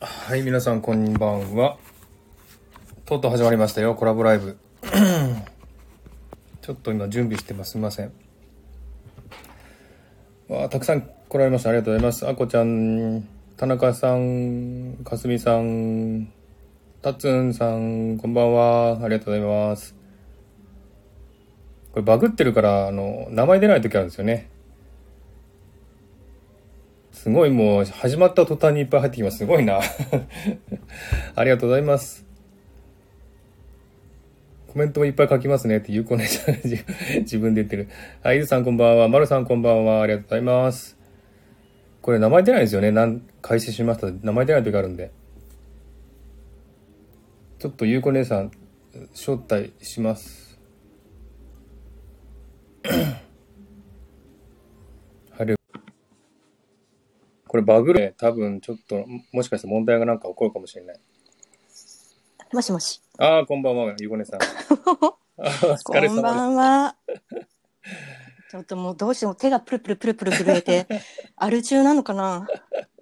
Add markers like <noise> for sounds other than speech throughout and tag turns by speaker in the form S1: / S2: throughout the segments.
S1: はい、皆さんこんばんは。とうとう始まりましたよ、コラボライブ。 <clears throat> ちょっと今準備してます。すみません。わあ、たくさん来られました。ありがとうございます。あこちゃん、田中さん、かすみさん、たつんさん、こんばんは。ありがとうございます。これバグってるから、あの、名前出ない時あるんですよね。すごいもう、始まった途端にいっぱい入ってきます。すごいな。ありがとうございます。コメントもいっぱい書きますねって、ゆうこねちゃん自 <laughs> 自分で言ってる。あ、ゆずさんこんばんは。まるさんこんばんは。ありがとうございます。これ名前出ないですよね。なん開始しました。名前出ない時あるんで。ちょっとゆうこ姉さん、招待します。 <coughs> はる。これバグるね。多分ちょっと、ももしかして問題がなんか起こるかもしれない。
S2: もしもし。
S1: ああ、こんばんは、ゆうこねさん。あーお疲れ様
S2: こ
S1: です。
S2: んばんは。ちょっともうどうしても手がプルプルプルプル震
S1: <laughs>
S2: えて、アル中なのかな。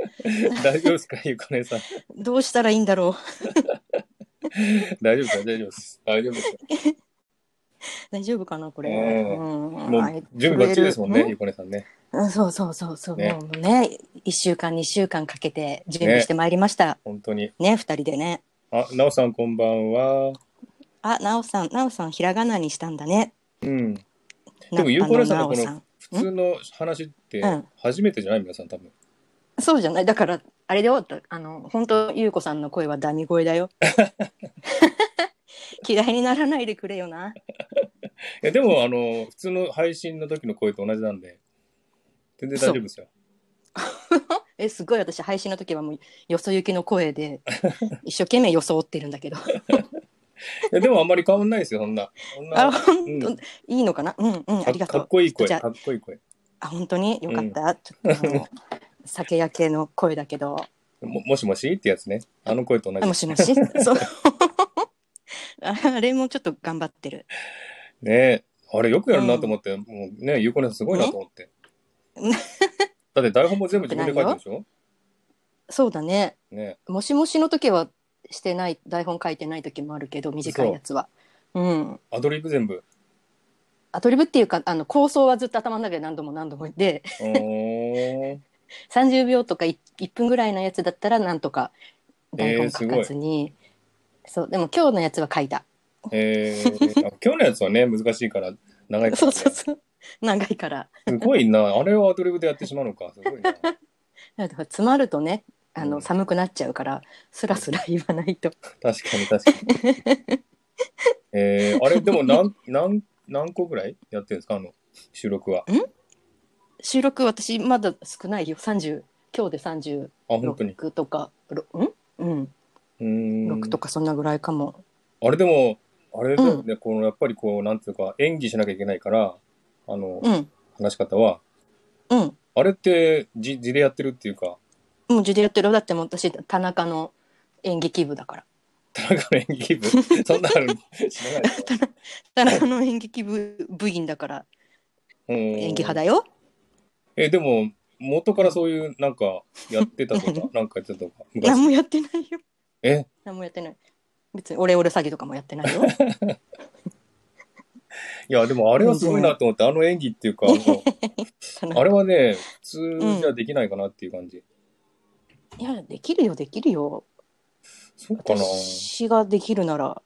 S1: <laughs> 大丈夫ですか、ゆうこねさん。
S2: どうしたらいいんだろ
S1: 大丈夫ですよ、大丈夫です。大丈夫ですよ。
S2: う。大丈夫かなこれ。
S1: ねえ
S2: うん
S1: も
S2: あ
S1: う準備ばっちりですもんね、
S2: 震え
S1: ゆ
S2: る
S1: うこねさんね。
S2: うんそうそうそうそう。
S1: ね
S2: もうね、一週間二週間かけて準備してまいりました。
S1: 本当に。
S2: ね、二人でね。
S1: あ、なおさん、こんばんは。
S2: あ、なおさん、なおさんひらがなにしたんだね。
S1: うん。
S2: な
S1: でもゆうこねさん
S2: あ
S1: のこの
S2: なお
S1: 普通の話って
S2: うん
S1: 初めてじゃない、皆さん、多分。
S2: そうじゃない。だからあれで終わった。あの本当ゆうこさんの声はダミ
S1: <laughs>
S2: 声だよ。嫌いにならないでくれよな。
S1: いや、でも、あの、普通の配信の時の声と同じなんで、全然大丈夫ですよ。
S2: えすごい私配信の時はもうよそ行きの声で一生懸命装ってるんだけど
S1: いや、でもあんまり変わんないですよ、そんな。そん
S2: あ
S1: な。
S2: 本当、
S1: うん
S2: いいのかなうんうんあり
S1: か
S2: がと
S1: か
S2: う
S1: っこいい声、
S2: じゃ
S1: かっこいい声。
S2: あ本当によかった、ちょっとあの酒焼けの声だけど
S1: ももしもしってやつね。あの声と同じ
S2: も。しもしそう <laughs> あれもちょっと頑張ってる
S1: ねえあれよくやるなと思って、もうねゆうこねさんすごいなと思って、 <laughs>
S2: うん
S1: だって台本も全部自分で書いてるでし
S2: <laughs>
S1: ょ
S2: そうだね
S1: ね
S2: もしもしの時はしてない台本書いてない時もあるけど短いやつはうん
S1: アドリブ全部
S2: アドリブっていうかあの構想はずっと頭の中で何度も何度も <laughs> で
S1: うーん
S2: 30秒とか 1, 分ぐらいのやつだったらなんとか台本書かずに、そうでも今日のやつは書いた、
S1: えー、あ今日のやつはね難しいから長いか
S2: そ
S1: ら、
S2: う
S1: ね、
S2: そうそう長いから
S1: すごいなあれをアドリブでやってしまうのかすごいな
S2: だから詰まるとねあの、
S1: うん
S2: 寒くなっちゃうからスラスラ言わないと
S1: 確かに確かにえー、あれでも何何何個ぐらいやってるんですかあの収録はあ
S2: 収録私まだ少ないよ30今日で
S1: 本当に
S2: 36とかろんうん
S1: うーん
S2: 6とかそんなぐらいかも、
S1: あれでもあれだよね、このやっぱりこうなんていうか演技しなきゃいけないからあの、
S2: うん
S1: 話し方は
S2: うん
S1: あれって字字でやってるっていうか <laughs>
S2: もう自でやってるよだってもう私田中の演劇部だから
S1: 田中の演技
S2: <laughs>
S1: 部そんなのあるの知らないよ
S2: 田中の演劇部部員だから
S1: うん
S2: 演技派だよ
S1: えでも元からそういうなんかやってたと
S2: <laughs>
S1: かなんかやってたとか
S2: 何も
S1: 昔
S2: やってないよ
S1: え
S2: 何もやってない別にオレオレ詐欺とかもやってな
S1: <laughs>
S2: いよ
S1: いやでもあれはすごいなと思ってあの演技っていうかあのあれはね普通じゃできないかなっていう感じ、
S2: いやできるよできるよ
S1: そうかな
S2: 私ができるなら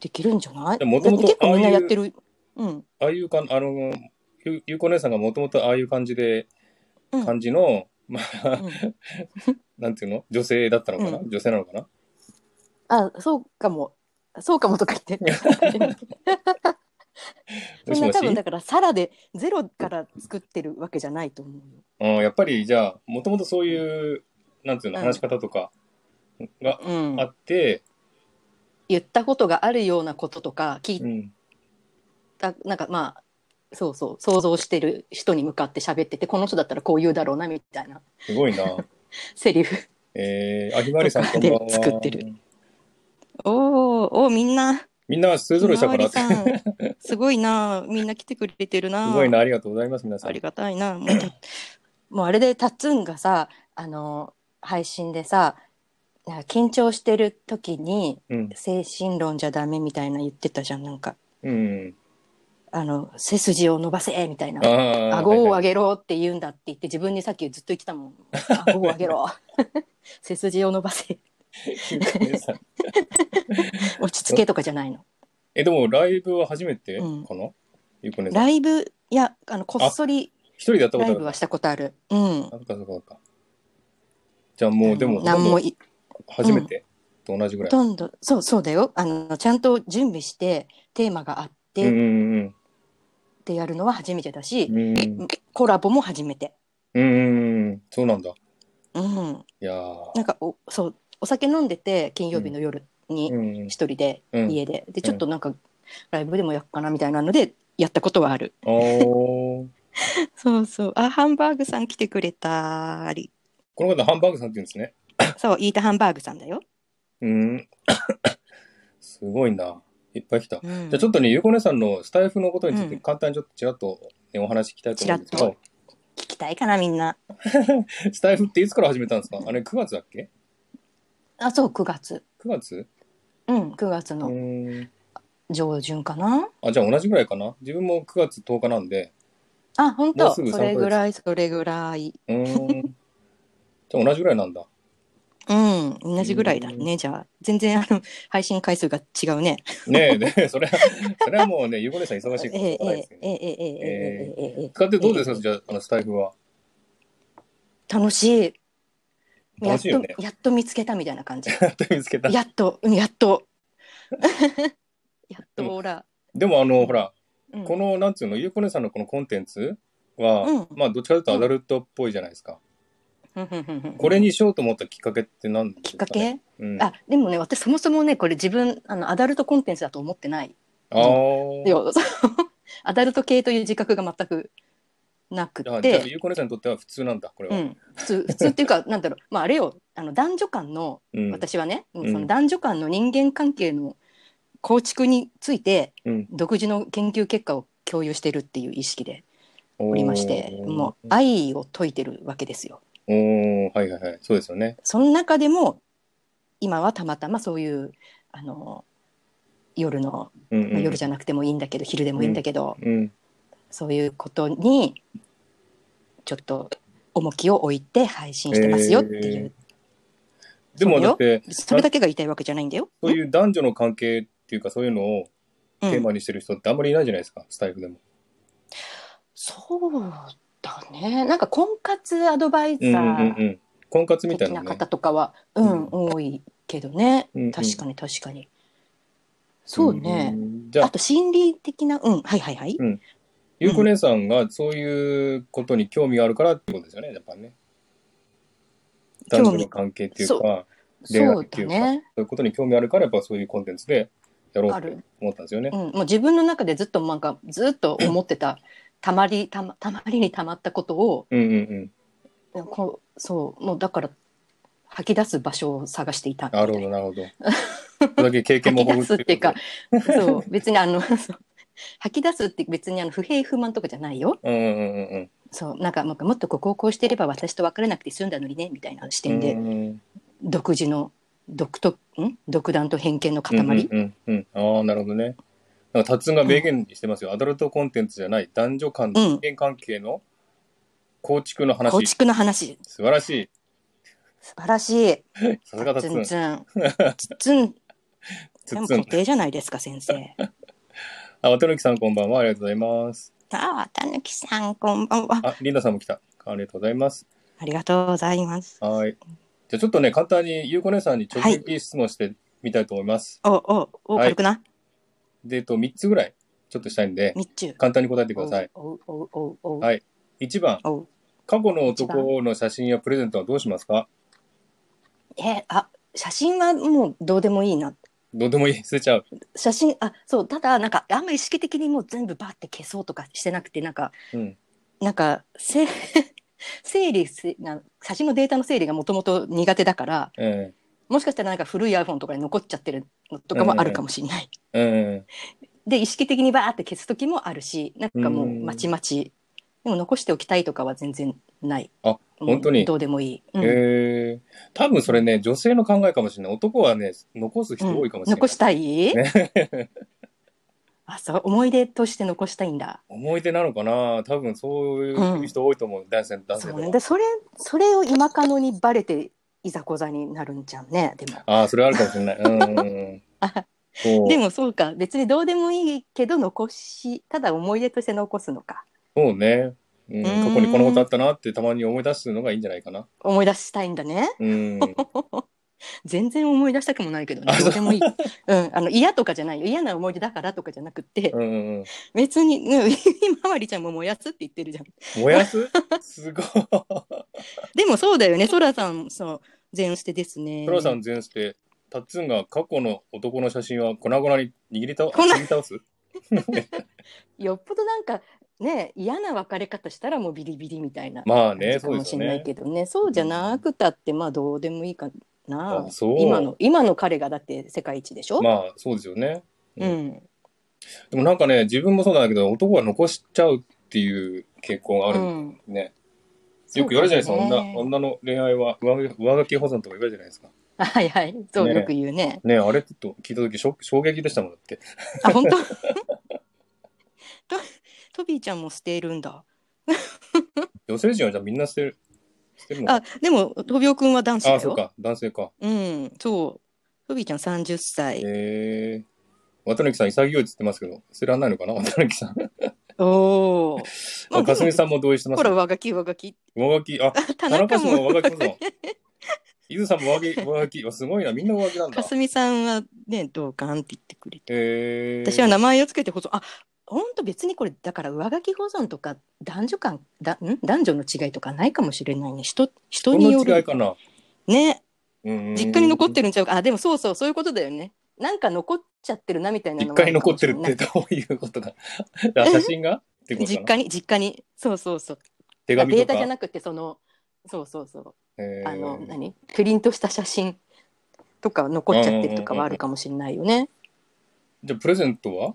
S2: できるんじゃない
S1: でもともと
S2: だって結構みん
S1: ああいう
S2: なやってるうん
S1: ああいうかあのゆゆうこ姉さんがもともとああいう感じで
S2: うん
S1: 感じの、ま
S2: う
S1: あ
S2: ん、
S1: なんていうの女性だったのかな、
S2: う
S1: 女性なのかな
S2: あそうかもそうかもとか言って <laughs> そ
S1: もし
S2: んな
S1: も
S2: 多
S1: し
S2: 分だからサラでゼロから作ってるわけじゃないと思うよ
S1: うん、やっぱりじゃあもともとそういう、なんていうの
S2: うん
S1: 話し方とかが
S2: うん
S1: あ、って、
S2: 言ったことがあるようなこととか聞い
S1: うん
S2: たなんかまあそうそう想像してる人に向かって喋っててこの人だったらこう言うだろうなみたいな
S1: すごい
S2: <laughs>
S1: な
S2: セリフ
S1: えー、あひまわりさんこんばんは
S2: で作ってるおーおーみんな
S1: みんなそれぞれしたから
S2: ひまわりさんすごいなみんな来てくれてる
S1: <laughs>
S2: な
S1: すごいなありがとうございます皆さ
S2: あ
S1: ん
S2: りがたいなもうたもうあれでタッツンがさあの配信でさなんか緊張してる時に
S1: うん。
S2: 精神論じゃダメみたいな言ってたじゃんなんか
S1: うん。
S2: あの背筋を伸ばせみたいな
S1: ああ。
S2: 顎を上
S1: げ
S2: げろって言うんだって言って自分にさっきずっと言って
S1: <laughs>
S2: たもん顎を上げろ <laughs> 背筋を伸
S1: <laughs>
S2: ばせ落ち着けとかじゃないの
S1: え、でも、ライブは初めてかな、ゆうこねさん。
S2: ライブいやあのこっそり
S1: 一人でやったこ
S2: ラ
S1: とあ
S2: イ
S1: る
S2: ブはしたことあるうん
S1: あそっかそっかそっか。じゃあもう、でも、
S2: 何もい
S1: 初めてと同じぐ
S2: ほ
S1: らい。
S2: とんどそうそうだよあのちゃんと準備してテーマがあっ
S1: うんう
S2: てっ
S1: ん
S2: てやるのは初めてだ
S1: う
S2: し、
S1: ん。うん
S2: コラボも初めて
S1: うんうん。そうなんだ。
S2: うん
S1: いや
S2: なんかおそうお酒飲んでて金曜日の夜に
S1: うん。
S2: 一人で
S1: うん
S2: 家で、でちょっとなんかライブでもやっかなみたいなのでやったことはある
S1: お
S2: そうそうあハンバーグさん来てくれたあり
S1: この方、ハンバーグさんって言うんですね。
S2: そうイータハンバーグさんだよ、
S1: うん。すごいな。いっぱい来た。
S2: うん
S1: じゃあちょっとね、ゆうこねさんのスタイフのことについて
S2: うん
S1: 簡単にちょっとちらっと、ね、お話聞きたいと思うんですけ
S2: ちら
S1: ど
S2: っ、聞きたいかなみんな
S1: スタイフっていつから始めたんですかあれ9月だっけ
S2: あそう9月
S1: ?9 月
S2: うん9月
S1: う
S2: の
S1: ーん。
S2: 上旬かな
S1: あ、じゃあ同じぐらいかな。自分も9月10日なんで、
S2: あ本
S1: もう
S2: 当
S1: すぐ
S2: そ
S1: 三ヶ月
S2: れぐらいそれぐらいう
S1: ーん。じゃあ同じぐらいなんだ。
S2: うん同じぐらいだね、
S1: う
S2: じゃあ全然あの配信回数が違うね
S1: ねえ、ねそれは、それはもうね、ゆうこねさん忙しいから
S2: え
S1: しょう
S2: え
S1: がないですけど、
S2: <laughs> えええええええええええ
S1: 使ってどうですかじゃあ、あのスタイフは。
S2: 楽しいや
S1: 楽
S2: っ
S1: しいよ
S2: と
S1: ね。
S2: やっと見つけたみたいな感
S1: <laughs>
S2: じ
S1: やっと見つけた。
S2: やっとうんやっとやっとほら、
S1: でもあの、ほら、
S2: うん
S1: この、なんつうの、ゆうこねさんのこのコンテンツは、
S2: うん
S1: まあ、どっちかというとアダルトっぽいじゃないですか。こ
S2: こ
S1: れにしようと思ったきっかけって何ですか、ね、
S2: きっかけ、
S1: うん、
S2: あでもね私そもそもねこれ自分あのアダルトコンテンツだと思ってない
S1: あー
S2: よ <laughs> アダルト系という自覚が全くなく
S1: あ。じゃあ、
S2: て、
S1: ゆうこねさんにとっては普通なんだ、これ
S2: う
S1: は。
S2: ん、普通普通っていうかなんだろう <laughs> まああれよあの男女間の
S1: うん。
S2: 私はね、
S1: うん
S2: その男女間の人間関係の構築について
S1: うん
S2: 独自の研究結果を共有してるっていう意識で
S1: お
S2: おりましてもう愛を解いてるわけですよ。
S1: う。おーはいはいはい。そうですよね。
S2: その中でも今はたまたまそういうあの夜の、
S1: うん、
S2: まあ、夜じ
S1: ゃ
S2: ゃなくてもいいんだけど、昼でもいいんだけど、
S1: うん。
S2: そういうことにちょっと重きを置いて配信してますよっていう、
S1: でも、
S2: そう
S1: だ
S2: よ
S1: って、
S2: それだけが言いたいわけじゃないんだよ。
S1: そういう男女の関係っていうか、そういうのを
S2: うん
S1: テーマにしてる人ってあんまりいないじゃないですか、スタイフでも。
S2: そうだねなんか婚活アドバイザ
S1: うんうんうん
S2: ー
S1: うん。婚活みたい
S2: 的
S1: な
S2: な
S1: のね
S2: 方。とかは、うん
S1: うん
S2: 多いけどね、
S1: うんうん
S2: 確かに確かにそうね、
S1: ん。じゃ
S2: あ
S1: あ、
S2: と心理的なうんはいはいはい、
S1: ゆうこ姉さんがそういうことに興味があるからってことですよね、やっぱね。男女の関係っていう
S2: 興
S1: か、恋
S2: そ
S1: 愛っ
S2: う
S1: てい
S2: だ
S1: うか
S2: ね
S1: そういうことに興味あるから、やっぱそういうコンテンツでやろう
S2: あ
S1: と
S2: る
S1: 思ったんですよね
S2: う。ん、もう自分の中でずっとなんかずっと思ってたたまりたまたまりにたまったことを
S1: うんうんうん。
S2: こうそうもうだから吐き出す場所を探していた
S1: なるほど、なるほど。それだけ経験も
S2: 吐き
S1: 豊富
S2: 出すっていうか
S1: こ
S2: <laughs> そう別にあの <laughs> そう吐き出すって別にあの不平不満とかじゃないよ
S1: と。うんうんうんうん。
S2: そうなんかなんかもっとこうこうこうしていれば私と別れなくて済んだのにねみたいな視点
S1: う
S2: で
S1: んうん
S2: 独自の独特ん独断と偏見の塊、
S1: うんうんうん、ああ、なるほどね。なんか、タッツンが明言してますよ。アダルトコンテンツじゃない、男女間、
S2: うん
S1: 人間関係の構築の話。
S2: 構築の話
S1: 素晴らしい。
S2: 素晴らしい
S1: さすがタッ
S2: ツ
S1: ツン <laughs>
S2: ン。ツン
S1: ツ
S2: ツンで
S1: ッ
S2: も
S1: ツン
S2: 固。定じゃないですか先生
S1: あ、渡辺さんこんばんは。ありがとうございます。
S2: ああ、たぬきさん、こんばんは。
S1: あ、リンダさんも来た。ありがとうございます。
S2: ありがとうございます。
S1: はい。じゃあちょっとね、簡単にゆうこ姉さんに直撃質問してみたいと思います。
S2: お、お、お、
S1: はい
S2: 軽くな。
S1: で、えっと、3つぐらいちょっとしたいんで、
S2: みっちゅう。
S1: 簡単に答えてください。
S2: おう、おう、おう、おう、おう
S1: はい1番、
S2: おう。
S1: 過去の男の写真やプレゼントはどうしますか
S2: え、あ、写真はもうどうでもいいな。
S1: どうでもいい。捨てちゃう。
S2: 写真、あ、そう、ただ、なんか、あんま意識的にもう全部バーって消そうとかしてなくて、なんか、
S1: うん。
S2: なんか、せ、 <laughs> 整理せな写真のデータの整理がもともと苦手だから
S1: え
S2: もしかしたらなんか古い iPhone とかに残っちゃってるのとかもあるかもしれない、
S1: えええ
S2: で意識的にバーって消す時もあるしなんかもうまちまち、でも残しておきたいとかは全然ない。
S1: あ、本当に
S2: うんどうでもいい。うん
S1: ええ多分それね、女性の考えかもしれない。男はね、残す人多いかもしれない。
S2: 残したい、 <laughs> あそう思い出として残したいんだ。
S1: 思い出なのかな多分そういう人多いと思う。男性、男性
S2: そ
S1: で
S2: うね、
S1: も。
S2: でそれそれを今かのにバレていざこざになるんじゃんねでも。
S1: ああ、それあるかもしれない。
S2: <laughs>
S1: うん。そう
S2: でもそうか別にどうでもいいけど残しただ思い出として残すのか
S1: そうね。うん、過
S2: うん
S1: 去にこのことあったなってたまに思い出すのがいいんじゃないかな。
S2: 思い出したいんだね
S1: うん。
S2: 全然思い出したくもないけどね
S1: あ
S2: どうでもいい、うん、あの嫌とかじゃないよ嫌な思い出だからとかじゃなくって
S1: うんうん
S2: 別に、ね、 <laughs> 今まりちゃんも燃やすって言ってるじゃん
S1: うん。燃やすすごい。
S2: でもそうだよねそらさんそう全捨てですね
S1: トラさん前世で、タッツンが過去の男の写真は粉々に握り倒
S2: 粉
S1: 握り倒す
S2: よっぽどなんかね嫌な別れ方したらもうビリビリみたいな
S1: まあ
S2: 感
S1: ね、
S2: じか
S1: そうで
S2: も
S1: す
S2: し
S1: よ
S2: れない
S1: ね。
S2: けどねそうじゃなくたってまあどうでもいいかな
S1: あそう
S2: 今の今の彼がだって世界一でしょ、
S1: まあ、そうですよね。
S2: うん、
S1: でもなんかね、自分もそうなんだけど、男は残しちゃうっていう傾向があ
S2: う
S1: るん
S2: ん、
S1: ですね。よく言われるじゃないですか、
S2: そうね
S1: 女女の恋愛は上書き上書き保存とか言われるじゃないですか。
S2: <laughs> はいはいそう、
S1: ね
S2: よく言うね
S1: ねあれちょっと聞いた時ショ衝撃でしたもんだって。
S2: あ本当とトビーちゃんも捨てるんだ
S1: 女性陣はじゃあみんな捨てる、捨てるのか
S2: あでもトビオくんは男子だ
S1: あ
S2: よ
S1: あ、そうか、男性か。
S2: うんそうトビーちゃん30歳
S1: ええ渡辺さん潔いって言ってますけど、捨てらんないのか <laughs> な渡辺さん。
S2: おお
S1: あ、かすみさんも同意してます
S2: ほ。ら上書き上書き
S1: 上書き、あ、
S2: 田
S1: 田中
S2: 中
S1: さんも
S2: も
S1: 上書き保存。伊豆さんも上書き、上書き。わすごいな、みんな上書きなんだ
S2: <laughs> か。すみさんはね同感って言ってくれて
S1: ええ
S2: 私は名前をつけて保存あ本当別にこれだから上書き保存とか男女間だん男女の違いとかないかもしれないね人人
S1: こ
S2: によ
S1: の違い
S2: る
S1: かな。
S2: ね
S1: うんうん
S2: 実家に残ってるんちゃうかあでもそうそうそういうことだよねなんか残っちゃってるなみたいな
S1: 実
S2: の
S1: 家に残ってるっ
S2: もあ
S1: て
S2: か
S1: どういうことか。 <laughs> あ写真がって
S2: も
S1: こ
S2: し
S1: と
S2: れ
S1: か
S2: な
S1: な。
S2: い実家に実家にそうそうそう
S1: 手
S2: あデ
S1: 紙
S2: ータじ
S1: と
S2: ゃ
S1: か。
S2: なくてそのそうそうそう、
S1: え
S2: あの
S1: ー
S2: 何プリントした写真とか残っちゃってるとかはあるかもしれないよね、
S1: じゃあプレゼントは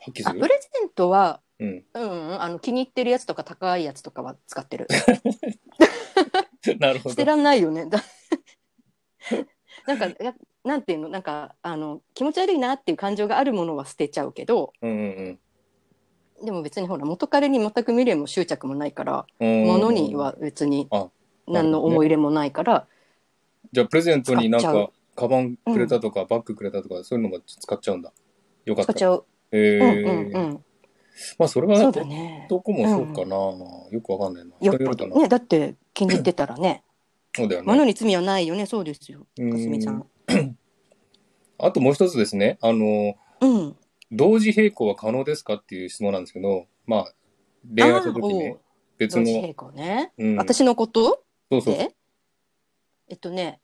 S1: 破棄す
S2: あプ
S1: る
S2: レゼントは
S1: うん。
S2: うんうんあの気に入ってるやつとか高いやつとかは使っ
S1: <laughs>
S2: てる
S1: なるほ
S2: 捨て
S1: ど。
S2: らんないよね。 <laughs> だなんかやなんていうのなんかあの気持ち悪いなっていう感情があるものは捨てちゃうけど
S1: うんうん
S2: でも別にほら元彼に全く未練も執着もないから
S1: うん。うん
S2: 物に。は別に
S1: あ
S2: 何の思い入れもないから、
S1: じゃあプレゼントになん
S2: 使っちゃ
S1: か
S2: う、
S1: カバンくれたとか、バッグくれたとか、そういうのも使っちゃうんだ。よかっ
S2: 使
S1: た。
S2: っちゃう、
S1: え
S2: うんうんう
S1: ー
S2: ん
S1: まあそれ
S2: そう
S1: は
S2: だね
S1: 男もそうかな。よくわかんないな。人
S2: よっ
S1: によ
S2: ぽ
S1: るか
S2: ど
S1: な。
S2: ねだって気に入ってたらね
S1: そうだよ
S2: 物
S1: ね。
S2: に罪はないよねそうですよ
S1: うん
S2: かすみちゃん
S1: あともう一つですね。あの、
S2: うん
S1: 同時並行は可能ですかっていう質問なんですけど、まあ、恋愛した時
S2: あーお
S1: ね
S2: う、
S1: 別
S2: 同時
S1: の、
S2: 並行ね、
S1: うん、
S2: 私のこと
S1: そうそう
S2: でえっとね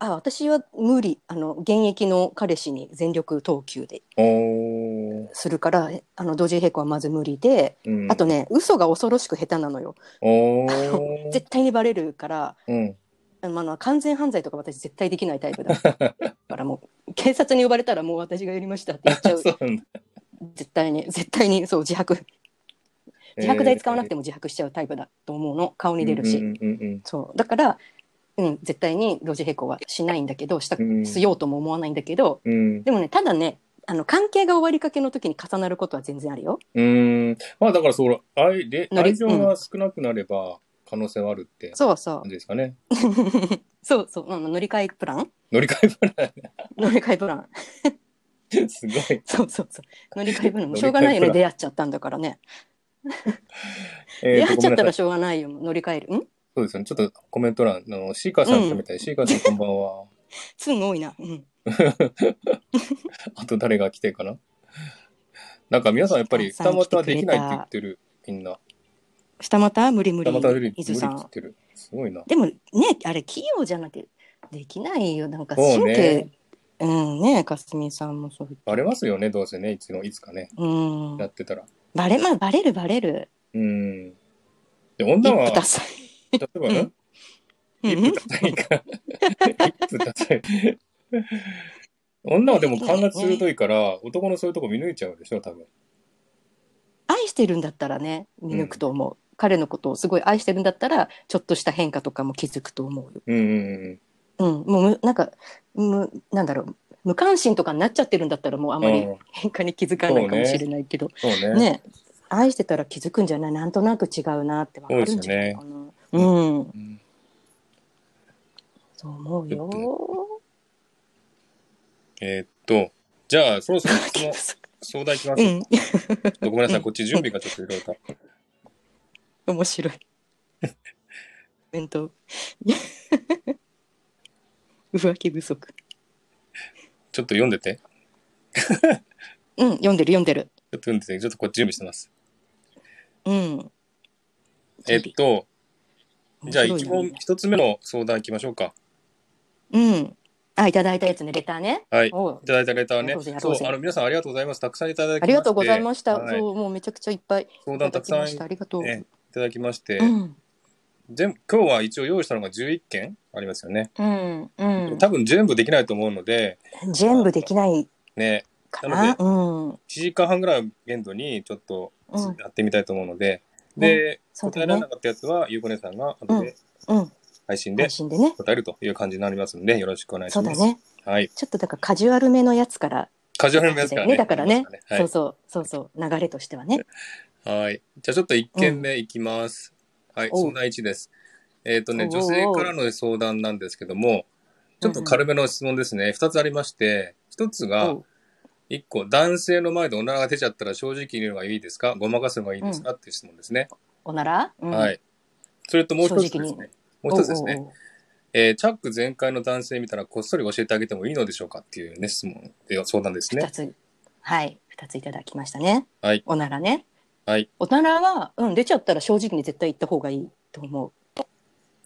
S2: あ私は無理あの現役の彼氏に全力投球で
S1: おー
S2: するからえあの同時並行はまず無理で、
S1: うん、
S2: あとね嘘が恐ろしく下手なのよ
S1: おー、
S2: <laughs> 絶対にバレるから
S1: うん、
S2: あのあの完全犯罪とか私絶対できないタイ
S1: <laughs>
S2: プだからもう警察に呼ばれたらもう私がやりましたって言っち
S1: <laughs>
S2: ゃう
S1: そうなんだ。
S2: 絶対に絶対にそう自白自白剤使わなくても自白しちゃうタイプだと思うの顔に出るし、
S1: うんうんうん
S2: そうだから、うん、絶対に同時並行はしないんだけどした
S1: うん
S2: しようとも思わないんだけど、
S1: うん、
S2: でもねただねあの関係が終わりかけの時に重なることは全然あるよ。
S1: うん、うんまあだからそう、愛で
S2: ノリ
S1: 愛情が少なくなれば可能性はあるって
S2: そうそ
S1: <laughs> 感じですかね。
S2: うそうそう、うん、乗り換えプラン
S1: 乗り換え
S2: 乗り換えプラン
S1: 話、すごい。
S2: そうそうそう乗り換えプランもうしょうが
S1: 乗り換
S2: な
S1: えプラ
S2: いよね
S1: ン
S2: 出会っちゃったんだからね、
S1: え
S2: 出
S1: ー
S2: 会
S1: と、ご
S2: っちゃ
S1: め
S2: っ
S1: んな
S2: た
S1: さ
S2: ら
S1: い。
S2: しょうがないよ乗り換えるん
S1: そうですよね。ちょっとコメント欄、あの、シーカーさんとみたい。シーカーさんこんばんは。
S2: すぐ多いな、うん、
S1: あと誰が来てかななんか皆さんやっぱり
S2: シーカ
S1: 二
S2: ーさん
S1: 股
S2: 来てく
S1: でき
S2: れた
S1: ないって言ってる、みんな。
S2: 二股無理無理
S1: 二股で無
S2: 伊
S1: 理
S2: 豆
S1: って
S2: さ
S1: 言っ
S2: ん
S1: てる。すごいな。
S2: でもねあれ器用じゃなくてできないよなんか
S1: そう
S2: 神経
S1: ね。
S2: う,、んねかすみさんもそう
S1: バレますよね、どうせね、いつの、いつかね、
S2: うん
S1: やってたら。
S2: バレまあバレるバレる
S1: うん。で、女
S2: 一
S1: は、
S2: 夫多
S1: 例
S2: 妻
S1: えば
S2: う
S1: ね
S2: ん、うん
S1: 一夫多妻か。一夫多妻。女はでも感覚鋭いから、男のそういうとこ見抜いちゃうでしょ、多分。
S2: 愛してるんだったらね見抜くと思う、彼のことをすごい愛してるんだったらちょっとした変化とかも気づくと思うよ、
S1: うんうん
S2: うん、もうむなんかむなんだろう無関心とかになっちゃってるんだったらもうあ
S1: うん
S2: まり
S1: うん
S2: 変化に気づかないかもしれないけど、
S1: そうね
S2: ね愛してたら気づくんじゃないなんとなく違うなってわかるんじゃないかなう,、
S1: ですよう
S2: ん
S1: ん
S2: そう思う
S1: ちょ <laughs>
S2: よ
S1: っとえーっとじゃあそろそろ質問相談いきます、
S2: <laughs> うん
S1: ごめんなさい、
S2: うん
S1: こっち準備がちょっといろいろと。
S2: 面白い弁当 <laughs> 浮気不足
S1: ちょっと読んでて。ちょ
S2: うん読んでる読んでる
S1: っと読んでて、ちょっとこっち準備してます。
S2: うん
S1: えっと、じゃあ
S2: 面
S1: 一
S2: 白い
S1: 問
S2: ね、
S1: 一つ目の相談いきましょうか。
S2: うんあいただいたやつねレターね
S1: はい。い
S2: おう
S1: ただいたレターね
S2: やろうぜや。ろ
S1: そうう
S2: ぜ、
S1: あの、皆さんありがとうございます。たくさんいただきまして
S2: ありがとうございました、
S1: はい
S2: そうもうめちゃくちゃいっぱい
S1: 相
S2: い
S1: 談た
S2: ただ
S1: く
S2: き
S1: さ
S2: ま
S1: んい
S2: したありがとう、
S1: ねいただきまして、
S2: うん
S1: 全部今日は一応用意したのが11件ありますよね。
S2: うんうん
S1: 多分全部できないと思うので、
S2: 全部できない
S1: ね、
S2: か
S1: な
S2: なうん
S1: 1時間半ぐらいを限度にちょっと
S2: うん
S1: やってみたいと思うので、
S2: うん
S1: で、
S2: そう
S1: 答
S2: だ
S1: えられ
S2: ね
S1: なかったやつは、ゆうこねさんが後で
S2: うん
S1: 配信で
S2: 配信でね
S1: 答えるという感じになりますので、よろしくお願いし
S2: そう
S1: ま
S2: だ
S1: す。
S2: ね
S1: はい。
S2: ちょっとだからカジュアルめのやつから、
S1: カジュアルなやつからね。
S2: ねだからね
S1: は
S2: そう
S1: い。
S2: そうそうそう流れとしてはね
S1: はい。じゃあちょっと1件目いきます。はい。
S2: おう
S1: 相談1です。えっ、とね、
S2: おうおう
S1: 女性からの相談なんですけども、ちょっと軽めの質問ですね。2つありまして、1つ
S2: お
S1: が
S2: う、
S1: 1個、男性の前でおならが出ちゃったら正直に言うのがいいですかごまかすのがいいですか、っていう質問ですね。
S2: おなら、うん
S1: はい。それともう1つで
S2: 正
S1: す
S2: 直
S1: ね。もう1つです
S2: お
S1: ね
S2: う。おう
S1: えーチャック全開の男性見たらこっそり教えてあげてもいいのでしょうかっていうね、質問、えー相談です
S2: おう
S1: ね
S2: 二。つはい二ついただきましたね
S1: はい
S2: おならね
S1: はい。
S2: おならはうん出ちゃったら正直に絶対言った方がいいと思う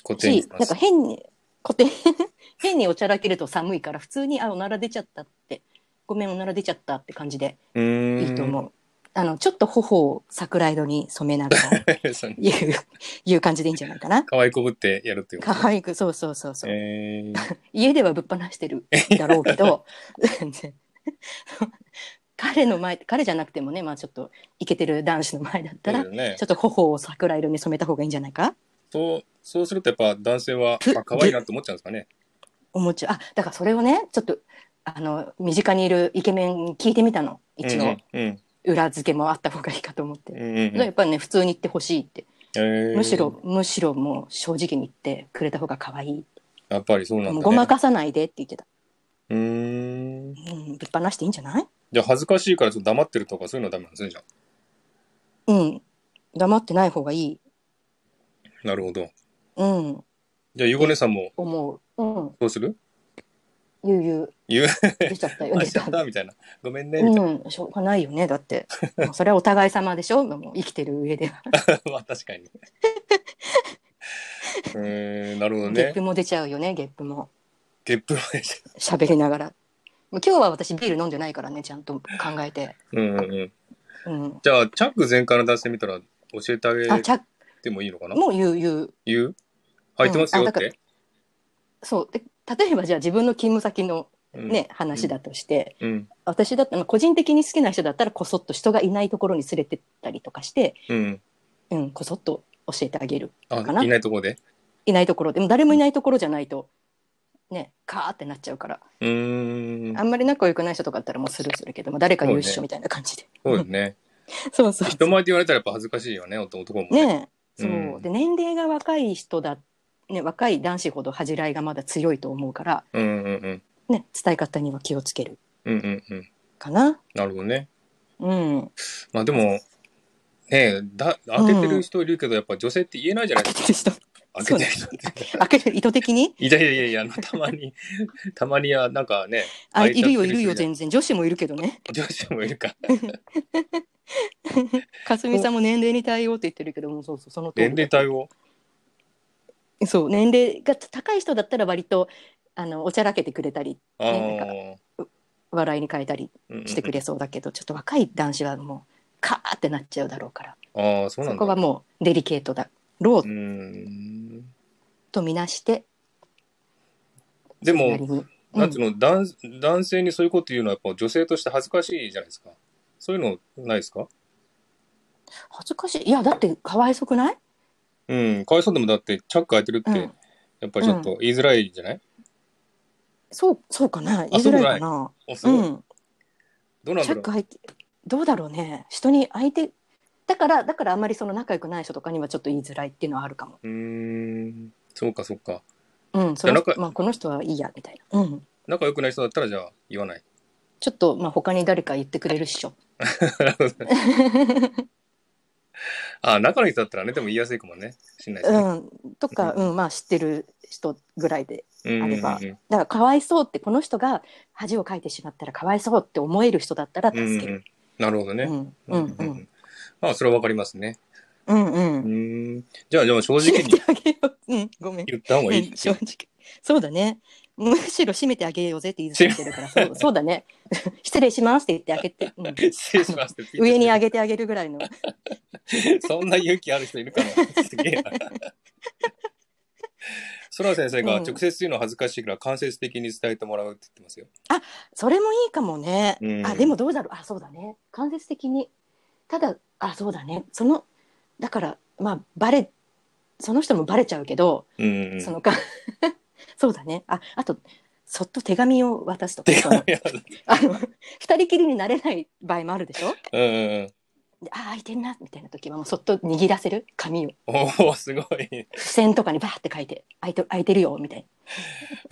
S1: 固定に
S2: し
S1: しま
S2: なん
S1: す
S2: か。変に固定 <laughs> 変におちゃらけると寒いから普通にあおなら出ちゃったってごめんおなら出ちゃったって感じで
S1: うーん
S2: いいと思う、あのちょっと頬を桜色に染めなが
S1: <laughs>
S2: ら
S1: そう
S2: いういう感じでいいんじゃないかな
S1: 可愛いこぶってやるっていうこと。
S2: 可愛くそうそうそうそう、
S1: えー、
S2: 家ではぶっ放してるだろうけど <laughs> 彼の前彼じゃなくてもねまあちょっとイケてる男子の前だった
S1: そうだよ
S2: ら
S1: ね
S2: ちょ。っと頬を桜色に染めた方がいいんじゃないか
S1: そう、そうするとやっぱ男性は、
S2: ぷ
S1: あ、可愛いなって思っちゃうんですかね。
S2: 思っちゃうあだからそれをねちょっとあの身近にいるイケメンに聞いてみたの一応、
S1: うんうん。
S2: 裏付けもあった方がいいかと思って、
S1: うんうんうん
S2: やっぱりね普通に言ってほしいって、
S1: えー
S2: むしろ。むしろもう正直に言ってくれた方が可愛い、
S1: やっぱりそうなんだ、
S2: もう
S1: ね。
S2: ごまかさないでって言ってた、
S1: うーん。
S2: うん、ぶっ放していいんじゃない
S1: じゃあ恥ずかしいからちょっと黙ってるとかそういうのはダメなんですね、じゃ
S2: うん黙ってない方がいい
S1: あなるほど。
S2: うん
S1: じゃあ、ゆうごねさんも
S2: 思ううん
S1: どうする
S2: ゆうゆ
S1: 言う、
S2: う出ちゃった
S1: <laughs>
S2: よ
S1: あ、
S2: 出
S1: し
S2: ち
S1: ち
S2: ゃ
S1: ゃ
S2: っ
S1: ったたみたいな。ごめんね、みたい
S2: うんしょうがないよねだってもうそれはお互い様でしょもう生きてる上では、
S1: な。まあ、確かに。えー、なるほど
S2: ゲッ
S1: ね
S2: プ。も出ちゃうよねゲップも
S1: ゲップ前じ
S2: 喋りながら。もう今日は私ビール飲んでないからね、ちゃんと考えて。
S1: ゃん。うんうんうん。
S2: うん。
S1: じゃあ、チャック全開の男性見たら教えてあげ
S2: あ、ちゃ、
S1: てもいいのかな
S2: もう言う言う。
S1: 言う入ってますよ
S2: う
S1: っ
S2: んあだから
S1: て。
S2: そう。で、例えばじゃあ自分の勤務先の
S1: うん
S2: ね、話だとして、
S1: うん。
S2: 私だったら、個人的に好きな人だったら、こそっと人がいないところに連れてったりとかして、
S1: うん。
S2: うん、こそっと教えてあげる。
S1: あ
S2: かな、
S1: いないところで。
S2: いないところ。でも誰もいないところじゃないと、ね、カーってなっちゃうから。
S1: うーん
S2: あ。んまり仲良くない人とかだったらもうスルーするけども、誰か優
S1: そう
S2: 秀
S1: ね
S2: みたいな感じで。
S1: そうで
S2: <laughs>
S1: すね。
S2: そうそうそう
S1: 人前で言われたらやっぱ恥ずかしいよね、男も。。
S2: ねえそう、
S1: うん
S2: で年齢が若い人だ、ね、若い男子ほど恥じらいがまだ強いと思うから、
S1: うんうんうん。
S2: ね、伝え方には気をつける
S1: うんうんうん。
S2: かな。
S1: なるほどね。 <laughs>
S2: うん、
S1: まあでも、ねだ、当ててる人いるけど、やっぱ女性って言えないじゃな
S2: 開
S1: いで
S2: け
S1: す
S2: てる人
S1: か。
S2: そ
S1: 当
S2: う
S1: て
S2: ね
S1: てる人って。
S2: 開けてる意図的に
S1: いやいやいやいや、あのたまに、たまには、なんかね、
S2: あ
S1: 開い
S2: い
S1: ちゃっ
S2: る
S1: てる
S2: よい
S1: 人
S2: る
S1: い
S2: よ
S1: るじゃ
S2: 全然女子もいるけど
S1: <laughs>
S2: ね
S1: 女子もいるか。
S2: かすみさんも年齢に対応って言ってるけどもそうそうその通り
S1: 年齢対応。
S2: そう年齢が高い人だったら割とあのおちゃらけてくれたり
S1: ああ。
S2: ねなんか笑いに変えたり
S1: うんうん
S2: してくれそうだけど、ちょっと若い男子はもうカーってなっちゃうだろうから
S1: ああ、そう
S2: そ
S1: なん
S2: こは
S1: だ。
S2: もうデリケートだロ
S1: う
S2: ー
S1: ーん。
S2: とみなして
S1: でも、
S2: なりにうん
S1: なんていうの、男男性にそういうこと言うのはやっぱ女性として恥ずかしいじゃないですか。そういうのないですか
S2: 恥ずかしいいやだってかわいそくない
S1: うん。かわいそうでもだって、チャック開いてるって、
S2: うん
S1: やっぱりちょっと言いづらいじゃない、
S2: そうそうかな言いづらいかな
S1: おす
S2: う
S1: ごい。
S2: ん
S1: どうなん
S2: チ
S1: だ
S2: ャッ
S1: ろ
S2: ク入ってどうだろうね人に相手だからだからあんまりその仲良くない人とかにはちょっと言いづらいっていうのはあるかも
S1: う。うーん。そうか、そうか。
S2: うんその
S1: 仲
S2: まあこの人はいいやみたいなうん
S1: 仲良くない人だったら、じゃあ、言わない。
S2: <laughs> ちょっとまあ他に誰か言ってくれるっしょ
S1: なるほどねあ、仲のいい人だったらね、でも言いやすいかもね。しんないですね。
S2: うん、とか、うんまあ、知ってる人ぐらいで
S1: うん
S2: あれば
S1: うん
S2: だからかわいそうってこの人が恥をかいてしまったらかわいそうって思える人だったら
S1: うんうん
S2: 助ける。
S1: なるほど
S2: う
S1: ね。
S2: んうんう
S1: うんんまあ、それはわかりますね。
S2: うんう
S1: うんーん。じゃあ、じゃあ、正直
S2: 締め
S1: に
S2: て <laughs> あげよう、うん、ごめん、
S1: 言った方がいいっ
S2: うん
S1: て
S2: 正
S1: いう。
S2: 直そうだねむしろ締めてあげようぜって言い過ぎて
S1: <laughs>
S2: るからそうそうだね失礼しますって言ってあげて、うん
S1: 失礼しますって。
S2: 上に上
S1: げ
S2: げてあげるぐらいの
S1: そんな勇気ある人いるかな。すげえな。空先生が直接言うのは恥ずかしいから間接的に伝えてもらうって言ってますよ。
S2: それもいいかもね、
S1: うん
S2: あでもどうだろうあそうだね間接的にただあそうだねそのだからまあバレその人もバレちゃうけど、
S1: うんうん。
S2: そのか <laughs> そうだねああとそっと手紙を渡すとか
S1: 手紙は
S2: あの二人きりになれない場合もあるでしょ
S1: うんうんうん。
S2: であー開いてんなみたいな時はもうそっと握らせる紙を
S1: おお、すごい。へ
S2: 付箋とかにバーって書いて開いて開いてるよみたいな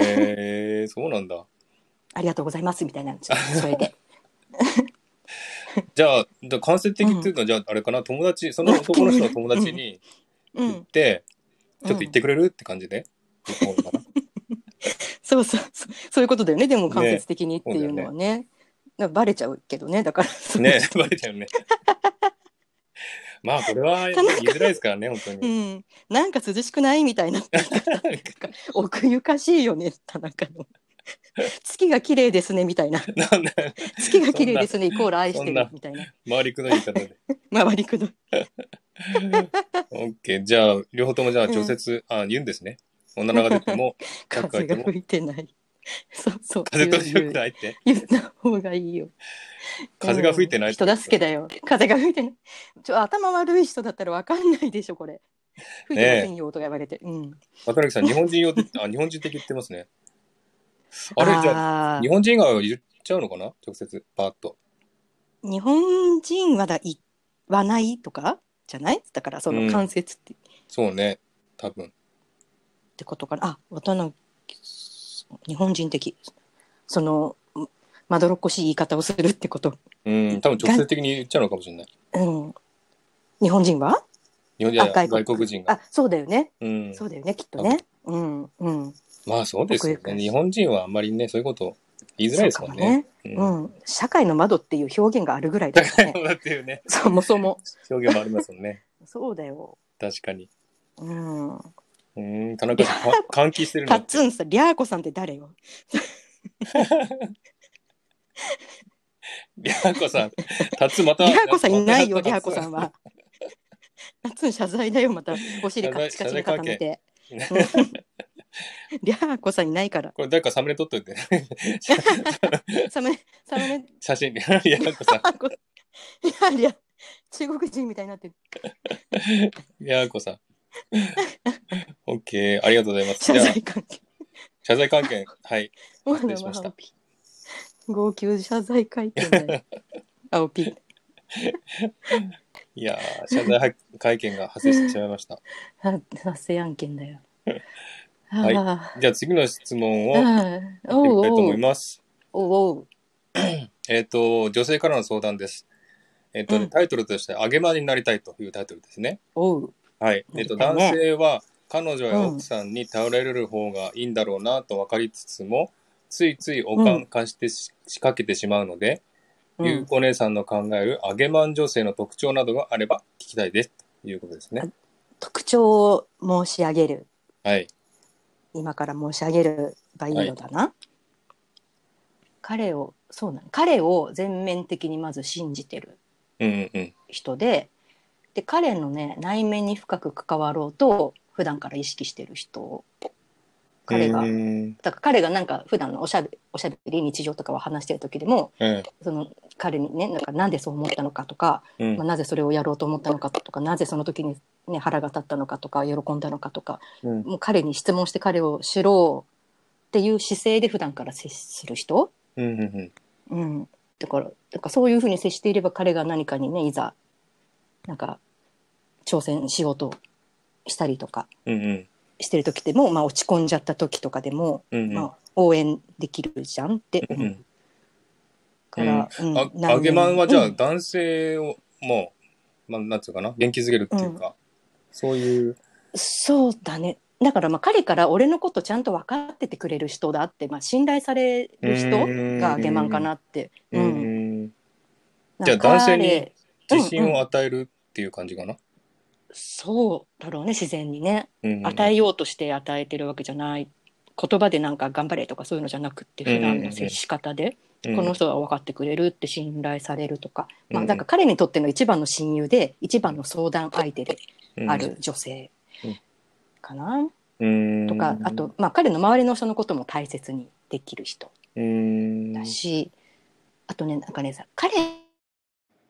S1: えそうなんだ。
S2: ありがとうございますみたいなの <laughs> ちょっと添えて
S1: じゃあ、だ間接的っていうのは、じゃあ、あれかな、友達、その男の人の友達に
S2: う
S1: 言っ
S2: ん
S1: て、
S2: うん
S1: ちょっと言ってくれるって感じで。向こうかな
S2: そうそうそうそういうことだよねでも間接的にっていうのはねだからバレちゃうけど <laughs> ねだから
S1: ねえ、バレちゃうね。まあ、これは言いづらいですからね、本当
S2: う
S1: に。
S2: ん、なんか涼しくないみたいな奥ゆかしいよね田中 <laughs> の月が綺麗ですねみたいな
S1: なんだ
S2: 月が綺麗ですねイコール愛して
S1: そん
S2: る
S1: な
S2: みたいな
S1: 周りくどい言い方で。
S2: 周りくどい
S1: オッケー。じゃあ、両方ともじゃあ、直接、あ、言うんですね。女の子が出ても、なんか
S2: 風が吹いてないそうそう
S1: 風通しよくないって。
S2: 言う言った方がいいよ
S1: 風が吹いてない
S2: うん人助けだよ風が吹いてないちょ頭悪い人だったらわかんないでしょこれ吹いてませんよとか言われて、うん
S1: 渡辺さん、日本人用って、あ、日本人的って言ってますね。あれ、じゃあ、
S2: あー
S1: 日本人以外は言っちゃうのかな直接、パーッと。
S2: 日本人はだいはないとかじゃないだからそ
S1: うん
S2: の関節って,、っ
S1: そうね、多分。
S2: てことかなあ渡辺日本人的そのんまどろっこしい言い方をするってこと、
S1: うん、多分直接的に言っちゃうのかもしれない。
S2: うん、日本人は
S1: 日本人
S2: あ
S1: や外国人が。
S2: あそうだよね、
S1: うん、
S2: そうだよねきっとねうんうん
S1: まあそうですよ
S2: 奥行
S1: ね。
S2: き
S1: 日本人はあんまりね、そういうこと言いづらいですもん
S2: そう
S1: ね。
S2: かもね、うん、社会の窓っていう表現があるぐらいだからね
S1: だっていうね、
S2: そも
S1: <laughs>
S2: そも
S1: 表現もありますもんね。
S2: そうだよ
S1: 確かに。
S2: うん
S1: うん、田中さん、か換気してる
S2: タッ
S1: の。
S2: ツンさんリャーコさんって誰よ
S1: リャーコさん、タツまた。
S2: リャーコさんいないよ、
S1: <laughs> また
S2: リャーコさん。は。タッツン謝罪だよ、また。お尻カッチカチに固めて。
S1: 謝罪
S2: うんリャーコさんいないから。
S1: これ誰かサムネ撮っといて、
S2: サムネ、サムネ、
S1: 写真に。 <laughs> リャーコさん、
S2: あこいやいや、中国人みたいになってる。
S1: リャーコ
S2: <laughs>
S1: さん。オッケー、ありがとうございます。
S2: 謝
S1: じゃあ、
S2: 罪関係。
S1: 謝罪関係、はい。
S2: もう
S1: 失礼しました
S2: あの青ピ号泣謝罪会見だ
S1: <laughs>
S2: よ。青ピ。
S1: いやー、謝罪会見が発生してしまいました。
S2: <laughs> あ発生案件だよ。
S1: <laughs> はい
S2: あ
S1: じゃあ次の質問を
S2: ー。
S1: やって
S2: あー
S1: みたいと
S2: お
S1: 思
S2: う
S1: います。
S2: おうおう
S1: えっ、と、女性からの相談です。えっ、と、
S2: うん
S1: タイトルとして、揚げ場になりたいというタイトルですね。
S2: おう
S1: はい。えっ、と、
S2: なりたいね
S1: 男性は彼女や奥さんに頼れる方がいいんだろうなと分かりつつも、ついついおかん化してし仕掛けてしまうので、
S2: うん
S1: ゆうこ姉さんの考える揚げまん女性の特徴などがあれば聞きたいです。ということですね。
S2: 特徴を申し上げる。
S1: はい。
S2: 今から申し上げればいいのだな、彼をそうなの彼を全面的にまず信じてる
S1: うんうん。
S2: 人でで彼のね内面に深く関わろうと普段から意識してる人彼が、
S1: えー
S2: だから彼がなんか普段のおしゃべおしゃべり日常とかを話してる時でも
S1: え
S2: その彼にねなんかなんでそう思ったのかとか、
S1: えうん
S2: まあ、なぜそれをやろうと思ったのかとかなぜその時に、ね、腹が立ったのかとか喜んだのかとか
S1: うん
S2: もう彼に質問して彼を知ろうっていう姿勢で普段から接する人、
S1: うんうん
S2: うん、だからだからそういうふうに接していれば彼が何かにねいざなんか挑戦しようとしたりとか
S1: うんうん
S2: してる時でも、まあ、落ち込んじゃった時とかでも、
S1: うんうん
S2: まあ、応援できるじゃんって
S1: う
S2: 思
S1: んう
S2: うんから、うん
S1: ああげまんはじゃ
S2: う
S1: あ男性をもう、まあ、なんつうかな元気づけるっていうか、そういう
S2: そうだねだからまあ彼から俺のことちゃんと分かっててくれる人だって、まあ、信頼される人がゲマンかなって、
S1: う
S2: うんん
S1: うん
S2: なんか
S1: じゃあ男性に
S2: 彼
S1: 自信を与えるっていう感じかな、
S2: そうだろうね自然にね
S1: うんうんうん、
S2: 与えようとして与えてるわけじゃない言葉でなんか頑張れとかそういうのじゃなくって
S1: うんうんう
S2: 普
S1: ん
S2: 段の接し方で
S1: うん
S2: この人は分かってくれるって信頼されるとか、ま
S1: う
S2: あ、
S1: ん
S2: だから彼にとっての一番の親友で一番の相談相手である女性
S1: うん
S2: かな
S1: うん
S2: とかあと、まあ、彼の周りの人のことも大切にできる人
S1: うん
S2: だしあとねなんかねさ彼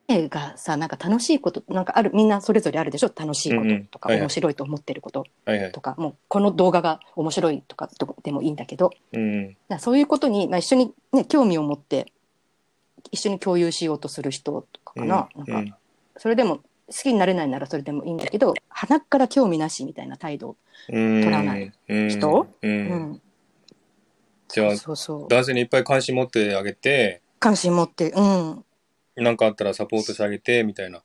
S2: がさなんか楽しいことなんかあるみんなそれぞれあるでしょ楽しいこ
S1: うんうん
S2: ととか
S1: はいはい
S2: 面白いと思ってること
S1: はいはい
S2: とかもうこの動画が面白いとかとでもいいんだけどだか
S1: うん
S2: らそういうことに、まあ、一緒に、ね、興味を持って一緒に共有しようとする人とかかな,、
S1: うん
S2: なんかそれでも好きになれないならそれでもいいんだけど鼻から興味なしみたいな態度、
S1: 取
S2: らない
S1: 人
S2: 人、
S1: うん
S2: うん
S1: じゃあ
S2: そうそう
S1: 男性にいっぱい関心持ってあげて
S2: 関心持ってうん
S1: 何かあったらサポートしてあげてみたいな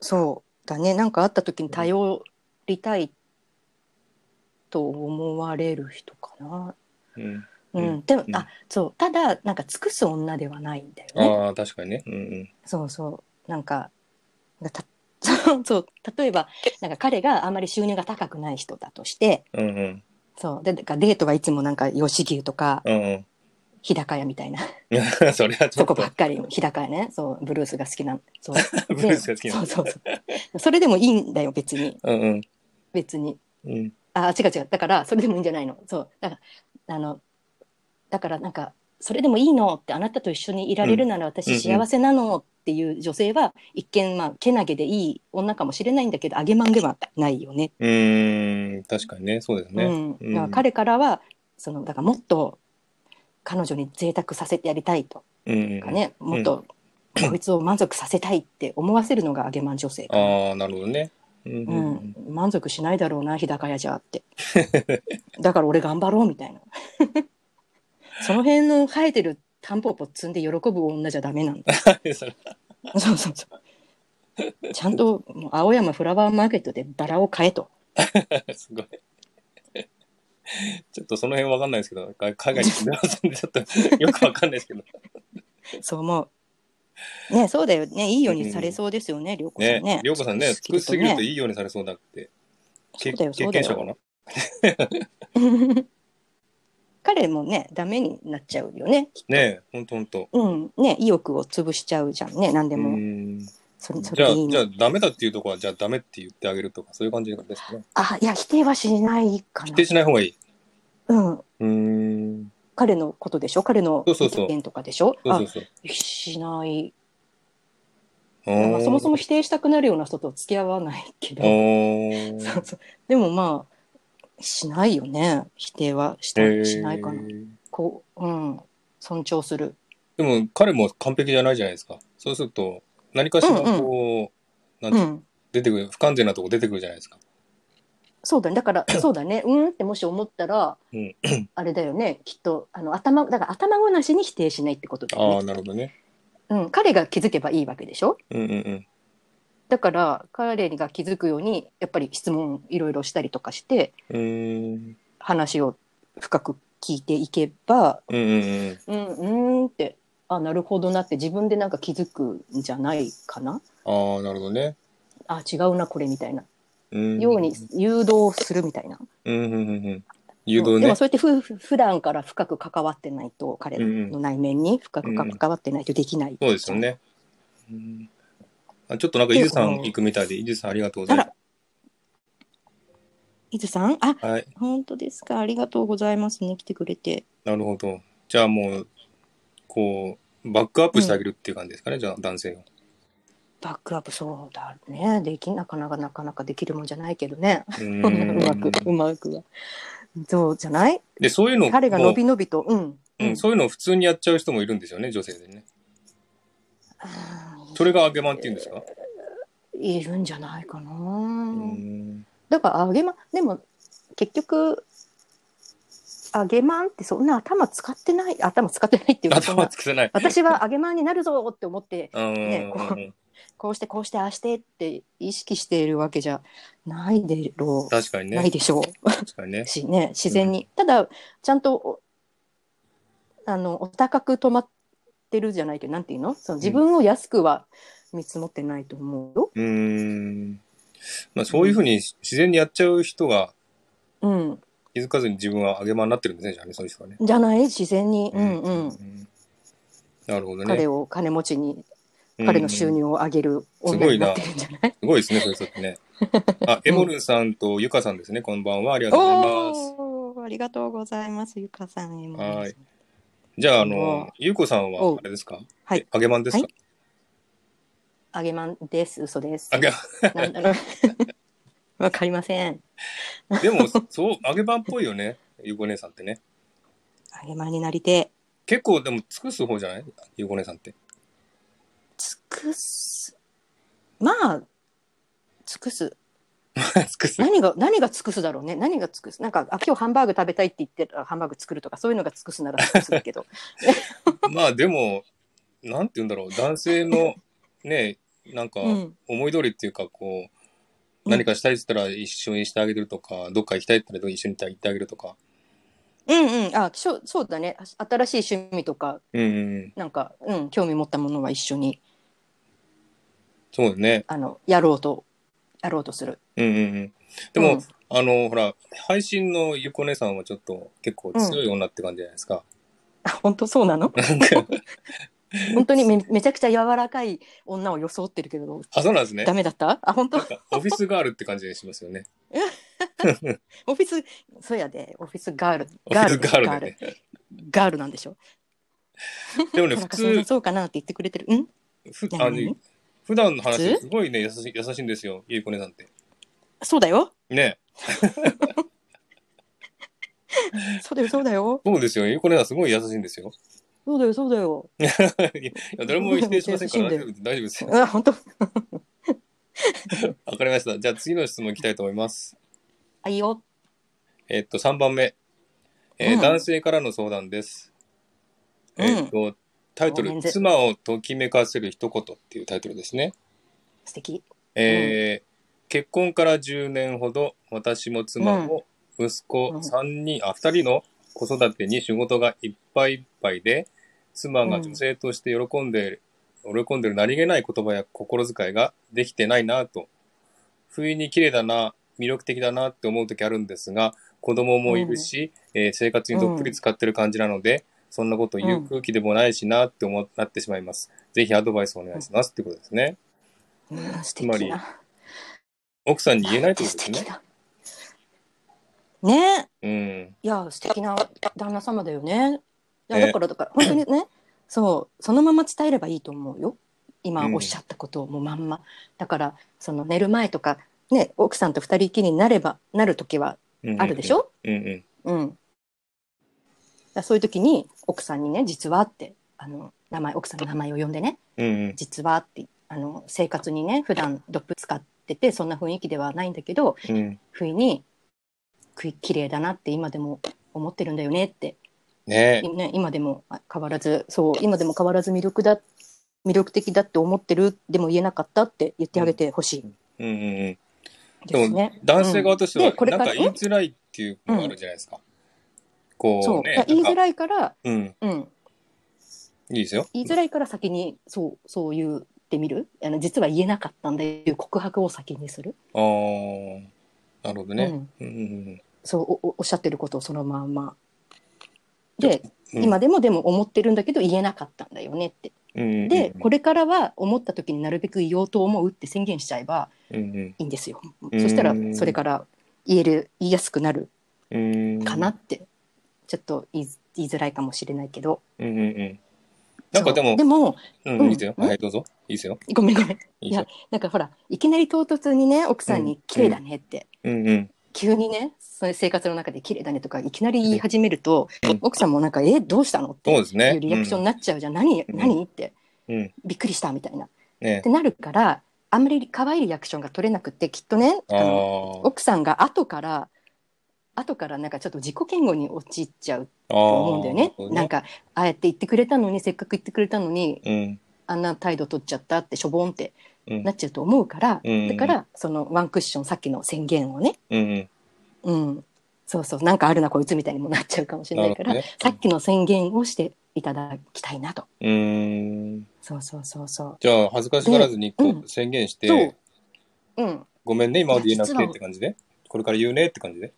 S2: そうだねなんかあった時に頼りたいと思われる人かな。
S1: うん
S2: うん
S1: うん
S2: でも、
S1: うん
S2: あそうただなんか尽くす女ではないんだよね。
S1: ああ確かにねうん
S2: そうそうなんかなんかた <laughs> そうそう例えばなんか彼があまり収入が高くない人だとして
S1: うんうんうん
S2: そうでなんかデートはいつもなんか吉牛とか
S1: うん
S2: 日高屋みたいな
S1: うん <laughs> それはちょ
S2: と
S1: っ
S2: ことばっかり日高屋ねそうブルースが好きなそう
S1: <laughs> ブルースが好きな
S2: でそうそうそうそれでもいいんだよ別に
S1: うんうん
S2: 別に
S1: うん
S2: あ違う違うだからそれでもいいんじゃないのそうだからあのだからなんかそれでもいいのってあなたと一緒にいられるなら
S1: うんう
S2: 私
S1: ん
S2: 幸せなのっていう女性は一見まあけなげでいい女かもしれないんだけどあげまんではないよね
S1: うーん確かにねそうですね
S2: うん、だから彼からはそのだからもっと彼女に贅沢させてやりたいと
S1: うんうん
S2: かね、もっとこいつを満足させたいって思わせるのがあげまん女性かな
S1: ああなるほどねうんう
S2: うん
S1: <laughs>
S2: ん、満足しないだろうな日高屋じゃってだから俺頑張ろうみたいな <laughs> その辺の生えてるタンポポ摘んで喜ぶ女じゃダメ
S1: <laughs>
S2: なんだ
S1: うんそれ
S2: そうそうそうちゃんともう青山フラワーマーケットでバラを買えと
S1: すごい。 <laughs> ちょっとその辺わかんないですけど、か海外に住んでますんで、ちょっとよくわかんないです
S2: <laughs>
S1: けど。
S2: そう思うねそうだよねいいようにされそうですよね涼子さんね
S1: ね、りょうこさんね、
S2: 好
S1: 尽
S2: き
S1: く
S2: で
S1: しすぎると
S2: ね
S1: いいようにされそうだって。け
S2: そうだよ
S1: 経験者かな
S2: 彼もねダメになっちゃうよね
S1: ねえ、ほんとほんと。
S2: うんね意欲を潰しちゃうじゃんね何で
S1: う
S2: も、
S1: ん。じ
S2: それそ
S1: ゃ
S2: れ
S1: あ、
S2: でいい
S1: じ
S2: の
S1: ゃあ、ダメだっていうとこは、じゃあダメって言ってあげるとか、そういう感じですかね。
S2: あいや否定はしないかな
S1: 否定しない方がいい。
S2: うん、
S1: うーん。
S2: 彼のことでしょ彼の
S1: そうそうそう
S2: 意見とかでしょ
S1: そうそうそう。
S2: あしない
S1: あ
S2: なんかそもそも
S1: 否
S2: 否定したくなるような人と付き合わないけど
S1: 定
S2: そうそうでもまあしないよね否定はした、しないかなこううん尊重する
S1: でも、彼も完璧じゃないじゃないですか。そうすると、何かしらこう、なんていう
S2: う
S1: の
S2: ん
S1: 出てくる、不完全なとこ出てくるじゃないですか。
S2: そうだねだ
S1: <coughs>
S2: からそうだねうんってもし思ったら、
S1: うん
S2: あれだよねきっとあの頭だから頭ごなしに否定しないってことだ
S1: あ
S2: よ
S1: あ、
S2: ね、
S1: なるほどね。
S2: うん、彼が気づけばいいわけでしょ
S1: うんうんうん。
S2: だから彼が気づくようにやっぱり質問いろいろしたりとかして
S1: うーん。
S2: 話を深く聞いていけば
S1: うんうんうん。
S2: うんうんってあなるほどなって自分でなんか気づくんじゃないかな
S1: ああ、なるほどね。
S2: あ違うなこれみたいな
S1: うん。
S2: ように誘導するみたいな、
S1: うんうんうんうん。誘導
S2: うんで
S1: ね
S2: も。そうやってふふ普段から深く関わってないと彼の内面に深く関わってないとできない、
S1: そうですよね。うんあちょっとなんか伊豆さん行くみたいで、伊豆さんありがとうございます。
S2: 伊豆さんあ、
S1: はい。
S2: 本当ですか。ありがとうございますね。来てくれて。
S1: なるほど。じゃあもう、こう、バックアップしてあげるっていう感じですかね、じゃあ男
S2: <laughs>
S1: 性を。
S2: バックアップ、そうだね。できなかなかなかなかできるもんじゃないけどね。
S1: う
S2: <laughs> うまく、
S1: ー
S2: うんまくは。そうじゃない
S1: で、そういうの
S2: 彼が伸び
S1: も
S2: 伸びと、うん。
S1: う、うん、そういうのを普通にやっちゃう人もいるんですよね、女性でね。
S2: あー
S1: それが揚げまんっていうんですか、
S2: いるんじゃないかな。
S1: うーん、
S2: だから揚げまんでも結局揚げまんってそんな頭使ってない頭使ってないっていうかそん
S1: 頭
S2: な
S1: つくせない。
S2: 私は揚げまんになるぞって思って
S1: うん
S2: <laughs> ねこうこうしてこうしてああしてって意識しているわけじゃないでろう、
S1: 確かに
S2: な
S1: ね
S2: い。でしょ
S1: 確かにね
S2: う。しね自然に、ただちゃんとおあのお高く止まってるじゃないけどなんていうのその自分を安くは見積もってないと思うよ。
S1: うーん。まあそういうふうに自然にやっちゃう人が
S2: うん、
S1: 気づかずに自分は揚げまんになってるんですね、じゃあね、そういう人はね。
S2: じゃない自然に、うんうん
S1: んなるほどね。
S2: 彼を金持ちに彼の収
S1: うん
S2: 入を上げる
S1: うん
S2: 女になってるんじゃない、
S1: すごいですね、そういう人ってね。
S2: <laughs>
S1: あ、エモルさんとゆかさんですね、こんばんは。ありがとうございます。
S2: おおありがとうございますゆかさんへも
S1: はいじゃあ、あの、ゆうこさん
S2: お
S1: は
S2: う、
S1: あれですか
S2: はい
S1: え揚げまんですか
S2: はいあげまんです嘘です
S1: 揚げ
S2: なんだろう <laughs> わかりません
S1: <laughs> でも、そう、揚げまんっぽいよね、ゆうこ姉さんってね。
S2: あげまんになりて
S1: 結構、でも、尽くす方じゃないゆうこ姉さんって。 <laughs>
S2: 尽くすまあ尽くす
S1: 尽くす。
S2: 何が何が尽くすだろうね何が尽くすなんかあ今日ハンバーグ食べたいって言ってたらハンバーグ作るとかそういうのが尽くすなら尽くす
S1: <laughs>
S2: だけど
S1: まあ、でも、なんて言うんだろう、男性の、ね、なんか、
S2: うん
S1: 思い通りっていうか、こう、
S2: うん
S1: 何かしたいって言ったら一緒にしてあげるとか、どっか行きたいって言ったら一緒に行ってあげるとか。
S2: うんうんあそうそうだね新しい趣味とか
S1: うんうんうん。
S2: なんか、うん、興味持ったものは一緒に
S1: そうだね。
S2: あのやろうとやろうとする。 <laughs>
S1: うんうんうん。でも、
S2: うん
S1: あの、ほら、配信のゆこ姉さんはちょっと結構強い女って感じじゃないですか。
S2: あ本当そう
S1: <laughs>
S2: なの
S1: なんか、
S2: 本当にめめちゃくちゃ柔らかい女を装ってるけど、
S1: あ、そうなんですね
S2: ダ。メだったあ本当
S1: なんか、オフィスガールって感じがします
S2: <laughs>
S1: よね。
S2: オフィスそうやでオフィスガール
S1: オフィス
S2: で
S1: ガールだね。
S2: ガールなんでしょ
S1: でもね、
S2: 田
S1: 普
S2: 中先
S1: 通、
S2: 生そうかなって言ってくれてるうん
S1: ふ
S2: 何
S1: あの
S2: 何
S1: 普段の
S2: 普
S1: 話、
S2: 通
S1: すごいね、優しい優しいんですよ、ゆこ姉さんって。
S2: そうだよ
S1: ね。
S2: そうだよそうだよ
S1: そうですよ、ゆこ姉さんすごい優しいんですよ。 <laughs>
S2: そうだよそうだよ
S1: いや、誰も否定しません
S2: <laughs>
S1: から、
S2: め
S1: 大丈
S2: っちゃ
S1: 夫です。大丈夫です。
S2: あ本当
S1: わかりました。じゃあ次の質問いきたいと思います。
S2: あいいよ
S1: えっと、3番目。えー
S2: うん
S1: 男性からの相談です。
S2: うん
S1: えっと、タイト
S2: ごめん
S1: ル、
S2: ぜ
S1: 妻をときめかせる一言っていうタイトルですね。
S2: 素敵
S1: えー結婚から10年ほど、私も妻も息
S2: う
S1: 子
S2: ん
S1: 3人、あ、2人の子育てに仕事がいっぱいいっぱいで、妻が女性として喜んで、喜んでる何気ない言葉や心遣いができてないなと、不意に綺麗だな、魅力的だなって思う時あるんですが、子供もいるし、えー生活にどっぷり使ってる感じなので、そんなこと言う空気でもないしなって思っなってしまいます。ぜひアドバイスお願いしますってことですね。
S2: うん素
S1: つまり
S2: 敵な
S1: 奥さんに言えないってこと
S2: 素
S1: です
S2: 敵
S1: ね。
S2: なねえ
S1: うん。
S2: いや素敵な旦那様だよね。いや
S1: ね
S2: だからだから本当にねそうそのまま伝えればいいと思うよ今
S1: うん
S2: おっしゃったことをもうまんま、だからその寝る前とか、ね、奥さんと二人きりになればなる時はあるでしょ、
S1: うんうん。
S2: うんだからそういう時に奥さんにね「実は」ってあの名前奥さんの名前を呼んでね
S1: うんうん
S2: 「実は」ってあの生活にね普段どっぷり使っててそんな雰囲気ではないんだけど
S1: うんうん。
S2: 不意に「くい綺麗だな」って今でも思ってるんだよねって
S1: ねえ。
S2: ね、今でもあ変わらずそう今でも変わらず魅力だ魅力的だって思ってるでも言えなかったって言ってあげてほしい
S1: うんうんうん。
S2: ですね。
S1: 男性側として
S2: うん
S1: は
S2: でこ、れ
S1: な
S2: か
S1: ん
S2: ら
S1: か言いづらいっていうのがあるじゃないですか。
S2: う
S1: こ
S2: ん
S1: う
S2: そう、
S1: ね。
S2: だから言いづ
S1: い。
S2: らいから、
S1: うん。
S2: うん、
S1: いいですよ。
S2: 言いづらいから先にそうそう言ってみるあの実は言えなかったんだいう告白を先にする、
S1: あー。なるほど
S2: う
S1: ね。
S2: ん、
S1: うんうん
S2: そうおおおっしゃってることをそのまんまで、
S1: うん。
S2: 今でもでも思ってるんだけど言えなかったんだよねって
S1: うんうんうん、
S2: でこれからは思った時になるべく言おうと思うって宣言しちゃえば
S1: うんうん。
S2: いいんですよ。
S1: うん
S2: そしたらそれから言える言いやすくなる
S1: うん
S2: かなって、ちょっと言い言いづらいかもしれないけど
S1: うんうんうんなんかで
S2: そ
S1: も
S2: うでも
S1: うん、
S2: うん
S1: いいですよはいどうぞいいですよ
S2: ごめんごめん
S1: いいですよ
S2: なんかほらいきなり唐突にね奥さん
S1: う
S2: に
S1: ん
S2: 「綺麗だね」って、
S1: うんうん
S2: 急にねその生活の中で「綺麗だね」とかいきなり言い始めると、
S1: うん
S2: 奥さんもなんか「えどうしたの?」って
S1: そうですね
S2: いうリアクションになっちゃうじゃん「何
S1: うん
S2: 何?」って
S1: うん
S2: 「びっくりした」みたいな。っ
S1: ね
S2: てなるからあんまり可愛いリアクションが取れなくってきっとね
S1: あ
S2: あの
S1: ー
S2: 奥さんが後から後からなんかちょっと自己嫌悪に陥っちゃう
S1: あー
S2: と思うんだよね。
S1: そう
S2: なんかああやって言ってくれたのにせっかく言ってくれたのに
S1: うん
S2: あんな態度取っちゃったってしょぼんって
S1: うん
S2: なっちゃうと思うから、
S1: うん
S2: だからそのワンクッションさっきの宣言をね、
S1: うんうん
S2: うん、そうそうなんかあるなこいつみたいにもなっちゃうかもしれないから、
S1: なるほ
S2: さ
S1: どね
S2: っきの宣言をしていただきたいなと。
S1: うーん
S2: そうそうそうそ
S1: じゃあ恥ずかしがらずにこう
S2: うん
S1: 宣言し
S2: う。
S1: て、
S2: そう。うん。
S1: ごめんね今まで言えなく
S2: い
S1: てっ
S2: や実は
S1: て感じでこれから言うねって感じで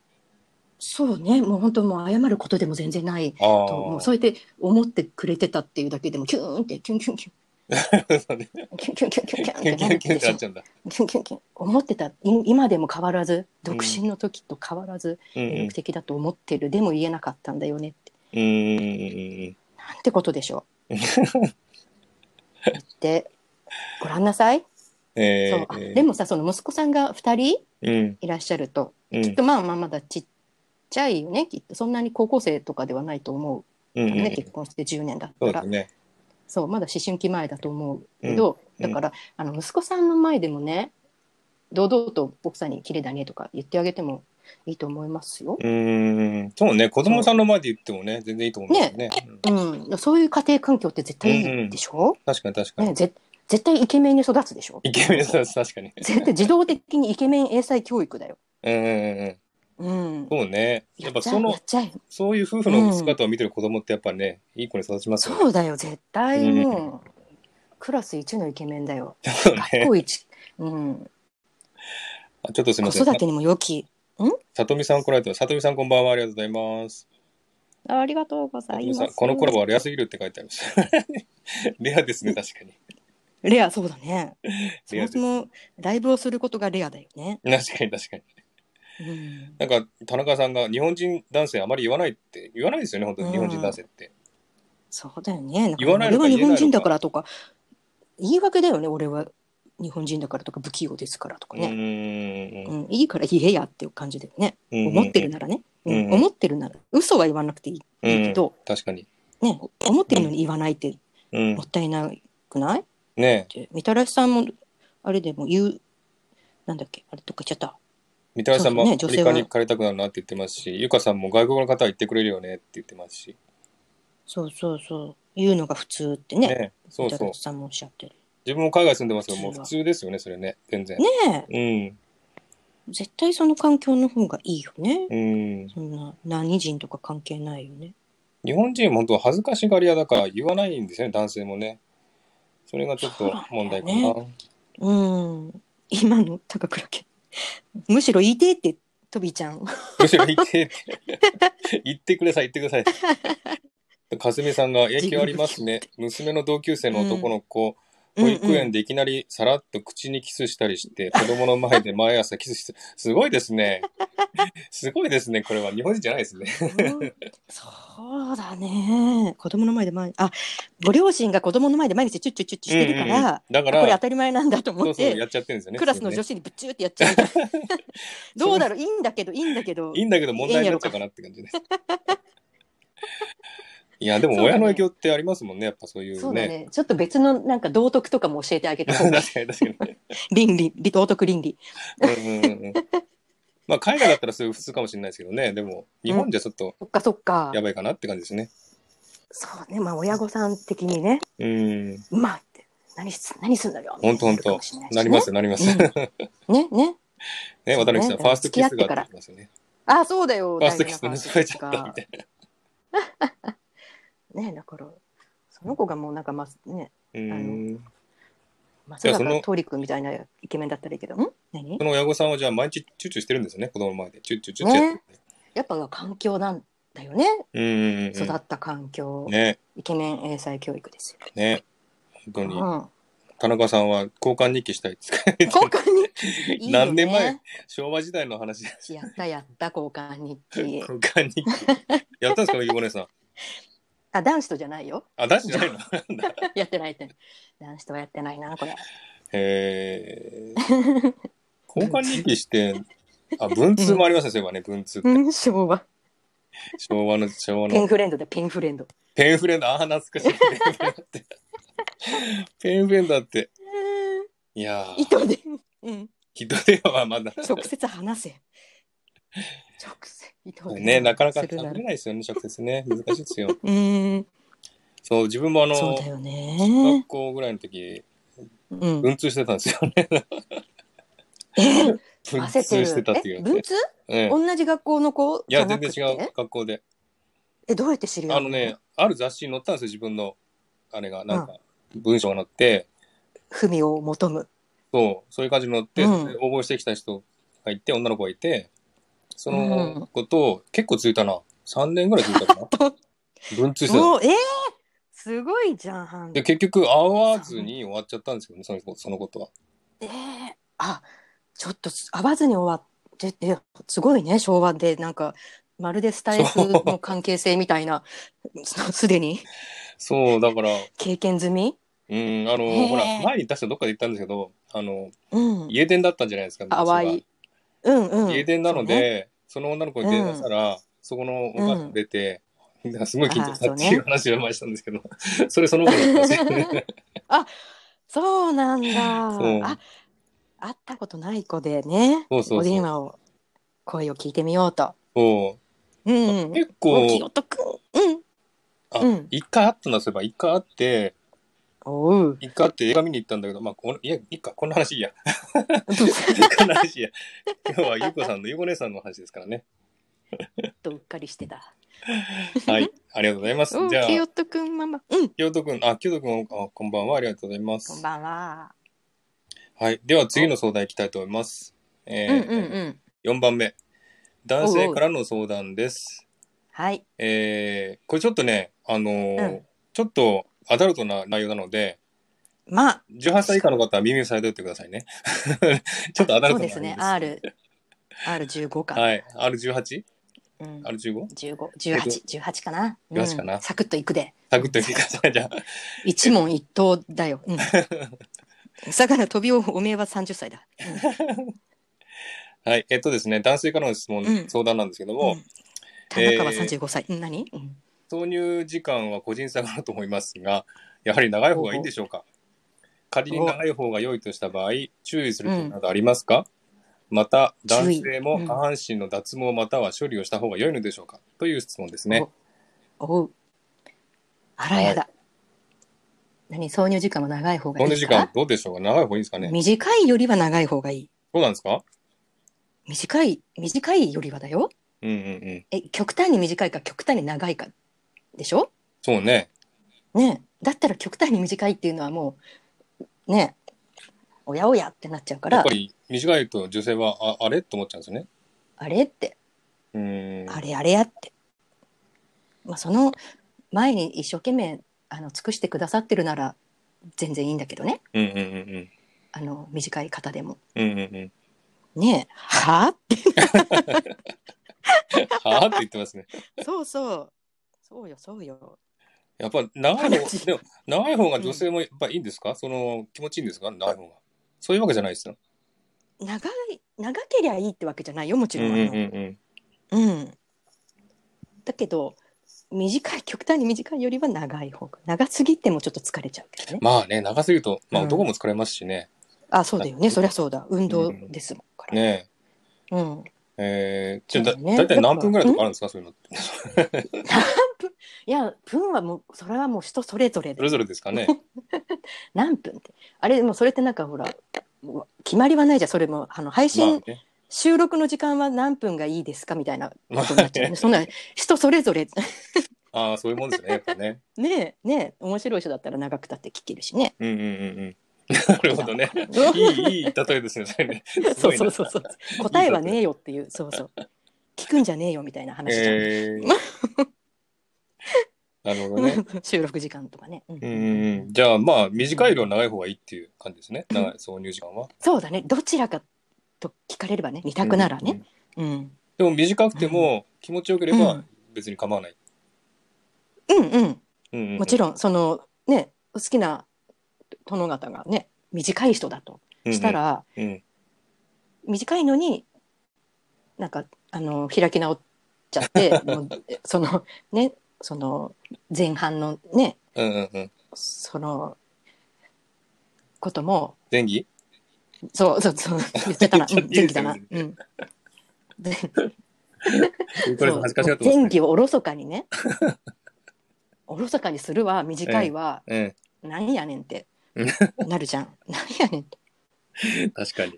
S2: そうね。もう本当もう謝ることでも全然ない
S1: ああ
S2: ともうそうやって思ってくれてたっていうだけでもキューンってキュンキュンキュン
S1: <laughs> そうね
S2: キュンキュンキュンキュンキュンっ
S1: キュ
S2: て
S1: ンキュンキュン
S2: なる
S1: ってなっち
S2: ゃ
S1: ゃうんだ
S2: キュンキュンキュン思ってたい今でも変わらず独身の時と変わらず
S1: うんうん
S2: 魅力的だと思ってる、でも言えなかったんだよねって
S1: うーん
S2: なんてことでしょ
S1: <laughs>
S2: うでご覧なさい、
S1: え
S2: そうあ
S1: ー
S2: でもさその息子さんが2人
S1: うん
S2: いらっしゃると
S1: うん
S2: きっとまあまあまだちっちゃいよねきっとそんなに高校生とかではないと思う
S1: うん
S2: から
S1: う
S2: ね、
S1: ん
S2: 結婚して10年だった
S1: そ
S2: ら
S1: うですね
S2: そうまだ思春期前だと思うけど、
S1: うん
S2: だから、あの息子さんの前でもね堂々と奥さんに「綺麗だね」とか言ってあげてもいいと思いますよ。
S1: うーんそうね子供さんの前で言ってもね全然いいと思うんですよねうん
S2: うん、そういう家庭環境って絶対いいでしょ、
S1: 確かに確か
S2: ね
S1: に
S2: ぜ絶対イケメンに育つでしょ
S1: イケメンさ確かに
S2: 絶対自動的にイケメン英才教育だよ。
S1: うんうんうんうん
S2: うん、
S1: そうねやっぱ
S2: ちゃえ
S1: その
S2: やっちゃえ
S1: そういう夫婦の姿を見てる子供ってやっぱねいい子に育ちますよね
S2: そうだよ絶対もう、クラス一のイケメンだよ
S1: <laughs> そう
S2: 学
S1: ね
S2: 校一、うん、
S1: あちょっとすみ
S2: 子
S1: ません
S2: 育てにも良き
S1: さとみさん来られてますさとみさんこんばんはありがとうございます
S2: あありがとうござ
S1: さと
S2: い
S1: みさ
S2: ま
S1: ん
S2: す
S1: このコラボはレアすぎるって書いてありますレアですね <laughs> 確かに
S2: レアそうだね。
S1: <laughs>
S2: そ
S1: レア
S2: も
S1: です
S2: そもライブをすることがレアだよね。
S1: 確かに確かに
S2: うん、
S1: なんか田中さんが日本人男性あまり言わないって言わないですよね本当に日本人男性って
S2: そうだよね。んか
S1: 言わない
S2: 俺
S1: のか
S2: は
S1: 言えない
S2: 日
S1: のか
S2: 本人だからとか言い訳だよね。俺は日本人だからとか不器用ですからとか
S1: う
S2: ね。
S1: ー
S2: うんん、いいから言えやっていう感じだよね。
S1: うん
S2: 思ってるならね。
S1: う
S2: うんん、思ってるなら嘘は言わなくていい,、
S1: うん
S2: けど、
S1: 確かに
S2: ね、思ってるのに言わないって
S1: うん
S2: もったいなくないっ
S1: ねえ
S2: てみたらしさんもあれでも言うなんだっけあれどっか行っちゃった。
S1: 三田さんも
S2: そう
S1: ア
S2: ですね
S1: フリカ
S2: 女性は
S1: に帰りたくなるなって言ってますしゆかさんも外国の方は言ってくれるよねって言ってますし
S2: そうそうそう言うのが普通ってね。
S1: ねえそう
S2: みた
S1: そう
S2: らしさんもおっしゃってる。
S1: 自分も海外住んでますけどもう
S2: 普通
S1: 普
S2: は
S1: 通ですよねそれね全然
S2: ねえ。
S1: うん
S2: 絶対その環境の方がいいよね。
S1: うん
S2: そんな何人とか関係ないよね。
S1: 日本人も本当恥ずかしがり屋だから言わないんですよね男性もねそれがちょっと問題かな
S2: そううん。今の高倉家。むしろ言いてえって、とびちゃん。
S1: むしろ言ってって言ってください言って
S2: <laughs>
S1: くださいかすみさんが影響ありますね娘の同級生の男の子、保育園
S2: で。
S1: でいきなりさらっと口にキスしたりして、子供の前で毎朝キスしてすごいですねすごいですねこれは日本人じゃないですね
S2: そうそうだね。子供の前で毎あ、ご両親が子供の前で毎日チュッチュッチュッチュしてるから、
S1: うんうんだか
S2: あこれ
S1: ら
S2: 当たり前なんだと
S1: そ
S2: 思
S1: う
S2: っ
S1: そう
S2: て、
S1: やっちゃってるんですよね
S2: クラスの女
S1: 子
S2: 子にぶっちゅーってやっちゃ
S1: <laughs>
S2: う。どうだろういいんだけど、いいんだけど。
S1: いいんだけど問題になっちゃうかなって感じです <laughs> いやでも親の影響ってありますもんねやっぱそういうね
S2: そうだね。ちょっと別のなんか道徳とかも教えてあげた方
S1: <laughs> 確
S2: が
S1: かに確かに。
S2: 倫理、道徳倫理。
S1: うんうんうんまあ海外だったらそういう普通かもしれないですけどね、でも日本じゃちょっと
S2: そっかそっか
S1: や。ばいかなって感じですね。
S2: そうね、まあ親御さん的にね、
S1: うん、
S2: うまいって何す何すんだよ。
S1: ほんとほんとなりますよなります。
S2: うんねね。
S1: ね、渡辺
S2: そ
S1: さ、
S2: うんね
S1: ファーストキスが
S2: 付き合ってから
S1: ってますよね。
S2: あ、そうだよ。
S1: ファーストキスで
S2: 大事
S1: 結ば
S2: な
S1: れちゃったみたい
S2: ね、だからその子がもうなんかまあね、
S1: な。うん。
S2: まさ
S1: そ
S2: か
S1: の
S2: 通りくんみたいなイケメンだったらいいけど、ん？何
S1: そ？の親御さんはじゃあ毎日チューチューしてるんですね、子供の前で。チューチューチューチューやって
S2: やっぱ環境なんだよね。
S1: る。うん
S2: 育
S1: うん
S2: った環境、
S1: うん。ね、
S2: イケメン英才教育ですよ。
S1: <laughs> ね。本当に。
S2: うん。
S1: 田中さんは交換日記したいですか
S2: 交換日記いいよ、ね、
S1: <laughs> 何年前昭和時代の話です。
S2: やったやった交換日記
S1: 交換日記。やったんですか、ゆこねさん。
S2: あ男子とじゃないよ
S1: あ、男子じゃないのなんだ。
S2: やってないやってない男子とはやってないなこれ <laughs>
S1: へえ。交換日記して、あ、文通もありますね、そういえばね、文通って。
S2: うん昭和
S1: 昭和の、昭和
S2: ペン
S1: の。
S2: フレンドでペンフ
S1: <laughs>
S2: レンド
S1: ペンフレンド、あー、懐かしい。ペンフレンドって。ペンフレンドだって。いやー、
S2: 糸で、うん、
S1: 人ではまだ。
S2: 直接話せ直接糸で
S1: ね、なかなか
S2: する
S1: 喋
S2: なら
S1: れないですよね、直接ね。難しいですよ。
S2: うん
S1: そう、自分もあの、
S2: そうだよ
S1: 学
S2: ね
S1: 校ぐらいの時、
S2: うん
S1: 文通してたんですよね。
S2: え
S1: 文
S2: 焦って
S1: 通
S2: る
S1: してたっていう
S2: え
S1: のね
S2: 文通
S1: ええ
S2: 同じ学校の子
S1: い
S2: じゃ
S1: や、
S2: な
S1: 全
S2: くて
S1: 然違う学校で。
S2: えどうやって知り合
S1: あ
S2: う
S1: のね、ある雑誌に載ったんですよ、自分の、あれが、なんか、文章が載って、
S2: 文を求む
S1: そう、そういう感じに載って、
S2: うん
S1: で応募してきた人がいて、女の子がいて、そうの
S2: ん
S1: 子と、結構続いたな。3年ぐらい続い
S2: <laughs>
S1: たかな。文通してた。
S2: おえー、すごいじゃん
S1: で、結局、会わずに終わっちゃったんですよね、その子そのことは。
S2: えー、あちょっと会わずに終わってえすごいね昭和でなんかまるでスタイフの関係性みたいなそすでに
S1: そう、だから、
S2: 経験済み
S1: うん、あの、
S2: へえ
S1: ほら、前に確かどっかで言ったんですけど、あの、
S2: うん
S1: 家電だったんじゃないですか、昔は
S2: 淡いうんうん
S1: 家電なので、その女の子に電話したら、そこのお母さん出て、なんかすごい緊張したっていう話を前にしたんですけど、 <laughs> それその子だったんですよ
S2: <laughs>
S1: ね。
S2: そうなんだ
S1: そう
S2: あ会ったことない子でね
S1: そうそうそう
S2: お電話を声を聞いてみようと
S1: そう
S2: うんうん
S1: 結
S2: お清
S1: 構、
S2: 人くん
S1: あ
S2: うんうん
S1: 一回あったんだ、そういえば、一回あって、
S2: おう
S1: 一回あって映画見に行ったんだけど、まあ、このいや、いいか、こんな話いいや。 <laughs> こんな話いいや。今日はゆうこさんの、ゆうこ姉さんの話ですからね。
S2: とうっかりしてた
S1: はい、ありがとうございます。
S2: お
S1: <laughs>
S2: う
S1: じゃあ、
S2: 清人くんママうん
S1: きよとくん、あ、きよとくん、あこんばんは、ありがとうございま
S2: こん
S1: す。
S2: ばんは
S1: はい、では次の相談いきたいと思います。え
S2: う
S1: ー
S2: んうんうん
S1: 4番目。男性からの相談です。
S2: はい
S1: えーこれちょっとね、あのー
S2: うん
S1: ちょっとアダルトな内容なので、
S2: まあ
S1: 18歳以下の方は耳をされておいてくださいね。 <laughs> ちょっとアダルトな
S2: そうで
S1: 内
S2: す
S1: 容
S2: ね R R15 か、
S1: はい。R18?R15?
S2: うん、
S1: えっと
S2: 151818かな、
S1: 18かな
S2: うんサクッといくで
S1: サクッと言ってください。じゃあ、
S2: 一問一答だよ、
S1: <laughs>
S2: うん、だから飛びをおめえは30歳だ、
S1: はい。えっとですね、男性からの質問、
S2: うん
S1: 相談なんですけど
S2: うん
S1: も、
S2: うん、田中は35歳、うん何、うん
S1: 挿入時間は個人差があると思いますが、やはり長い方がいいんでしょうか仮に長い方が良いとした場合、注意する点などありますか、また、男性も
S2: 注意うん
S1: 下半身の脱毛または処理をした方が良いのでしょうかという質問ですね。
S2: おおうあらやだ、何挿入時間は長い方がい
S1: こ
S2: い
S1: の
S2: か
S1: 時間どうでしょうか長い方がいいんですかね
S2: 短いよりは長い方がいい
S1: そうなんですか
S2: 短い短いよりはだよ
S1: うんうんうん。
S2: え極端に短いか極端に長いかでしょ
S1: そうね。
S2: ねえだったら極端に短いっていうのはもうねえおやおやってなっちゃうか
S1: やっ
S2: ら
S1: ぱり短いと女性は、ああれと思っちゃうんですよね。
S2: あれって
S1: うーん。
S2: あれあれやって、まあ、その前に一生懸命あの尽くしてくださってるなら全然いいんだけどね
S1: うんうんうん
S2: あの短い方でも
S1: うん。うんうんうん。
S2: ねえはあっ
S1: はあって言ってますね。
S2: てそうそうそうよそうよ
S1: やっぱ長い方、でも長い方が女性もやっぱいいんですか、その気持ちいいんですか長い方が。そういうわけじゃないですよ。
S2: 長い長けりゃいいってわけじゃないよもち
S1: うん
S2: ろ、
S1: うんんうんうん。
S2: うん、だけど短い極端に短いよりは長い方が長すぎてもちょっと疲れちゃうけどね
S1: まあね、長すぎると、まあ
S2: うん
S1: 男も疲れますしね。
S2: あそうだよねそりゃそうだ運動ですもんから、
S1: ね
S2: うん、
S1: え。えー、じゃあだ、
S2: そうね
S1: だいたい何分ぐらいとかあるんですかそういうのって。
S2: いや分はもうそれはもう人それぞれ
S1: そ
S2: で
S1: れぞれですかね。
S2: 何分ってあれでもそれってなんかほら決まりはないじゃんそれもあの配
S1: ま
S2: 信、
S1: あね。
S2: 収録の時間は何分がいいですかみたいな
S1: ま
S2: ことになっ
S1: あ
S2: ちゃうよ
S1: ね
S2: ね。そんな人それぞれ <laughs>
S1: ああ、そういうもんですよね、やっぱね。
S2: ねえねえ面白い人だったら長くたって聞けるしね。
S1: <laughs> うんうんうんうん。なるほどね。いい、いい例えですね、それ <laughs> ね。す
S2: <laughs> そ
S1: ご
S2: う
S1: いな
S2: そうそうそう。答えはねえよっていう、そうそう。聞くんじゃねえよみたいな話じゃん。
S1: えーなるほどね。
S2: <laughs> 収録時間とかね、うん
S1: うんうんうん、じゃあまあ短いよりは長い方がいいっていう感じですね。長い挿入時間は。
S2: そうだねどちらかと聞かれればね二択なら
S1: うん
S2: ね、。うん
S1: でも短くても気持ちよけれ
S2: う
S1: ば
S2: ん
S1: 別に構わない。
S2: うんうん
S1: うんうん、
S2: もち
S1: ろ
S2: ろんそのね好きな殿方がね短い人だとした、ら、
S1: うんうん
S2: 短いのになんかあの開き直っちゃって
S1: <laughs>
S2: もうそのねその前半のね
S1: うんうんうん、
S2: そのことも
S1: 前儀
S2: そうそうそう言っちゃっ
S1: <laughs>
S2: たな
S1: 言っちゃ
S2: 前期だな
S1: 言。
S2: うんで
S1: これ恥ずかしがってます
S2: 前
S1: ね。
S2: 期をおろそか
S1: <laughs>
S2: にねおろそかにするわ短いわ、
S1: え
S2: なんやねんって
S1: う
S2: なるじゃ
S1: <laughs>
S2: ん。なんやねんって。
S1: え、確かに。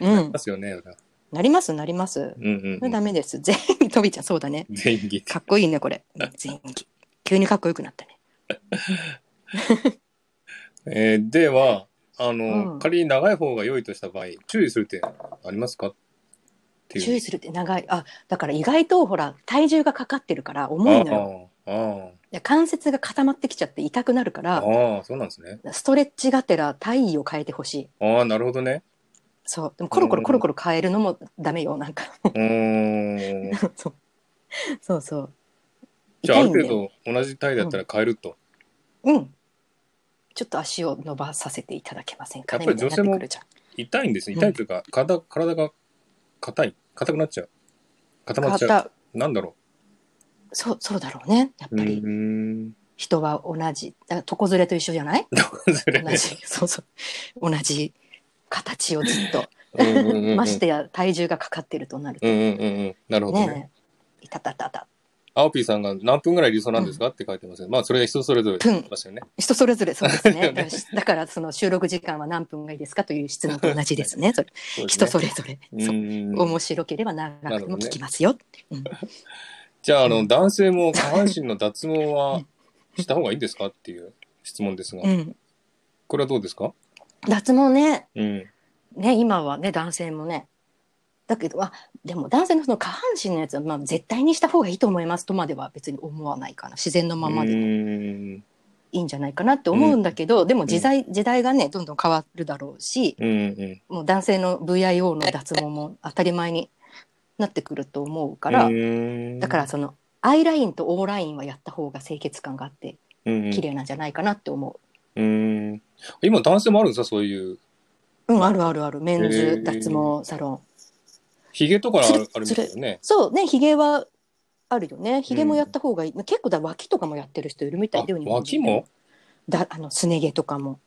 S2: うん
S1: で。すよね。だから
S2: <laughs> なりますなります。
S1: うんうんう
S2: ダ
S1: ん、
S2: メです。全員飛びちゃんそうだね。
S1: 前儀って
S2: かっこいいねこれ。全員急にかっこよくなったね。
S1: えーでは、あの、
S2: うん
S1: 仮に長い方が良いとした場合、注意する点ありますかっていう。
S2: 注意
S1: す
S2: するって長い。あだから意外とほら体重がかかってるから重いのよ。
S1: あー
S2: いや関節が固まってきちゃって痛くなるか
S1: あー、あ
S2: ら
S1: ーそうなんですね。
S2: ストレッチがてら体位を変えてほしい。
S1: ああ、なるほどね。
S2: そうでもコロコロコロコロ変えるのもダメよなんか。 <laughs>
S1: うーん。
S2: そうそうそう。
S1: じゃあ、あ
S2: 痛
S1: る
S2: いんだよ
S1: 程度同じ体だったら変えると。
S2: うん。ちょっと足を伸ばさせていただけませんかね
S1: やっぱり女性も
S2: みたいになってくるじゃん
S1: 痛いんですね。痛いというか、体体が硬い。硬くなっちゃう。固まっちゃ
S2: 肩
S1: う。なんだろ
S2: そうそうだろうねやっ
S1: う。う
S2: ぱり
S1: ーん。
S2: 人は同じだから床ずれと一緒じゃない
S1: それ
S2: 同
S1: <laughs>
S2: じそうそう同じ形をずっと
S1: うんうんうんうん
S2: ましてや体重がかかってるとなる
S1: う
S2: と
S1: んうんうんうん。なるほどね。
S2: ねえいたたたた
S1: アオピーさんが何分ぐらい理想なんですか、って書いてますね。まあ、それは人それぞれ
S2: 分
S1: ますよね。
S2: 人それぞれそうで
S1: <laughs>
S2: すねだからしだからその収録時間は何分がいいですかという質問と同じですねそれ
S1: <laughs> そうですね
S2: 人それぞれ、
S1: う
S2: そう
S1: ーん
S2: 面白ければ長くも聞きますよ、うん
S1: じゃあ、あの、男性も下半身の脱毛はした方がいいんですかっていう質問ですが、
S2: うん、
S1: これはどうですか
S2: 脱毛ね
S1: うん。
S2: ね今はね男性もねだけどあでも男性のその下半身のやつは、まあ、絶対にした方がいいと思いますとまでは別に思わないかな自然のまま
S1: う
S2: で
S1: ーん。
S2: いいんじゃないかなって思うんだけど、でも時代時代がねどんどん変わるだろうし
S1: うんうん。
S2: もう男性の VIO の脱毛も当たり前になってくると思うから、
S1: うーん
S2: だから、そのアイラインとオーラインはやった方が清潔感があって
S1: うんうん、
S2: 綺麗なんじゃないかなって思
S1: うーん。今、男性もあるんですかそういう。
S2: う、うん、あるあるあるメン
S1: へ
S2: ズ
S1: ー
S2: 脱毛サロン
S1: ヒゲとかあ
S2: つる
S1: るあるみたいだよね。
S2: そうね、ひげはあるよね。ひげもやった方がいい。結構だ脇とかもやってる人いるみた
S1: あ
S2: いで、日本
S1: 脇
S2: 人
S1: も
S2: だあのすね毛とかも。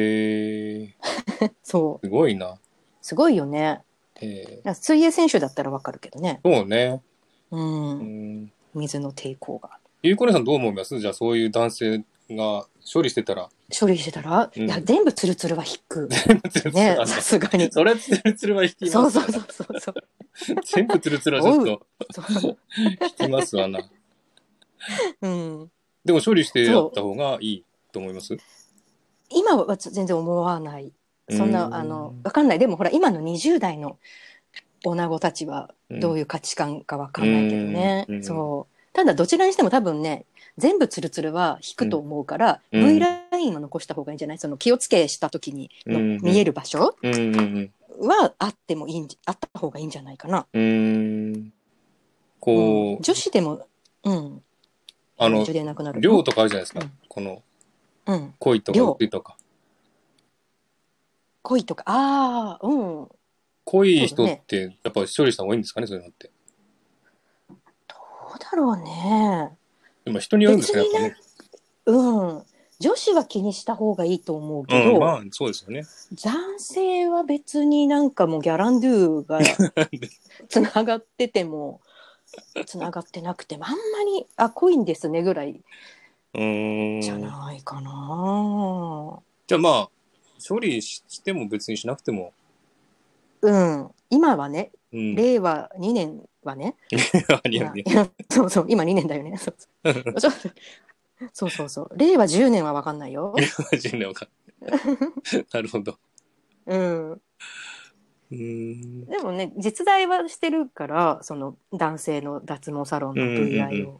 S1: えー、
S2: そう、
S1: すごいな。
S2: すごいよね。
S1: え
S2: なんか水泳選手だったらわかるけどね。
S1: ー、そうね。
S2: う、
S1: うんん。
S2: 水の抵抗が。
S1: ゆうこねさんどう思いますじゃあそういう男性が処理してたら。
S2: 処理してたら、
S1: うん
S2: いや全部ツルツルは引く。
S1: <laughs>
S2: ね、
S1: あ
S2: さすがに。
S1: <laughs> それつるつるは引きます。
S2: そうそうそうそうそう。
S1: 全部つるつるはちょっと
S2: そう
S1: 引きますわな。
S2: うん。
S1: でも処理してやった方がいいと思います
S2: 今は全然思わない。そんな、
S1: うん
S2: あのわかんない。でもほら今の20代の女子たちはどういう価値観かわかんないけどね、
S1: うんうん
S2: そうただどちらにしても多分ね全部ツルツルは引くと思うから、
S1: うん
S2: V ラインは残した方がいいんじゃないその気をつけした時にの
S1: うん
S2: 見える場所
S1: うんうん
S2: はあってもいいんじあった方がいいんじゃないかな、
S1: うん。うん。
S2: うん
S1: こう、
S2: 女子でもうん
S1: あの
S2: 女、でなくなる
S1: 量とかあるじゃないですか
S2: うん。
S1: この
S2: うん
S1: 恋とか
S2: 量
S1: 薄いとか。
S2: 恋とかああうんど
S1: 濃い人
S2: そうだ
S1: っ
S2: ね
S1: てやっぱ処理した方がいいんですかねそういうのって。
S2: うだろうね
S1: でも人によるんですね、やっぱね。
S2: うん女子は気にした方がいいと思うけど、
S1: うん、まあそうですよね。
S2: 男性は別になんかもうギャランド
S1: <laughs>
S2: ゥがつながっててもつながってなくてもあんまりあ濃いんですねぐらいう
S1: ーん。
S2: じゃ
S1: じ
S2: ないかな
S1: ゃあまあ、処理ししても別にしなくても。
S2: うん、今はね
S1: うん。
S2: 令和2年はね、
S1: ありあり
S2: 今そうそう今2年だよねそうそう
S1: <laughs>
S2: そうそうそう令和10年は分かんないよ、
S1: 人類わかんなるほど。
S2: うん、
S1: うーん。
S2: でもね実在はしてるからその男性の脱毛サロンの VI を、
S1: うんうんうん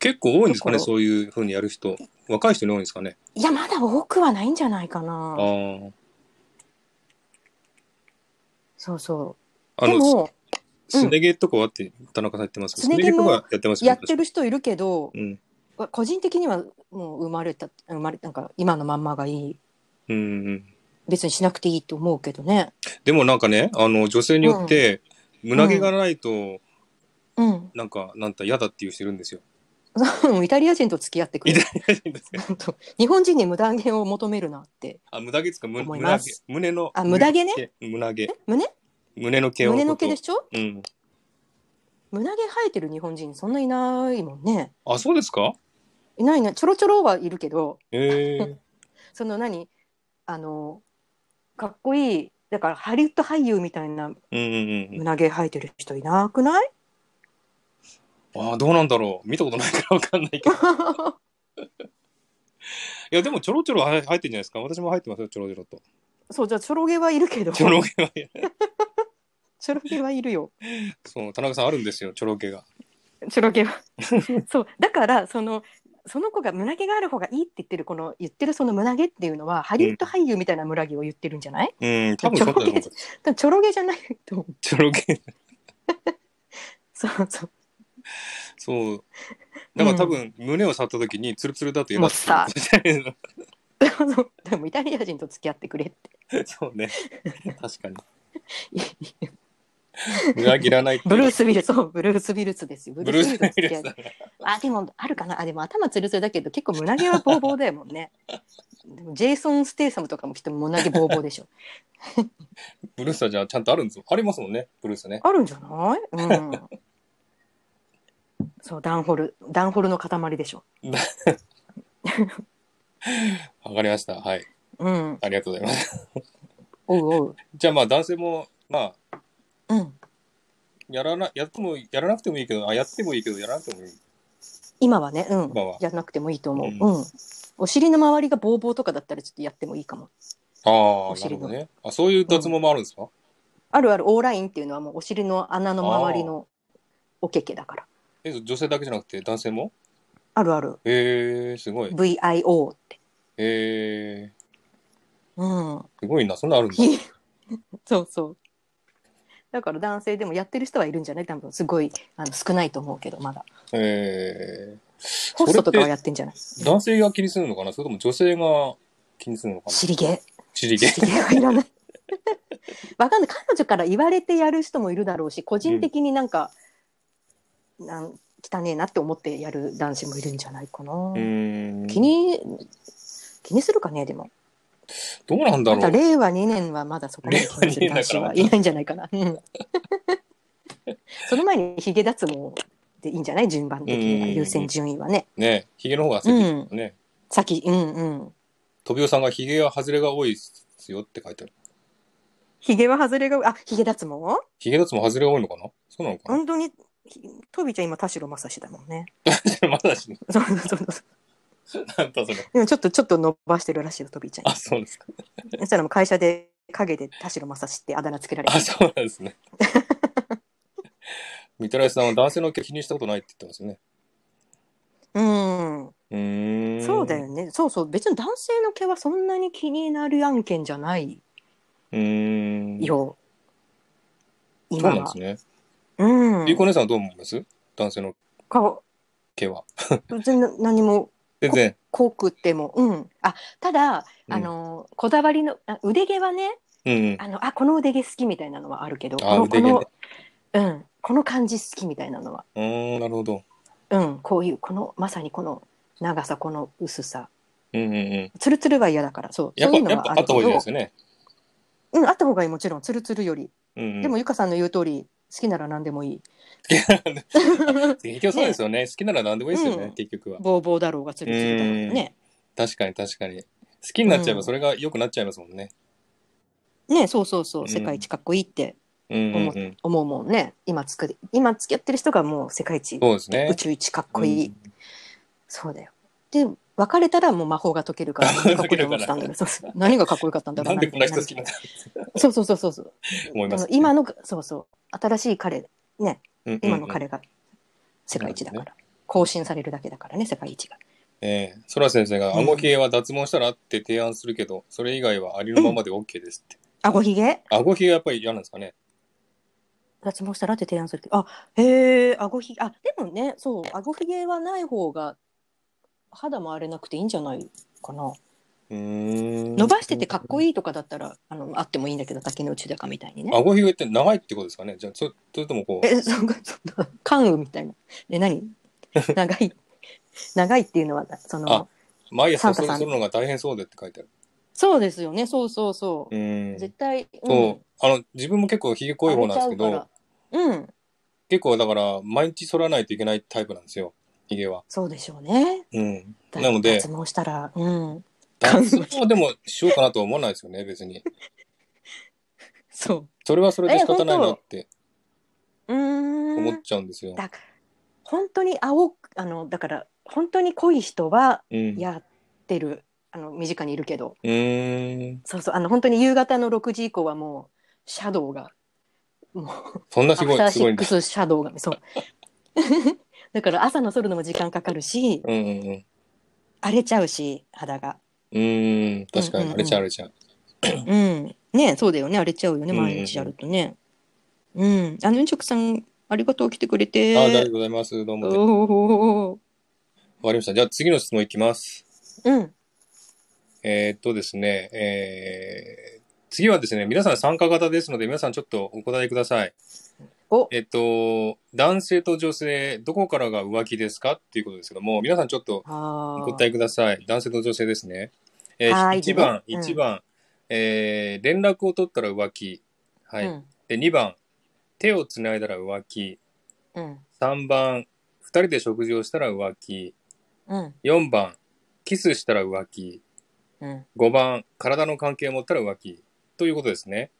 S1: 結構多いんですかね、
S2: だから
S1: そういうふうにやる人。若い人に多いんですかね。
S2: いや、まだ多くはないんじゃないか
S1: あ
S2: な。
S1: ー
S2: そうそ
S1: あ
S2: う。で
S1: の、
S2: も、
S1: すね毛とかはって田中さん言ってますけど、
S2: すね毛
S1: と
S2: も
S1: かやってますよ
S2: やっ
S1: ね。
S2: てる人いるけど、
S1: うん。
S2: 個人的にはもう生まれた、生まれ、なんか今のまんまがいい。
S1: うんうん。
S2: 別にしなくていいと思うけどね。
S1: でもなんかね、あの、女性によって、胸毛がないと、
S2: うん。
S1: なんか、なんた嫌だっていう人いるんですよ。
S2: イタリア人と付き合ってくれ
S1: イ。タリア人ですね。
S2: 本当 <laughs> 日本人に無断毛を求めるなって。
S1: あ、無駄毛ですかむ
S2: 思い
S1: 胸
S2: ま
S1: 毛
S2: す。
S1: 胸の。
S2: あ無駄毛ね
S1: 胸毛。
S2: 胸
S1: 胸の毛を。
S2: 胸の毛でしょ
S1: うん。
S2: 胸毛生えてる日本人そんないないもんね。
S1: あ、そうですか
S2: いないな、ちょろちょろはいるけど、
S1: え
S2: <laughs>
S1: え。
S2: その何あの、かっこいい、だからハリウッド俳優みたいな
S1: うんうんうん。
S2: 胸毛生えてる人いなくない <laughs>
S1: ああ、どうなんだろう。見たことないからわ <laughs> かんないけど。いや、でもちょろちょろは入ってるんじゃないですか。私も入ってますよ、ちょろちょろと。
S2: そう、じゃあちょろ毛はいるけど、
S1: ちょろ毛は、
S2: ちょろ毛はいる <laughs> よ。
S1: そう、田中さんあるんですよ、ちょろ毛が。
S2: ちょろ <laughs> 毛は。そう、だから、その、その子が胸毛がある方がいいって言ってる、この、言ってるその胸毛っていうのは、ハリウッド俳優みたいな胸毛を言ってるんじゃない、
S1: うん、多分そうだと思う。
S2: だからちょろ毛じゃないと <laughs> 思う。
S1: ちょろ毛。
S2: そう <laughs> そう。
S1: そう。だから多分、胸を触った時に、ツルツルだと嫌だって
S2: も
S1: いうこと
S2: でもそうでもイタリア人と付き合ってくれって。
S1: じゃないの <laughs> そうね。確
S2: <laughs>
S1: かに。裏切らないっていう
S2: ブルース・ウィルス、そう、ブルース・ウィルスですよ。ブ
S1: ブルース・ウ
S2: と
S1: ィ
S2: 付
S1: ル
S2: き
S1: ス
S2: 合う
S1: だ。
S2: あ、でも、あるかな。あ、でも頭つるつるだけど、結構胸毛はボーボーだよもん <laughs> ね。でもジェイソン・ステイサムとかもきっと胸毛ボーボーでしょ。
S1: ブルースはじゃあちゃんとあるんですよ。ありますもんね、ブルースね。
S2: あるんじゃない <laughs> うん。そう、ダンホル、ダンホルの塊でしょ。
S1: わかりました。はい。
S2: うん。
S1: ありがとうございます。 <laughs>
S2: おうおう。
S1: じゃあまあ、男性も、まあ、
S2: うん。
S1: やらな、やっても、やらなくてもいいけど、あ、やってもいいけど、やらなくてもいい。
S2: 今はね、うん
S1: 今は。
S2: やんなくてもいいと思う。
S1: う
S2: うん。お尻の周りがボーボーとかだったらちょっとやってもいいかも。
S1: ああ、
S2: お
S1: なる
S2: 尻
S1: ほ
S2: の
S1: どね。あ、そういう脱毛もあるんですか、
S2: あるあるオーラインっていうのはもうお尻の穴の周りのおけけだから。
S1: え、女性だけじゃなくて男性も
S2: あるある。
S1: へえー、すごい。
S2: VIO って。
S1: へえー、
S2: うん。
S1: すごいな。そんなのあるんだ。
S2: いいそうそう。だから男性でもやってる人はいるんじゃない多分すごいあの少ないと思うけどまだ
S1: えー、
S2: ホストとかはや
S1: っ
S2: ってんじゃない
S1: て男性が気にするのかなそれとも女性が気にするのかな
S2: 尻毛
S1: 尻毛。
S2: 尻毛はいらないわかんない彼女から言われてやる人もいるだろうし個人的になんか、なん汚ねえなって思ってやる男子もいるんじゃないかな、
S1: うーん。
S2: 気に気にするかねでも
S1: どうなんだ
S2: ま
S1: ろ
S2: た
S1: う。
S2: 令和2年はまだそこまで気にする男子は
S1: 令和二年だから
S2: いないんじゃないかな。うん <laughs> その前にヒゲ脱毛でいいんじゃない順番的には
S1: うん
S2: 優先順位はね。
S1: ねヒゲの方が焦ってるからね。
S2: 先うんうん。
S1: 飛びおさんがヒゲは外れが多いっすよって書いてある。
S2: ヒゲは外れがあヒゲ脱毛
S1: ヒゲ脱毛外れが多いのかなそうなのか
S2: 本当にひトビーちゃん今田代正史だもんね。
S1: な <laughs> まだしね。
S2: そうそうそうそう。
S1: なんだそれ。
S2: でもちょっとちょっと伸ばしてるらしいよトビーちゃ
S1: あ、そう
S2: <laughs>
S1: ですか。
S2: ん。そしたらもう会社で影で田代正史ってあだ名つけられ
S1: あ、
S2: た。
S1: そうなんですね。みたらしさんは男性の毛気にしたことないって言ってますね。
S2: うん。
S1: うーん。
S2: そうだよ。ね。そうそう別に男性の毛はそんなに気になる案件じゃないう
S1: ーん。
S2: よ。
S1: そうなん
S2: 今
S1: で
S2: は
S1: す。ね。
S2: うん。
S1: ゆうこ姉さんはどう思います男性の
S2: 顔
S1: 毛は。
S2: 全然何も
S1: 全然。
S2: 濃くても、うん。あ、ただ、
S1: うん
S2: あの、こだわりの、あ腕毛はね、
S1: うんうん。
S2: あの、あ、この腕毛好きみたいなのはあるけど、
S1: あ
S2: この、
S1: 腕毛ね
S2: このうん、この感じ好きみたいなのは、
S1: うーん、なるほど。
S2: うん、こういう、この、まさにこの長さ、この薄さ、
S1: うんうんうん。
S2: ツルツルは嫌だから、そう、
S1: や
S2: そ
S1: っぱ、
S2: ういうの
S1: やっ
S2: は
S1: ぱ
S2: あ
S1: あ
S2: る
S1: った
S2: け
S1: 方がいい
S2: ど
S1: です、よね。
S2: うん、あった方がいい、もちろん、ツルツルより。
S1: うん、うん。
S2: でも、、ゆかさんの言う通り、好きなら何でもいい。
S1: <laughs> 結局そうですよね好きなら何でもいいですよね、
S2: うん
S1: 結局は。
S2: <laughs> ボーボーだろうが、ツルツルだろうがね。
S1: 確かに確かに。好きになっちゃえ
S2: う
S1: ば
S2: ん
S1: それが良くなっちゃいますもんね。
S2: ね、そうそうそうう、
S1: ん
S2: 世界一かっこいいって。
S1: うんうん、
S2: 思っ
S1: うん。
S2: 思うもんね今つく今付き合ってる人がもう世界一、
S1: そうですね
S2: 宇。宙一かっこいい、
S1: うん
S2: そうだよで別れたらもう魔法が解けるから
S1: <laughs> 魔法
S2: 何
S1: が
S2: がか
S1: 解
S2: っ
S1: ける
S2: こよ
S1: か
S2: からったんだろうそうそう何がかっこよかったんだろ
S1: な
S2: うん
S1: でこんな人好きなん
S2: ん
S1: だ
S2: そうそうそうそうそう
S1: 思います
S2: あの今のそうそう新しい彼ね今
S1: う
S2: の
S1: んうんうん
S2: 彼が世界一だから、更新されるだけだからね、世界一が。
S1: ええそら先生が、あごひげは脱毛したらって提案するけど、それ以外はありのままで OK ですって。
S2: あごひげ
S1: あごひげはやっぱり嫌なんですかね。
S2: 脱毛したらって提案するけど、あ、へえ、あごひげ、あ、でもね、そう、あごひげはない方が、肌も荒れなくていいんじゃないかな。
S1: うーん。
S2: 伸ばしててかっこいいとかだったら、あの、あってもいいんだけど、竹の内高みたいにね。
S1: あごひげって長いってことですかね。じゃあ、そそれともこう、
S2: え、そうか、そうか、関羽みたいな。え、
S1: <laughs>
S2: 何長い。長いっていうのは、そ
S1: あ
S2: の、
S1: 毎朝それ
S2: サンタさん
S1: するのが大変そうでって書いてある。
S2: そうですよね、そうそうそう
S1: う。ーん。
S2: 絶対、うん、
S1: そう。あの、自分も結構ひげ濃い方なんですけ
S2: 荒れちゃ
S1: ど
S2: う、から。うん、
S1: 結構だから、毎日剃らないといけないタイプなんですよ。ひげは。
S2: そうでしょうね。
S1: うん。
S2: だ
S1: なので
S2: 脱毛したら、うん、
S1: 脱毛でもしようかなとは思わないですよ
S2: <laughs>
S1: ね、別に。
S2: そ
S1: それはそれで仕方ないなって
S2: う。うーん。
S1: 思っちゃうんですよ。
S2: だ本当に青くあのだから本当に濃い人は
S1: うん。
S2: やってる、あの身近にいるけど
S1: うーん。
S2: そうそうあの本当に夕方の6時以降はもうシャドウがもう
S1: そんな
S2: ア
S1: す
S2: フ
S1: ご
S2: ター
S1: い、す
S2: シ
S1: ごい
S2: ッ
S1: ん
S2: ク
S1: です。
S2: スシャドウがそう <laughs> だから朝の剃るのも時間かかるし
S1: うんうんうん。
S2: 荒れちゃうし肌が
S1: うーん。確か
S2: うんうん
S1: に、あ
S2: うん
S1: れちゃうあれちゃう。
S2: うんねそうだよね荒れちゃうよね
S1: うんうんうん
S2: 毎日やるとねうん、あのうんちょくさんありがとう来てくれ
S1: あ
S2: て
S1: あ、ありがとうございます。どうも。わ
S2: おー
S1: かりました。じゃあ次の質問いきます。
S2: うん
S1: えーっとですね、えー、次はですね、皆さん参加型ですので、皆さんちょっとお答えください。
S2: お
S1: えっと、男性と女性、どこからが浮気ですかっていうことですけども、皆さんちょっと
S2: あ
S1: お
S2: ー
S1: 答えください。男性と女性ですね。えー、
S2: はーい
S1: 1番、
S2: うん
S1: 1番、えー連絡を取ったら浮気。はい。
S2: うん
S1: で、2番、手をつないだら浮気。
S2: うん
S1: 3番、2人で食事をしたら浮気。
S2: うん
S1: 4番、キスしたら浮気。
S2: うん
S1: 5番、体の関係を持ったら浮気。ということですね。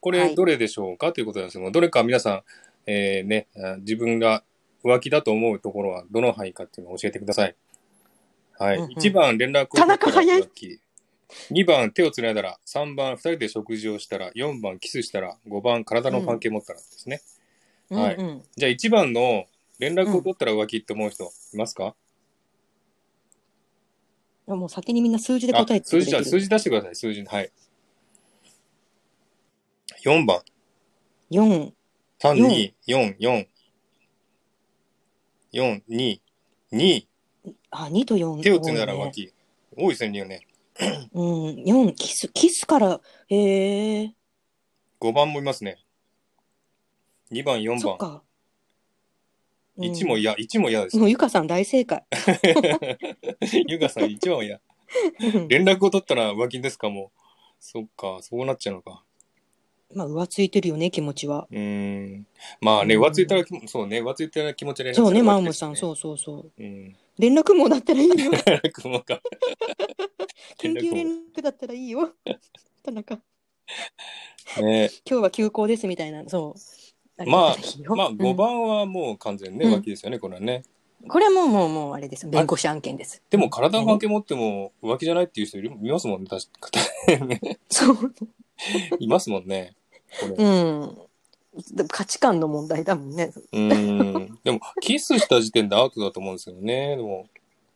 S1: こ
S2: は
S1: れ、
S2: い
S1: どれでしょうか、ということなんですけども、どれか皆さん、えーね、あ自分が浮気だと思うところはどの範囲かっていうのを教えてください。はい。
S2: うんうん
S1: 1番、連絡を
S2: 田中早い
S1: 浮気。2番、手をつないだら。3番、2人で食事をしたら。4番、キスしたら。5番、体の関係を持ったらですね。はい
S2: うんうん、
S1: じゃあ、1番の連絡を取ったら浮気って思う人いますか、
S2: でももう先にみんな数字で
S1: あ
S2: 答えてく
S1: 数
S2: れ
S1: 字じゃあ
S2: て
S1: 数
S2: る。
S1: 字出してください、数字。はい。4番。
S2: 四、
S1: 三
S2: 四
S1: 二四四四二二
S2: あ、二と四。
S1: 手をつなら
S2: 多いね
S1: 脇多いですね二はね
S2: うん、四キスキスからへえ。
S1: 五番もいますね二番四
S2: そっ
S1: 番
S2: か。うん
S1: 一も嫌一も嫌です
S2: <laughs> もうゆかさん大
S1: <laughs>
S2: 正解。
S1: ゆかさん一番嫌
S2: うん
S1: 連絡を取ったら浮気ですかもうそっかそうなっちゃうのか
S2: まあ浮ついてるよね気持ちは。
S1: うーんまあね
S2: うん
S1: 浮ついたら気もそうね浮ついたら気持ちで連絡
S2: そうねマウ
S1: ム
S2: ムさんそうそうそう。
S1: うん
S2: 連絡網だったらいいよ。
S1: <laughs> 連絡もか連
S2: 緊
S1: 絡網
S2: 急連絡だったらいいよ。 <laughs> 田中
S1: ね
S2: 今日は休校ですみたいなそう。
S1: まあ
S2: れだったらいいよ
S1: まあ
S2: うん
S1: 五番はもう完全にね
S2: うん
S1: 浮気ですよねこれはね
S2: これはもうもうもうあれです弁護士案件です。
S1: でも体の関係持っても浮気じゃないっていう人いるいますもんね、確か。
S2: そう。
S1: <laughs> いますもんね。これ
S2: うん。でも価値観の問題だもんね。
S1: うーん。でも、キスした時点でアウトだと思うんですよね。でも、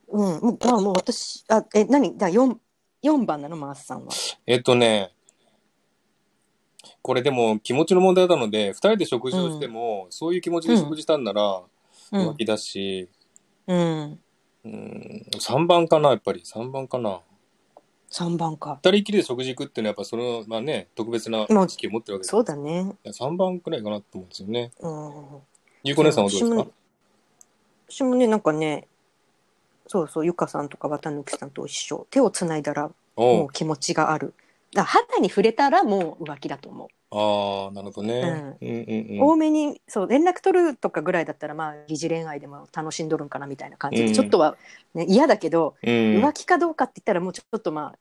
S2: うん。もうあもう私、あ、え、何だ、4、四番なの、マースさんは。
S1: えっとね、これでも気持ちの問題なので、二人で食事をしても、そういう気持ちで食事したんなら
S2: う
S1: 浮
S2: ん。
S1: 気だし、
S2: うん。
S1: うーん、3番かな、やっぱり。3番かな。
S2: 3番か。
S1: 二人きりで食事行くっていうのは、やっぱその、まあね、特別な
S2: まあ
S1: 意識を持ってるわけで
S2: そうだね。
S1: す。3番くらいかなと思うんですよね。
S2: うん。
S1: ゆうこ姉さんはどうですか
S2: 私もね、なんかね、そうそう、ゆかさんとか綿貫さんと一緒。手をつないだら、
S1: お
S2: も
S1: う
S2: う気持ちがある。だ肌に触れたらもう浮気だと思う。
S1: ああ、なるほどね。うんうんうん。
S2: 多めにそう連絡取るとかぐらいだったらまあ疑似恋愛でも楽しんどるんかなみたいな感じで、
S1: うん
S2: ちょっとは、ね、嫌だけど、
S1: うん
S2: 浮気かどうかって言ったらもうちょっとま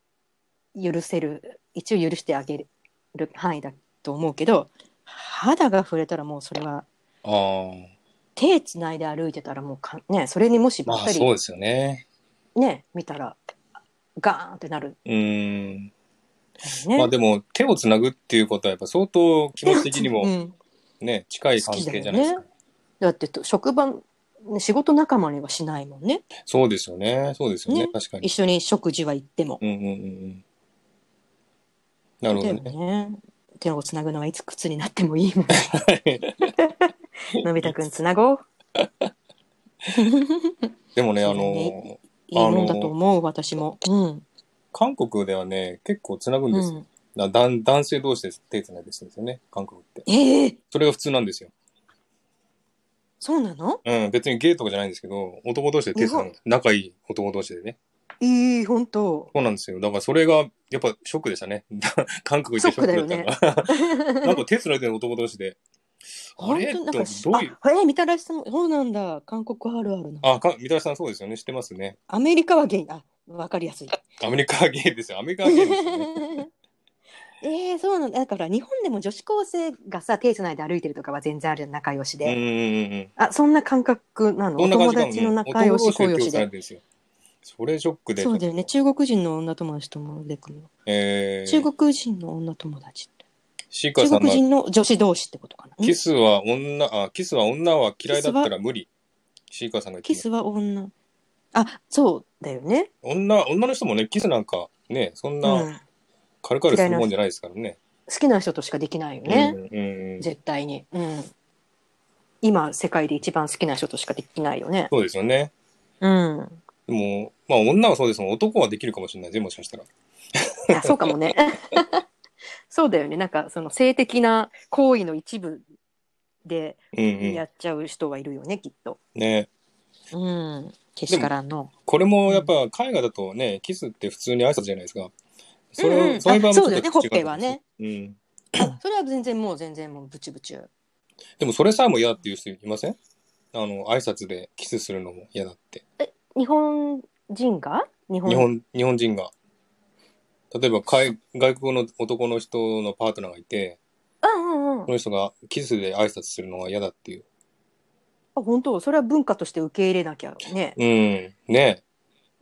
S2: あ許せる一応許してあげる範囲だと思うけど肌が触れたらもうそれは
S1: あー
S2: 手つないで歩いてたらもうかねそれにもしば
S1: ま
S2: っ
S1: あ
S2: か
S1: そう
S2: り
S1: ですよね。
S2: ね見たらガーンってなる
S1: うん。
S2: ね。
S1: まあでも手をつなぐっていうことはやっぱ相当気持ち的に
S2: <laughs> う
S1: も
S2: ん
S1: ね、近い関係じゃないですか。
S2: だってと職場仕事仲間にはしないもんね
S1: そうですよね。そうですよね。
S2: ね
S1: 確かに
S2: 一。緒に食事は行っても。
S1: うんうんうんうん。なるほ
S2: で
S1: ど
S2: も
S1: ね。
S2: ね手をつなぐのはいつ靴になってもいいもんねのび太くんつなごう
S1: でもね、あ
S2: そうだね
S1: の、
S2: いいもんだと思う私もうん
S1: 韓国ではね、結構つなぐん
S2: う
S1: ですよ。
S2: ん
S1: だ男男性同士で手つないでるんですよね、韓国って。
S2: ええ
S1: それが普通なんですよ。
S2: そうなの
S1: うん、別にゲイとかじゃないんですけど、男同士で手つなぐ
S2: 日
S1: んです。仲いい男同士でね。
S2: いい本 <laughs> 当
S1: そうなんですよ。だからそれが、やっぱショックでしたね。 <laughs> 韓国行ってショックだったのが。 <laughs> なんか手つないでる男同士で。あ
S2: <laughs> 本
S1: れ
S2: 当
S1: と
S2: なん
S1: ど
S2: か
S1: ういう。
S2: あえーみたらしさんもそうなんだ韓国あるあるな
S1: あ、か、三田さんそうですよね。知ってますね。
S2: アメリカはゲイあわかりやすい
S1: アメリカはゲイですよ。アメリカはゲイ
S2: <laughs>
S1: ですよね。
S2: えー、そうなんだだから日本でも女子高生がさ手つないで歩いてるとかは全然あるじゃん仲良
S1: う
S2: し
S1: ん
S2: で、
S1: うんうんうん。
S2: あそんな感覚なの
S1: そんな感じ
S2: お
S1: だ
S2: 友
S1: もん
S2: 達の
S1: ね。
S2: 仲良し
S1: 男
S2: 恋
S1: 同士で
S2: 良
S1: 手を
S2: し
S1: つないでる
S2: で
S1: んですよ。それショックで。
S2: そうだよね中国人の女友達ともでくの、
S1: えー、
S2: 中国人の女友達って
S1: シーカーさ
S2: 中
S1: んが
S2: 国人の女子同士ってことかな
S1: キ
S2: ス
S1: スは女、あ、キスは女は嫌いだったら無理。シーカーさんが言って
S2: キ
S1: る
S2: スは女あそうだよね、
S1: 女、女の人もね、キスなんかね、そん
S2: う、
S1: なん
S2: 好
S1: 軽々するもんじゃないですからね。
S2: きな人としかできないよ
S1: うん
S2: ね、
S1: うんうん。
S2: 絶対に、うん、今世界で一番好きな人としかできないよね
S1: そうですよね。
S2: うん
S1: でも、まあ女はそうですもん。男はできるかもしれないですねもしかしたら。
S2: いやそうかもね。 <laughs> そうだよね。なんかその性的な行為の一部で
S1: うんう
S2: やっちゃう人はいるよね、きっと。
S1: ん。ね
S2: うん。けしからんの。
S1: これもやっぱ海外だとね、キスって普通に挨拶じゃないですか。それ
S2: うんうん
S1: そういう場合もちょっと
S2: あそうだよねホッケはね
S1: うん。
S2: それは全然もう全然もうブチブチ。
S1: でもそれさえも嫌っていう人いませんあの、挨拶でキスするのも嫌だって。
S2: 日本人が日本
S1: 日本日本人が。例えば海外国の男の人のパートナーがいて、
S2: うんうんう
S1: そ
S2: ん。あ
S1: の人がキスで挨拶するのは嫌だっていう。
S2: 本当それは文化として受け入れなきゃね。
S1: うん。ね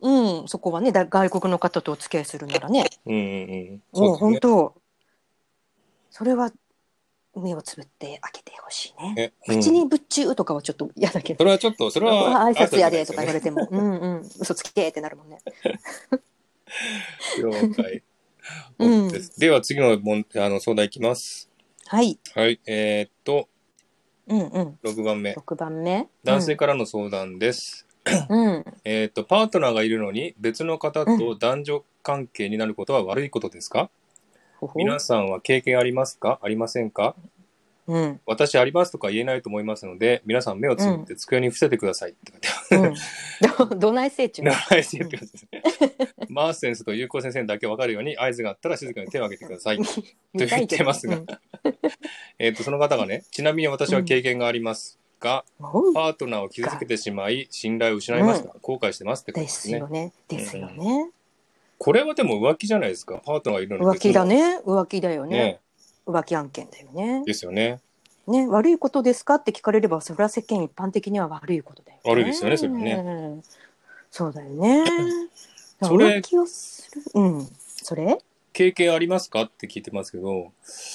S2: うん。そこはねだ外国の方とお付き合いするならね。
S1: うんうんうん。
S2: もう
S1: そう
S2: 本
S1: です
S2: 当それは目をつぶって開けてほしい
S1: ね。
S2: ね。
S1: ねうん
S2: 口にぶっちゅうとかはちょっと嫌だけど
S1: そ。れはちょっと、それは
S2: 挨拶やでと
S1: 挨
S2: か
S1: 拶
S2: 言われても、うんうん、嘘つけってなるもんね。
S1: じゃないですよね。
S2: <laughs> う
S1: 了
S2: ん
S1: 解。ですでは次の問あの相談いきます。
S2: はい、
S1: はい。えーっと、
S2: うんうん、
S1: 6番目。
S2: 六番目。
S1: 男性からの相談です。
S2: うん、うん、
S1: えーっと、パートナーがいるのに別の方と男女関係になることは悪いことですか、
S2: ほほ
S1: 皆さんは経験ありますかありませんか
S2: うん、
S1: 私ありますとか言えないと思いますので、皆さん目をつぶって机に伏せてくださいって書いてある。 <laughs>
S2: うん。ど、どない成長。
S1: 習い生ってことですね。 <laughs> マース先生と有効先生にだけ分かるように合図があったら静かに手を挙げてください。
S2: 見たいけど
S1: と言ってますが
S2: うん
S1: えっと、その方がね、ちなみに私は経験がありますが、
S2: おう
S1: パートナーを傷つけてしまい、信頼を失いました。後悔してますってこと
S2: で
S1: ですすね
S2: よ。ね。ですよね。
S1: これはでも浮気じゃないですか。パートナーがいるのに
S2: 浮気だ
S1: ね。
S2: ね。浮気だよね。
S1: ね
S2: 浮気案件だよね。
S1: ですよね。
S2: ね、悪いことですかって聞かれれば、それは世間一般的には悪いことだよ、ね。
S1: 悪いですよねそれはね
S2: ね。そうだよね。
S1: それ
S2: 浮気をする。うん。それ。
S1: 経験ありますかって聞いてますけど、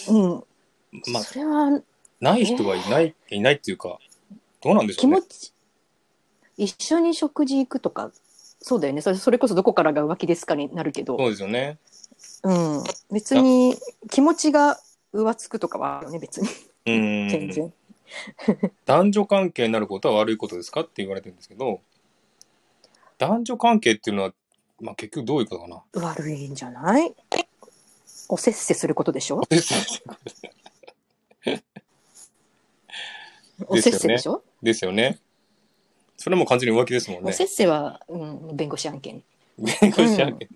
S2: うん。
S1: まあ、
S2: それは
S1: ない人はいない、いないっていうか、どうなんでし
S2: 気
S1: ょうね
S2: 持。ち、一緒に食事行くとかそうだよねそれそれこそどこからが浮気ですかになるけ
S1: そ
S2: ど、
S1: うですよね。
S2: うん、別に気持ちが浮つくとかはあるよね別に
S1: う
S2: 全
S1: ん。
S2: 然、
S1: 男女関係になることは悪いことですかって言われてるんですけど、男女関係っていうのは、まあ、結局どういうことかな。
S2: 悪いんじゃないおせっせすることでしょおせっせでしょ
S1: ですよね。それも完全に浮気ですもん
S2: お
S1: ね
S2: せ。っせは、うん、弁護士案件
S1: 弁護士案件。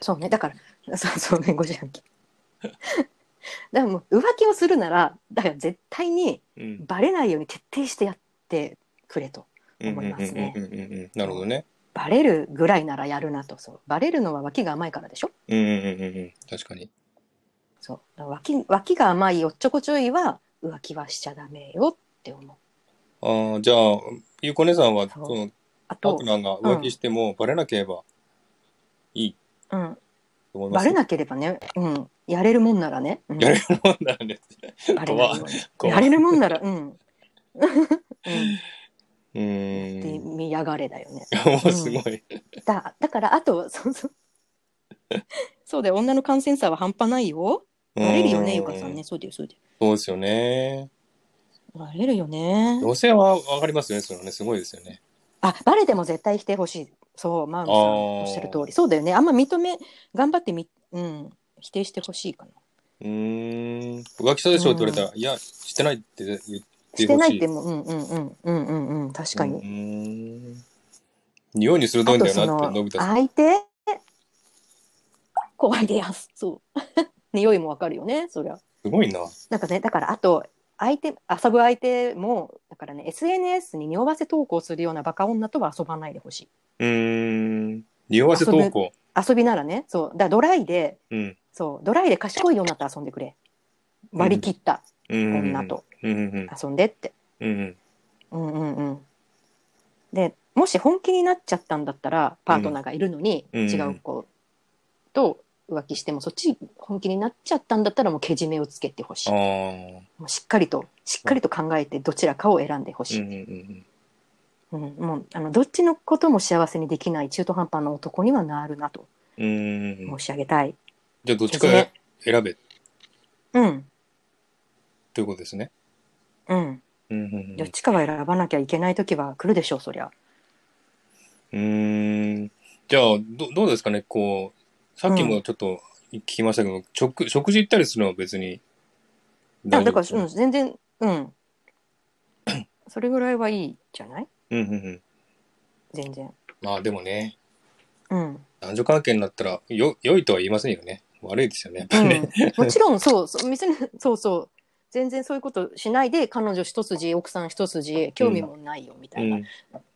S2: そうねだから <laughs> そうそう弁護士案件 <laughs> だからもう浮気をするならだから絶対に
S1: うん。
S2: バレないように徹底してやってくれと
S1: うん
S2: 思いますね
S1: うんうんうんうんうんなるほどね。
S2: バレるぐらいならやるなとそうバレるのは脇が甘いからでしょ
S1: うんうんうんうんうん。確かに。
S2: そうだから脇脇が甘いおっちょこちょいは浮気はしちゃダメよって思う
S1: ああ、じゃあ、ゆうこ姉さんは、そ
S2: そう
S1: の、
S2: あ
S1: パ
S2: と
S1: ート、ナーが浮気してもバレなければいい
S2: うん、
S1: と思いま
S2: バ
S1: す。
S2: レなければね、うん、やれるもんならね、うん、
S1: やれるもんなんです。
S2: バレないように
S1: 怖い <laughs>
S2: やれるもんならうん、うん
S1: うん
S2: 流れだよね。
S1: もうすごい。
S2: だだからあとそうそうそうだよ女の感染差は半端ないよ。
S1: うん
S2: なれるよねゆかさんね。。そうだよそうだ
S1: そうですよね。
S2: よ。なれるよね。
S1: 女性はわかりますよね、それはね。すごいですよね。
S2: あバレても絶対してほしい。そうマウンさん
S1: あー
S2: おっしゃる通り。そうだよね。あんま認め頑張ってみうん否定してほしいかな。
S1: うーん。浮気したでしょって言われたら、いや、してないって言ってほしい。
S2: してないってもううんうんうんうんうんうん確かに。
S1: うーん。匂いに鋭い
S2: あ
S1: んだ
S2: と
S1: よ
S2: そ
S1: なっ
S2: の
S1: て、のび太さん。
S2: 相手怖いでやんす。そう。 <laughs> 匂いもわかるよね。そりゃ。
S1: すごいな。
S2: なんかね、だからあと、相手、遊ぶ相手も、だからね、SNS に匂わせ投稿するようなバカ女とは遊ばないでほしい。
S1: うーん。匂わせ投稿。
S2: 遊びならね、そう、だからドライで、
S1: うん。
S2: そう、ドライで賢い女と遊んでくれ。割り切った
S1: うん。
S2: 女。と
S1: うんうん
S2: 遊んでって。
S1: うん。うん
S2: うんうんうん。で、もし本気になっちゃったんだったら、パートナーがいるのに、
S1: うん
S2: 違う子と浮気しても、そっち本気になっちゃったんだったら、もうけじめをつけてほしい。
S1: ああ
S2: も。うしっかりと、しっかりと考えて、どちらかを選んでほし
S1: う
S2: い
S1: ん。うんうん。
S2: うん、もうあのどっちのことも幸せにできない中途半端な男にはなるなと
S1: うーん
S2: 申。し上げたい。
S1: じゃあ、どっち
S2: け
S1: か
S2: じめ
S1: 選べ
S2: うん、
S1: ということですね。
S2: うん、
S1: うんうん
S2: どっちかは選ばなきゃいけない時は来るでしょう、そりゃ。
S1: うん。うーん。じゃあ、どどうですかね、こう、さっきもちょっと聞きましたけど、食食事行ったりするのは別に
S2: あ
S1: 大丈
S2: だ
S1: 夫
S2: か
S1: です
S2: ら、う
S1: ね。
S2: ん、全然、 <coughs> うん、それぐらいはいいじゃない
S1: うんうんうん。
S2: 全然。
S1: まあ、でもね、
S2: うん、
S1: 男女関係になったら、よ、良いとは言いませんよね。悪いですよね、やっ
S2: う
S1: ぱりね。
S2: ん、もちろんそうそう店にそうそう全然そういうことしないで彼女一筋奥さん一筋興味もないよみた
S1: う。
S2: いなん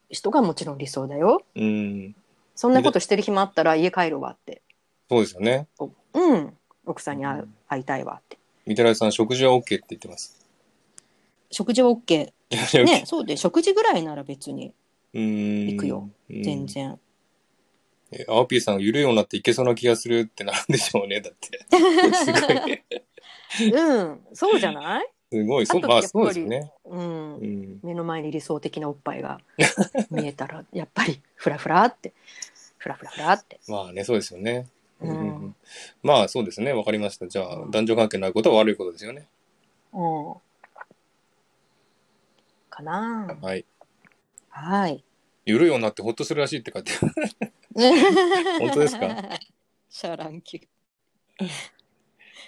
S2: 人がもちろん理想だよ。
S1: うん。
S2: そんなことしてる暇あったら家帰るわって、
S1: そうですよね。
S2: おうん、奥さんに会う会いたいわって。
S1: みたらしさん、食事は OK って言ってます。
S2: 食事は OK ね
S1: ね、
S2: そうでそうで食事ぐらいなら別に
S1: 行
S2: 行くよ。
S1: うん
S2: 全。然、
S1: えアオピーさん、緩いようになっていけそうな気がするってなるんでしょうね、だって。す
S2: <laughs>
S1: ごい。
S2: うん、そうじゃない、
S1: すごい。
S2: あ
S1: そ
S2: と
S1: ま
S2: やっ
S1: あ、
S2: ぱり
S1: そうですよね。
S2: うん、
S1: うん。
S2: 目の前に理想的なおっぱ
S1: <laughs>
S2: いが見えたらやっぱりフラフラってフラフラフラって、
S1: まあね、そうですよね。
S2: う
S1: うんんまあ、そうですね。わかりました。じゃあ
S2: う、ん
S1: 男女関係になることは悪いことですよね。
S2: うん、かなあ
S1: はい。
S2: はい
S1: <laughs> 緩いようになってほっとするらしいって書いてある。
S2: 本
S1: 当ですか
S2: シャラン級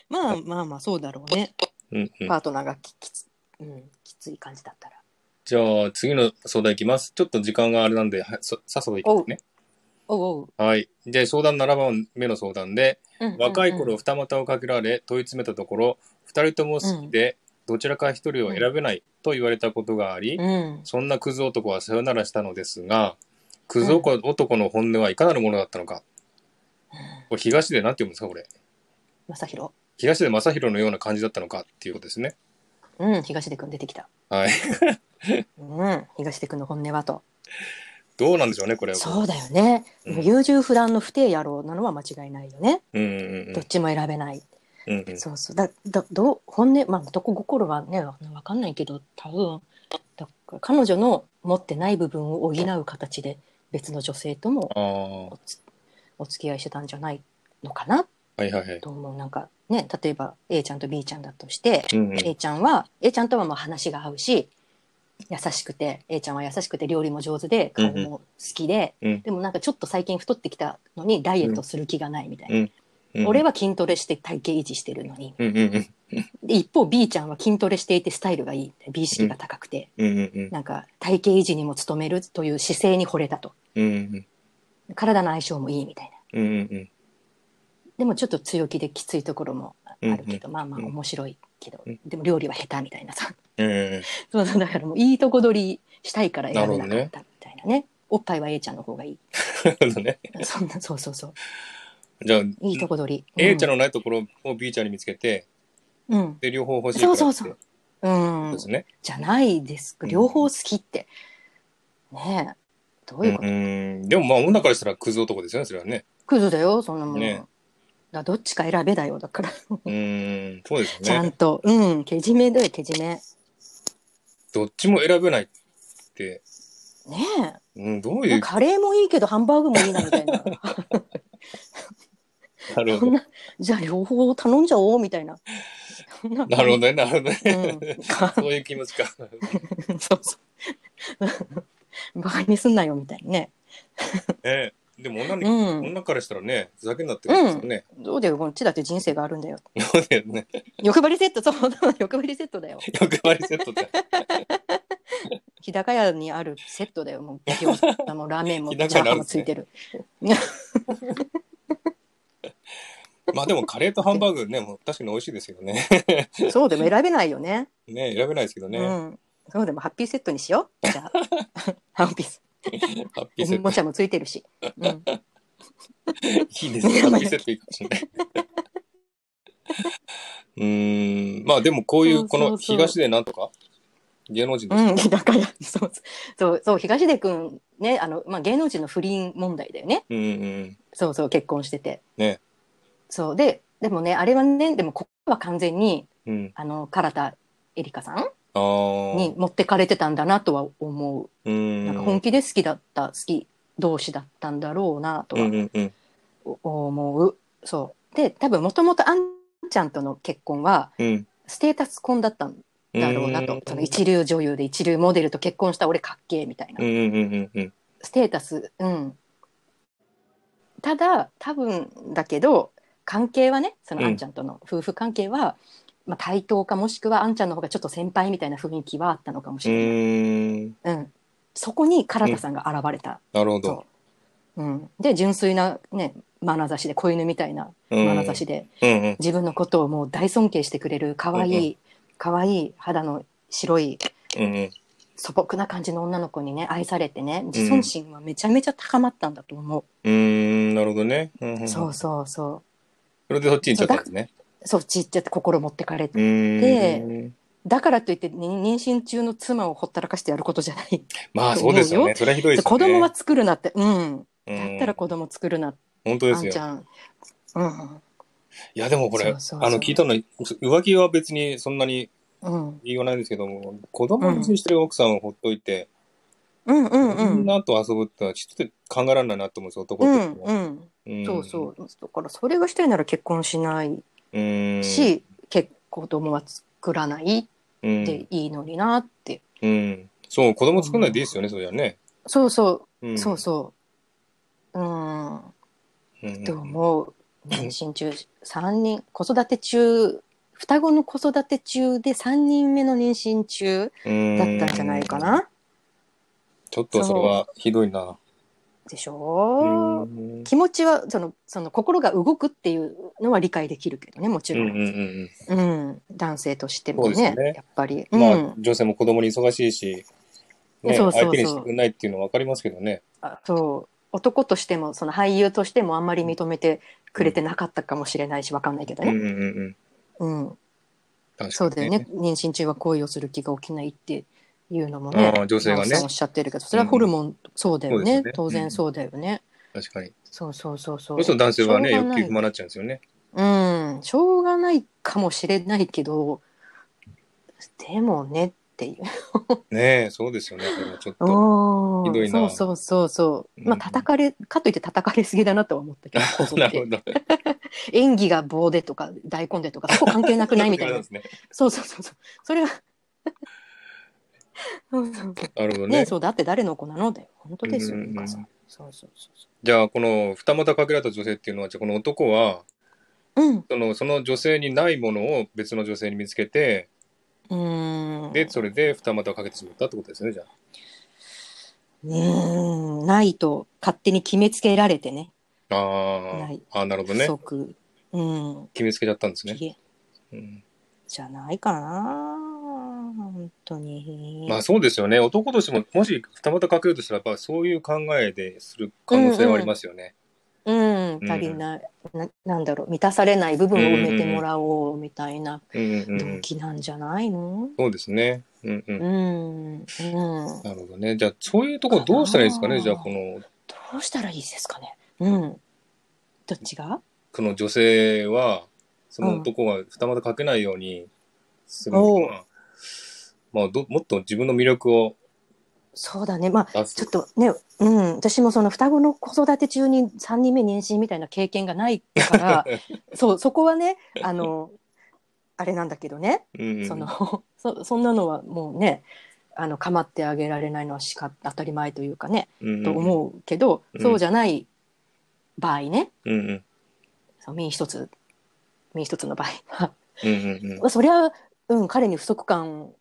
S2: まあまあまあそうだろうね
S1: うんうん
S2: パ。ートナーがききつ,、うん、きつい感じだったら
S1: じゃあ、次の相談いきます。ちょっと時間があれなんで、はいそさっさといきますね。
S2: おうおう、
S1: はい。じゃあ、相談7番目の相談で、
S2: うん
S1: 若い頃二股をかけられ問い詰めたところ二人とも好きでどちらか一人を選べないと言われたことがあり
S2: うんうん
S1: そんなクズ男はさよならしたのですがクズ男の本音はいかなるものだったのかこれ東でなんて読むんですかこれ
S2: 正弘
S1: 東で正宏のような感じだったのかっていうことですね
S2: うん東出くん出てきた
S1: はい
S2: うん東出くんの本音はと
S1: どうなんでしょうねこれは
S2: そうだよ
S1: う
S2: ね、
S1: ん
S2: 優柔不断の不定野郎なのは間違いないよね、
S1: うんうん
S2: どっちも選べない、
S1: うんうんうん
S2: そうそうだだどう本音まあ男心はねわかんないけど多分だから彼女の持ってない部分を補う形で別の女性とも
S1: ああは
S2: おつお付き合いしてたんじゃないのかない
S1: はいはい
S2: と思うなんかね例えば A ちゃんと B ちゃんだとして、
S1: うんうん
S2: A ちゃんは A ちゃんとはもう話が合うし優しくて A ちゃんは優しくて料理も上手で顔も好きで、
S1: うんうん
S2: でもなんかちょっと最近太ってきたのにダイエットする気がないみたいな、
S1: うん
S2: 俺は筋トレして体型維持してるのに
S1: うんうん
S2: で一方 B ちゃんは筋トレしていてスタイルがいい B 意識が高くて、
S1: うんうんうん
S2: なんか体型維持にも努めるという姿勢に惚れたと
S1: うんうん
S2: 体の相性もいいみたいな
S1: うんうん
S2: でもちょっと強気できついところもあるけど、まあまあ
S1: うん
S2: 面白いけど、
S1: うん
S2: でも料理は下手みたいなさ
S1: え
S2: そうそうだからもういいとこ取りしたいから選べな
S1: な
S2: か
S1: る
S2: ったみたいなねおっぱいは A ちゃんの方がいい
S1: えなるほどね
S2: そんなそうそうそう
S1: じゃあ
S2: いいとこ取り、
S1: A ちゃん
S2: の
S1: のないところを B ちゃんに見つけて
S2: うん、
S1: で両方欲しいからって
S2: そうそううん
S1: そうですね。
S2: じゃないです
S1: うん
S2: 両方好きってねえどういうこと、
S1: うんでもまあ女からしたらクズ男ですよね、それはね。
S2: クズだよそんなもん、
S1: ねえ
S2: だからどっちか選べだよだから、
S1: うん、そうです
S2: ちゃ
S1: よ
S2: ん
S1: ね。
S2: とうんけじめだよけじめ
S1: どっちも選べないって、
S2: ね
S1: うん、どう
S2: え
S1: い
S2: な
S1: うん
S2: か、カレーもいいけどハンバーグもいいなみたい
S1: <laughs>
S2: な
S1: なる
S2: そ
S1: ほど
S2: ん。なじゃあ両方頼んじゃおうみたいなそんな
S1: なるほどね、なるほどね。
S2: うんか
S1: <laughs> そういう気持ちか。
S2: <laughs> そうそう。 <laughs> バカにすんなよみたいにね。
S1: ね、でも女に、
S2: うん。
S1: 女からしたらね、ふざけんなってことですよね。
S2: どうだよ、こっちだって人生があるんだよ。
S1: そうだよね。
S2: 欲張りセット、そう、 <laughs> 欲張りセットだよ。
S1: <laughs> 欲張りセットだ。
S2: 日高屋にあるセットだよ。もう餃
S1: <laughs>
S2: 子もラーメンも
S1: 日
S2: チャ
S1: 高屋にある
S2: ーハン
S1: ん
S2: も
S1: で
S2: つ
S1: すね
S2: いてる。
S1: まあでもカレーとハンバーグね、もう確かに美味しいですよね。
S2: そうでも選べないよね。
S1: ね、選べないですけどね。
S2: うん。そうでもハッピーセットにしよう。じ
S1: <laughs>
S2: ゃあ。ハッピーセ
S1: ハッピーセッ
S2: ット。
S1: ト
S2: も。ちゃもついてるし。うん。
S1: いいです
S2: <laughs>
S1: ね。ハッピーセットいいかもしれない。 <laughs> うーん。まあでもこうい、
S2: そうう
S1: こ
S2: そうそう
S1: の東でなんとか芸能人です。
S2: うん、日高屋。そうそう、そう、東出くん、ね、あの、まあ、芸能人の不倫問題だよね。
S1: うんうん
S2: そうそう結婚してて。
S1: ね
S2: そうででもねあれはねでもここは完全に
S1: うん。うん。
S2: あの唐田エリカさん
S1: ああ。
S2: に持ってかれてたんだなとは思う、
S1: うん。
S2: なんか本気で好きだった好き同士だったんだろうなと
S1: う
S2: は
S1: んうんうん。
S2: 思う。そうで多分もともとあんちゃんとの結婚は
S1: うん。
S2: ステータス婚だったんだろうなと、その一流女優で一流モデルと結婚した俺かっけえみたいな、
S1: うんうんうんうん
S2: ステータスうんただ多分だけど関係はねその
S1: うん
S2: あんちゃんとの夫婦関係は、まあ、対等かもしくはあんちゃんの方がちょっと先輩みたいな雰囲気はあったのかもし
S1: う
S2: れない、
S1: ん。うーん。
S2: うんそこに唐田さんが現れた、
S1: なるほど。
S2: うんで純粋なね眼差しで子犬みたいな
S1: うん
S2: 眼差しで、
S1: うんうん。
S2: 自分のことをもう大尊敬してくれる可愛
S1: うん
S2: い可愛、い肌の白い
S1: うんうん。
S2: 素朴な感じの女の子にね愛されてね自尊心はめちゃめちゃ高まったんだと思う、
S1: うーん、なるほどね。うんうんうん
S2: そうそうそ
S1: それでそっちに行っちゃったんですね。
S2: うそっち行っちゃって心持ってかれ
S1: う
S2: て
S1: ーん。
S2: だからといって、ね、妊娠中の妻をほったらかしてやることじゃない、
S1: まあそうですよね。それはひどいですよ
S2: 子
S1: ね。
S2: 供は作るなってうん
S1: うん、
S2: だったら子供作るな、
S1: 本当で
S2: あ
S1: す
S2: ん
S1: よ
S2: ち。ゃんうん
S1: いやでもこれ、
S2: そうそうそう
S1: あの聞いたの、浮気は別にそんなに
S2: うん
S1: 言わないんですけども、子供にしてる奥さんをほっといて、
S2: うんうんう
S1: みん
S2: ん
S1: なと遊ぶってのはちょっと考えられないなと思うんですよ、男
S2: う
S1: っ
S2: ん
S1: て、
S2: うん、
S1: ん
S2: そうそうだからそれがしたいなら結婚しない
S1: うん。うん。
S2: し、結子供は作らない
S1: うん、
S2: でいいのになって、
S1: うん。そう、子供作んないでいいですよね、そりゃね。
S2: そうそう
S1: うん、
S2: そうそう。うん、
S1: うん。うん。
S2: と思う。妊娠中3人、子育て中、双子の子育て中で3人目の妊娠中だったんじゃないかな、
S1: ちょっとそれはひどいな。
S2: でし
S1: う
S2: ょう、
S1: ん。
S2: 気持ちはその、その心が動くっていうのは理解できるけどね、もち
S1: うんう
S2: ろ。
S1: んうんん。
S2: うん、男性としても
S1: そうで
S2: ね、
S1: すね
S2: やっぱり。
S1: まあ、
S2: うん
S1: 女性も子供に忙しいし、ね、
S2: そうそうそう
S1: 相手にしてくれないっていうのは分かりますけどね。
S2: あそう。男としても、その俳優としてもあんまり認めてくれてなかったかもしれないし、わかんないけど
S1: うん
S2: ね。
S1: うんうん
S2: うん。
S1: うん。
S2: そうだよね。妊娠中は恋をする気が起きないっていうのもね
S1: ああ女性がね
S2: 奈緒さんおっしゃってるけどそれはホルモン、そうだよ
S1: そう
S2: ね
S1: ですね
S2: 当然そうだよね、
S1: 確かに。
S2: そうそうそうそ
S1: そううすると男性はね、
S2: しょう
S1: 欲
S2: がな
S1: 求
S2: い
S1: 不満になっちゃうんですよね。
S2: うんしょうがないかもしれないけどでもねっていう
S1: ねえ、そうですよね。これはちょっと。
S2: お
S1: ひどいな
S2: そうそうそうそう
S1: う
S2: まあ
S1: ん
S2: 叩かれかといって叩かれすぎだなとは思ったけどこ
S1: <laughs>
S2: ぞ
S1: な
S2: っ
S1: るほ
S2: て
S1: ど。
S2: 演技が棒でとか大根でとかそこ関係なくないみたい
S1: <laughs> そううことん
S2: な
S1: ですね。
S2: そうそうそうそうそれは <laughs> そうそう
S1: なるほど
S2: ね
S1: ね。
S2: そうだって誰の子なのだよ本当ですよ、
S1: うんうんうん
S2: お母さんそうそうそうそ
S1: じゃあ、この二股かけられた女性っていうのは、じゃあこの男は、
S2: ううん
S1: そのその女性にないものを別の女性に見つけて、
S2: うーん
S1: で、それで二股をかけてしまったってことですね、じゃあ。
S2: うーんないと勝手に決めつけられてね
S1: あ
S2: ない
S1: あ、あーなるほどね。
S2: 即うん
S1: 決めつけちゃったんですね。
S2: 消
S1: う
S2: え
S1: ん
S2: じゃないかな本当に
S1: まあそうですよね。男としても、もし二股かけるとしたらば、そういう考えでする可能性はありますよね。
S2: うん足りない、ななんだろう満たされない部分を埋めてもらおうみたいな
S1: うんうんうん
S2: 動機なんじゃないの
S1: そうですね。うんう。
S2: うんん、うん、ど
S1: なるほどね。じゃあ、そういうところどうしたらいいですかね。
S2: かな
S1: じゃあ、この、
S2: うしたらいいですかねうんどっちが
S1: この女性は、その男が二股かけないようにするのかなまあど、もっと自分の魅力を
S2: そうだね。まあ、
S1: あ
S2: ちょっとね、うん、私もその双子の子育て中に3人目妊娠みたいな経験がない
S1: <laughs>
S2: から、そう、そこはね、あの、あれなんだけどね、
S1: うん
S2: その、そそんなのはもうね、あの、構ってあげられないのはしか当たり前というかね、
S1: うん
S2: と思うけど、
S1: うん
S2: そうじゃない場合ね、
S1: うんうん
S2: その身一つ、身一つの場合 <laughs> は、
S1: うんうん
S2: まあそりゃ、うん、彼に不足感、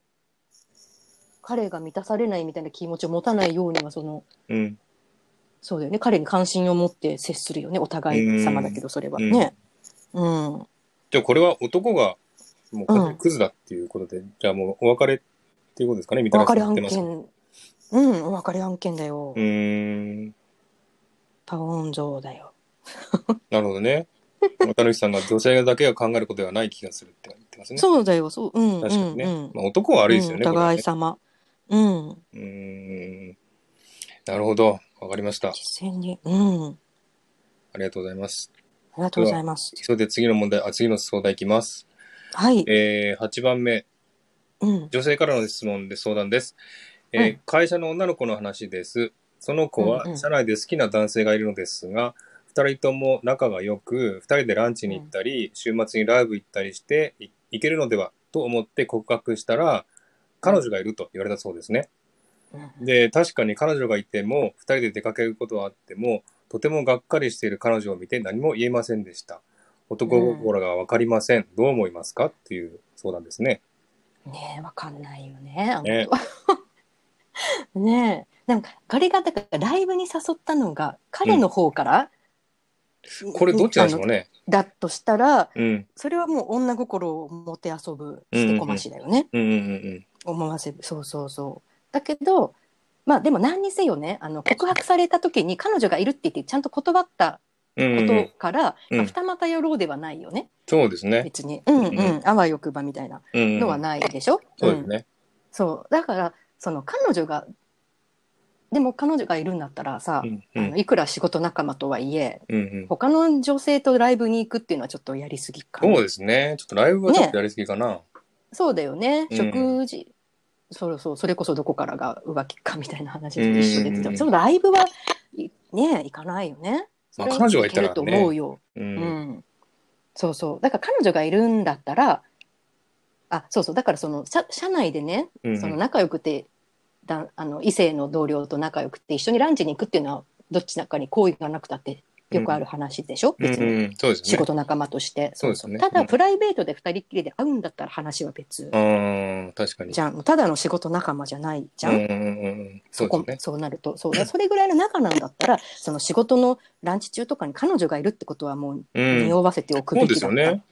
S2: 彼が満たされないみたいな気持ちを持たないようには、その、
S1: うん
S2: そうだよね。彼に関心を持って接するよね。お互い様だけど、それはね。うん。
S1: じゃあこれは男がもう完全
S2: う
S1: に
S2: ん
S1: クズだっていうことで、じゃあもうお別れっていうことですかねみ
S2: お
S1: たいな
S2: 別れ
S1: 言っ
S2: 案
S1: てますう
S2: 件。うん、お別れ案件だよ。
S1: ーん
S2: パオン像だよ。
S1: なるほどね渡辺さんが女性だけが考えることではない気がするって言ってますね
S2: そうだよ、そう。うん、
S1: 確かにね、
S2: うんうん
S1: まあ、男は悪いですよ
S2: う
S1: ね、
S2: んお
S1: これは
S2: 互
S1: ね
S2: い様。うん。
S1: うーんなるほどわかりました
S2: 実践に。うん。あ
S1: ありがとうございます
S2: りがとうございます。
S1: それで次の問題あ次の相談いきます
S2: はい。
S1: えー、8番目
S2: うん。
S1: 女性からの質問で相談です、えー
S2: うん
S1: 会社の女の子の話ですその子
S2: うんう
S1: は
S2: ん
S1: 社内で好きな男性がいるのですが、2人とも仲が良く2人でランチに行ったり、週末にライブ行ったりしてい行けるのではと思って告白したら彼女がいると言われたそうですね
S2: うん
S1: で確かに彼女がいても2人で出かけることはあってもとてもがっかりしている彼女を見て何も言えませんでした男心が分かりません、どう思いますかっていう相談ですね
S2: ねえ、わかんないよね。あの
S1: ね
S2: 子は <laughs> ねえ。なんか、彼が、だからライブに誘ったのが、彼の方から、
S1: これどっちなんでしょう
S2: あの
S1: ね
S2: だとしたら、
S1: うん
S2: それはもう女心をもてあそぶ捨てこましだよね、
S1: うんうんうん
S2: 思わせるそうそうそうだけどまあでも何にせよねあの告白された時に彼女がいるって言ってちゃんと断った
S1: うんうん
S2: こ
S1: うんうん
S2: とから、
S1: うん
S2: まあ二股野郎ではないよね
S1: そうですね。
S2: 別にうんう
S1: う
S2: ん、
S1: んうん
S2: あわよくばみたいな
S1: うんうん
S2: のはないでしょ、
S1: そうで
S2: ん
S1: すね。
S2: そうだからその彼女がでも彼女がいるんだったらさ、
S1: うんう
S2: あの
S1: ん
S2: いくら仕事仲間とはいえ
S1: うん
S2: 他の女性とライブに行くっていうのはちょっとやりすぎ
S1: う
S2: か
S1: ん。
S2: な
S1: そうですね。ちょっとライブはちょっとやりすぎかな。
S2: そうだよね、
S1: うん
S2: 食事そうそうそれこそどこからが浮気かみたいな話と
S1: うんうんうん
S2: 一緒で、そのライブはいね行かないよね。
S1: まあ
S2: それは
S1: 彼女がいたらね
S2: 行けると思うよ、
S1: う
S2: うん
S1: ん。
S2: そうそうだから彼女がいるんだったらあそうそうだからその社社内でね
S1: うん
S2: その仲良くて、だあの異性の同僚と仲良くて一緒にランチに行くっていうのはどっちなんかに好意がなくたってよくある話でしょ、
S1: うん
S2: 別に。
S1: うん。そうですね。
S2: 仕事仲間として、
S1: そうですね
S2: た
S1: うん
S2: だプライベートで二人っきりで会うんだったら話は
S1: う
S2: 別、
S1: ん。確かに。
S2: じゃんただの仕事仲間じゃないじゃん、
S1: うんうんうんうん。そ
S2: そう
S1: で
S2: こ
S1: すね。
S2: そうなるとそうだそれぐらいの仲なん
S1: <laughs>
S2: だったらその仕事のランチ中とかに彼女がいるってことはもう
S1: うん。
S2: 匂わせておくべ
S1: そうで
S2: き
S1: す
S2: だ
S1: よ
S2: った、
S1: ね。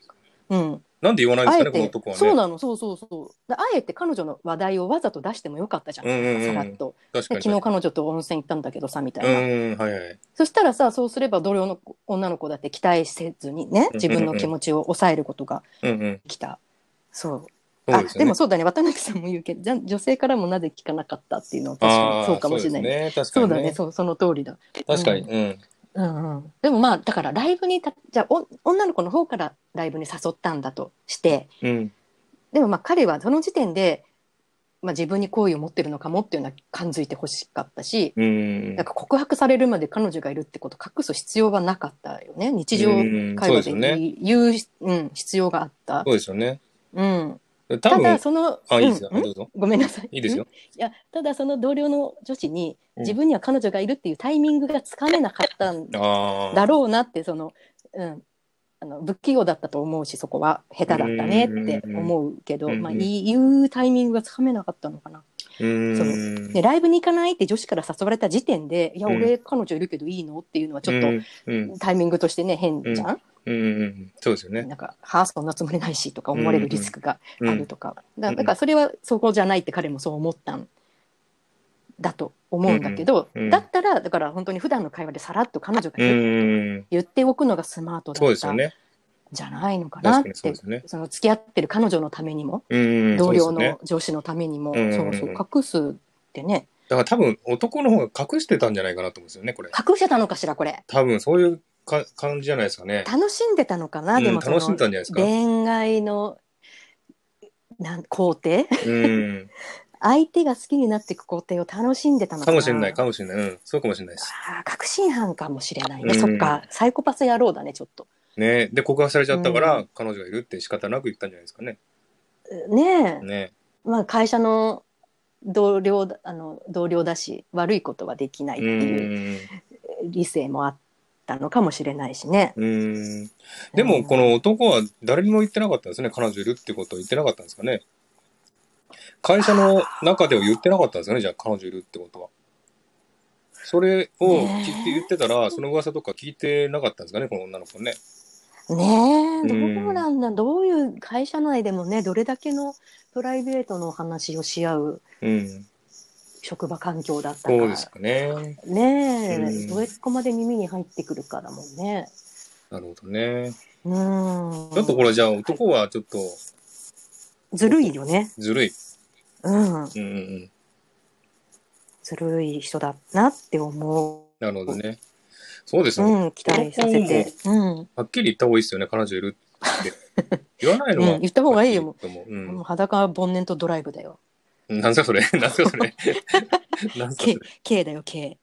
S2: うん、
S1: なんで言わないん
S2: あ
S1: です
S2: え
S1: かね、この
S2: て
S1: 男はね。
S2: そうなのそうそうそうだあえて彼女の話題をわざと出してもよかったじゃん、
S1: うんうんうん
S2: さらっと
S1: 確か
S2: で
S1: に。
S2: 昨日彼女と温泉行ったんだけどさみたいな、
S1: うんうん。はいはい。
S2: そしたらさそうすれば同僚の女の子だって期待せずにね自分の気持ちを抑えることが
S1: うんうん。
S2: できた、そう
S1: そう
S2: あ
S1: です
S2: で
S1: よね
S2: も。そうだね渡辺さんも言うけどじゃ女性からもなぜ聞かなかったっていうのは確か
S1: あ
S2: に
S1: ー
S2: そうかもしれない
S1: そうですね。確か
S2: そ
S1: に。
S2: うだね。そうその通りだ、
S1: 確かに。うん。
S2: うんうん、でもまあだからライブにたじゃあお女の子の方からライブに誘ったんだとして
S1: うん。
S2: でもまあ彼はその時点で、まあ、自分に好意を持ってるのかもっていうのは感づいてほしかったし、
S1: うん
S2: なん。か告白されるまで彼女がいるってこと隠す必要はなかったよね日常
S1: うん
S2: 会話で
S1: そうですよ
S2: 言う,、うん必要があった
S1: そ、うですよね。
S2: うん、
S1: 多
S2: ただ
S1: 分、
S2: その
S1: あ、いいですよ。
S2: うん
S1: どうぞ。
S2: ごめんなさい。
S1: いいですよ
S2: ん。。いや、ただその同僚の女子に、
S1: うん
S2: 自分には彼女がいるっていうタイミングがつかめなかったんだ
S1: ああ。
S2: ろうなって、その、うん、あの、不器用だったと思うし、そこは下手だったねって思うけど、
S1: うん
S2: まあ、
S1: うん
S2: 言うタイミングがつかめなかったのかな。
S1: うん。
S2: そので、ライブに行かないって女子から誘われた時点で、いや、
S1: うん
S2: 俺、彼女いるけどいいのっていうのはちょっ
S1: う
S2: と、
S1: んうん。
S2: タイミングとしてね、変じゃん、
S1: うんうんうん、そうですよね。
S2: なんか、はあ、そんなつもりないしとか思われるリスクが
S1: う
S2: ある
S1: ん、
S2: とか、だだからそれはそこじゃないって彼もそう思ったんだと思うんだけど、
S1: うんうんうん
S2: だったらだから本当に普段の会話でさらっと彼女が
S1: うん
S2: 言,、
S1: うん、
S2: っておくのがスマート
S1: そう
S2: だっ
S1: です
S2: た
S1: よ
S2: ん
S1: ね。
S2: じゃないのかなっ
S1: 確か
S2: て
S1: に
S2: そ
S1: そうですよね。
S2: の付き合ってる彼女のためにも、
S1: うんうん、
S2: 同僚
S1: そうですよね
S2: の上司のためにも、
S1: うんうん
S2: そううんそう隠すってね
S1: だから多分男の方が隠してたんじゃないかなと思うんですよね、これ。
S2: 隠してたのかしらこれ
S1: 多分そういうか感じじゃないですかね。
S2: 楽しんでたのかな、
S1: うん
S2: でもその
S1: 楽しんでたんじゃないですか
S2: 恋愛のなん工程 <laughs>
S1: うん。
S2: 相手が好きになっていく工程を楽しんでたの
S1: かもしれない、
S2: か
S1: かもしれない。うん、そうかもしれないです。
S2: あー確信犯かもしれないね、
S1: うん
S2: そっかサイコパス野郎だねちょっと
S1: ねで、告白されちゃったか
S2: う
S1: ら、彼女がいるって仕方なく言ったんじゃないですかね。
S2: ねえ
S1: ね
S2: まあ会社の同僚だあの同僚だし悪いことはできないっ
S1: う
S2: ていう
S1: ーん。
S2: 理性もあったのかもしれないしね。
S1: うーん。でも、この男は誰にも言ってなかったんですね。彼女いるってことを言ってなかったんですかね。会社の中では言ってなかったんですよね。じゃあ、彼女いるってことは。それを聞い
S2: ねえ
S1: て言ってたら、その噂とか聞いてなかったんですかね、この女の子ね。
S2: ねえど
S1: うん
S2: うなんだどういう会社内でもねどれだけのプライベートのお話をし合う
S1: うん。
S2: 職場環境だったか
S1: そうですかね。
S2: ねえ、
S1: うん
S2: どうやってここまで耳に入ってくるかだもんね。
S1: なるほどね。
S2: うん
S1: ちょっとこれじゃあ、男はちょっと
S2: ずるいよね。
S1: ずるい。
S2: うん、
S1: うんうんうん。
S2: ずるい人だなって思う。
S1: なるほどね。そうですね。
S2: うん、期待させて。うん、
S1: はっきり言った方がいいですよね、彼女いる
S2: <laughs>
S1: って。言わないの
S2: う
S1: は。
S2: ん言った方がいいよ
S1: はっきり言っても
S2: もう裸はボンネットドライブだよ。
S1: うん。なんす
S2: <laughs>
S1: かそれなんすかそれなんすかそれ
S2: K, K だよ K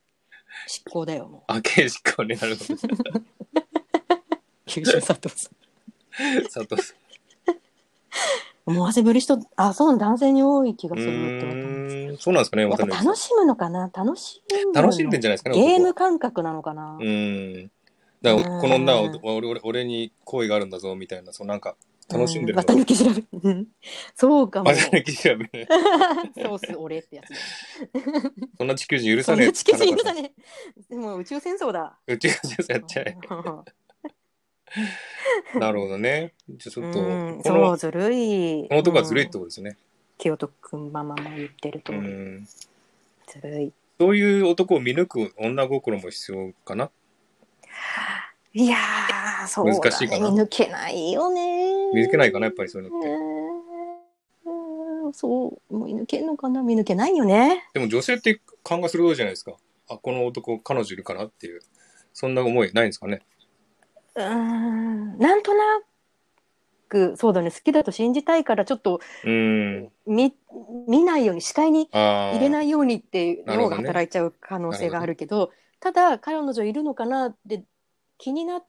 S2: 執行だよも
S1: あ、刑事かね、なるほ
S2: <laughs>
S1: ど。
S2: う九州
S1: <laughs>
S2: 佐藤さ
S1: 佐藤さん。
S2: ん思わせぶり人あそう男性に多い気が
S1: う
S2: するってこと
S1: ーん、そうなんですかね、
S2: や
S1: わ
S2: っ
S1: か
S2: ぱ
S1: んないです
S2: 楽しむのかな楽しむの
S1: 楽しんでんじゃないですかね、
S2: ゲー
S1: 男
S2: ム
S1: は
S2: 感覚なのかな、
S1: うん。だから、この女は俺俺俺に好意があるんだぞ、みたいな、そうなんか、楽しんでる
S2: ま
S1: の
S2: た抜き調べうんそうかも
S1: <laughs> まさに記者め。
S2: ソース俺っ
S1: <laughs>
S2: てやつ
S1: そんな地球人許
S2: そ
S1: さ
S2: ん
S1: ねえ。
S2: な地球人許さ
S1: え。
S2: ねえもう宇宙戦争だ
S1: 宇宙人やっちゃえ。なるほどね。じゃあち
S2: う
S1: ょっと、こ
S2: ん
S1: の、
S2: そうずるい
S1: この男はずるいってこ
S2: うん
S1: とですね。
S2: 清人君ママも言ってる
S1: う
S2: と
S1: ん。
S2: ずるい
S1: そういう男を見抜く女心も必要かな。
S2: いやー、そうだ、ね、
S1: 難しいかな
S2: 見抜けないよね。
S1: 見抜けないかな、やっぱりそういうのっ
S2: う
S1: て。
S2: ーんそう、もう見抜けんのかな見抜けないよね。
S1: でも女性って勘が鋭いじゃないですか。あ、この男、彼女いるかなっていう。そんな思いないんですかね。
S2: うーん、なんとなく、そうだね、好きだと信じたいから、ちょっと
S1: うん。
S2: 見見ないように、視界に
S1: ああ。
S2: 入れないようにっていう
S1: なる
S2: 脳
S1: ほど
S2: が
S1: ね
S2: 働いちゃう可能性があるけど、ただ、彼女いるのかなって気になっ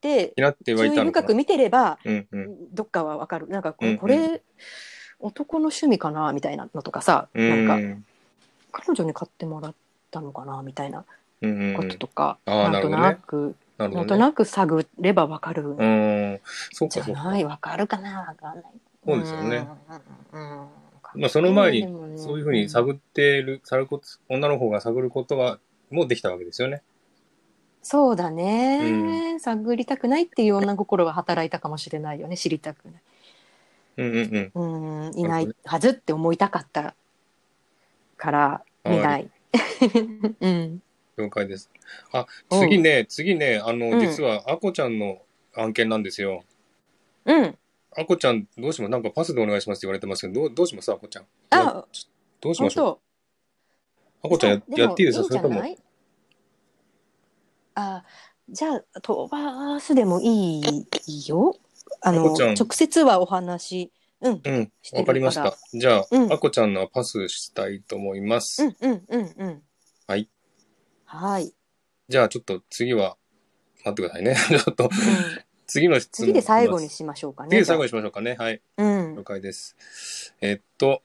S2: て
S1: に、なっては
S2: 注
S1: い
S2: 意
S1: たのか
S2: 深く
S1: な。
S2: 見てれば、
S1: うんうん。
S2: どっかはわかるなんかこ
S1: うん
S2: う
S1: うん
S2: これ、男の趣味かなみたいなのとかさ、
S1: うん。
S2: なんか彼女に買ってもらったのかなみたいな
S1: うんうん
S2: こ
S1: うん
S2: ととか、
S1: うんあー
S2: なんとなく
S1: な
S2: な,、
S1: るほ
S2: ん
S1: ど
S2: と
S1: ね。
S2: なく探ればわかるん
S1: うん。そう
S2: じ
S1: か
S2: ゃ
S1: そう
S2: な
S1: か。
S2: いわかるかなわかんない
S1: そうですよね
S2: うんうんうん
S1: まあその前に
S2: でもね
S1: そういうふうに探ってる、探る女の方が探ることが、もうできたわけですよね。
S2: そうだね、探りたくないっていう女心が働いたかもしれないよね知りたくない
S1: うんうんうん。
S2: うんいないはずって思いたかったから見ないうん
S1: 了解です。あ、
S2: う
S1: <laughs>
S2: ん
S1: 次ね、次ね、あの、
S2: うん
S1: 実は、あこちゃんの案件なんですよ。
S2: うん。
S1: あこちゃん、どうしますなんかパスでお願いしますって言われてますけど、どうどうしますあこちゃん。いや
S2: あ、
S1: どうし
S2: 本
S1: ましょう
S2: 当。
S1: あこちゃんや
S2: でも
S1: やっていいですか
S2: ん
S1: そ
S2: じゃ
S1: れとも
S2: な。いあ、じゃあ飛ばすでもいいよ。あ
S1: あ
S2: の
S1: こちゃん
S2: 直接はお話。うん
S1: うん
S2: し、てるから
S1: わかりました。じゃあ、
S2: うん
S1: あこちゃんのはパスしたいと思います。
S2: うんうんうんうん。
S1: はい。
S2: はい。
S1: じゃあ、ちょっと次は、待ってくださいね。 <laughs> ちょっと、
S2: うん
S1: 次の質問。
S2: 次で最後に。しましょうかね。
S1: 次で最後にしましょうかね。はい。
S2: じゃあうん
S1: 了。解です。えっと、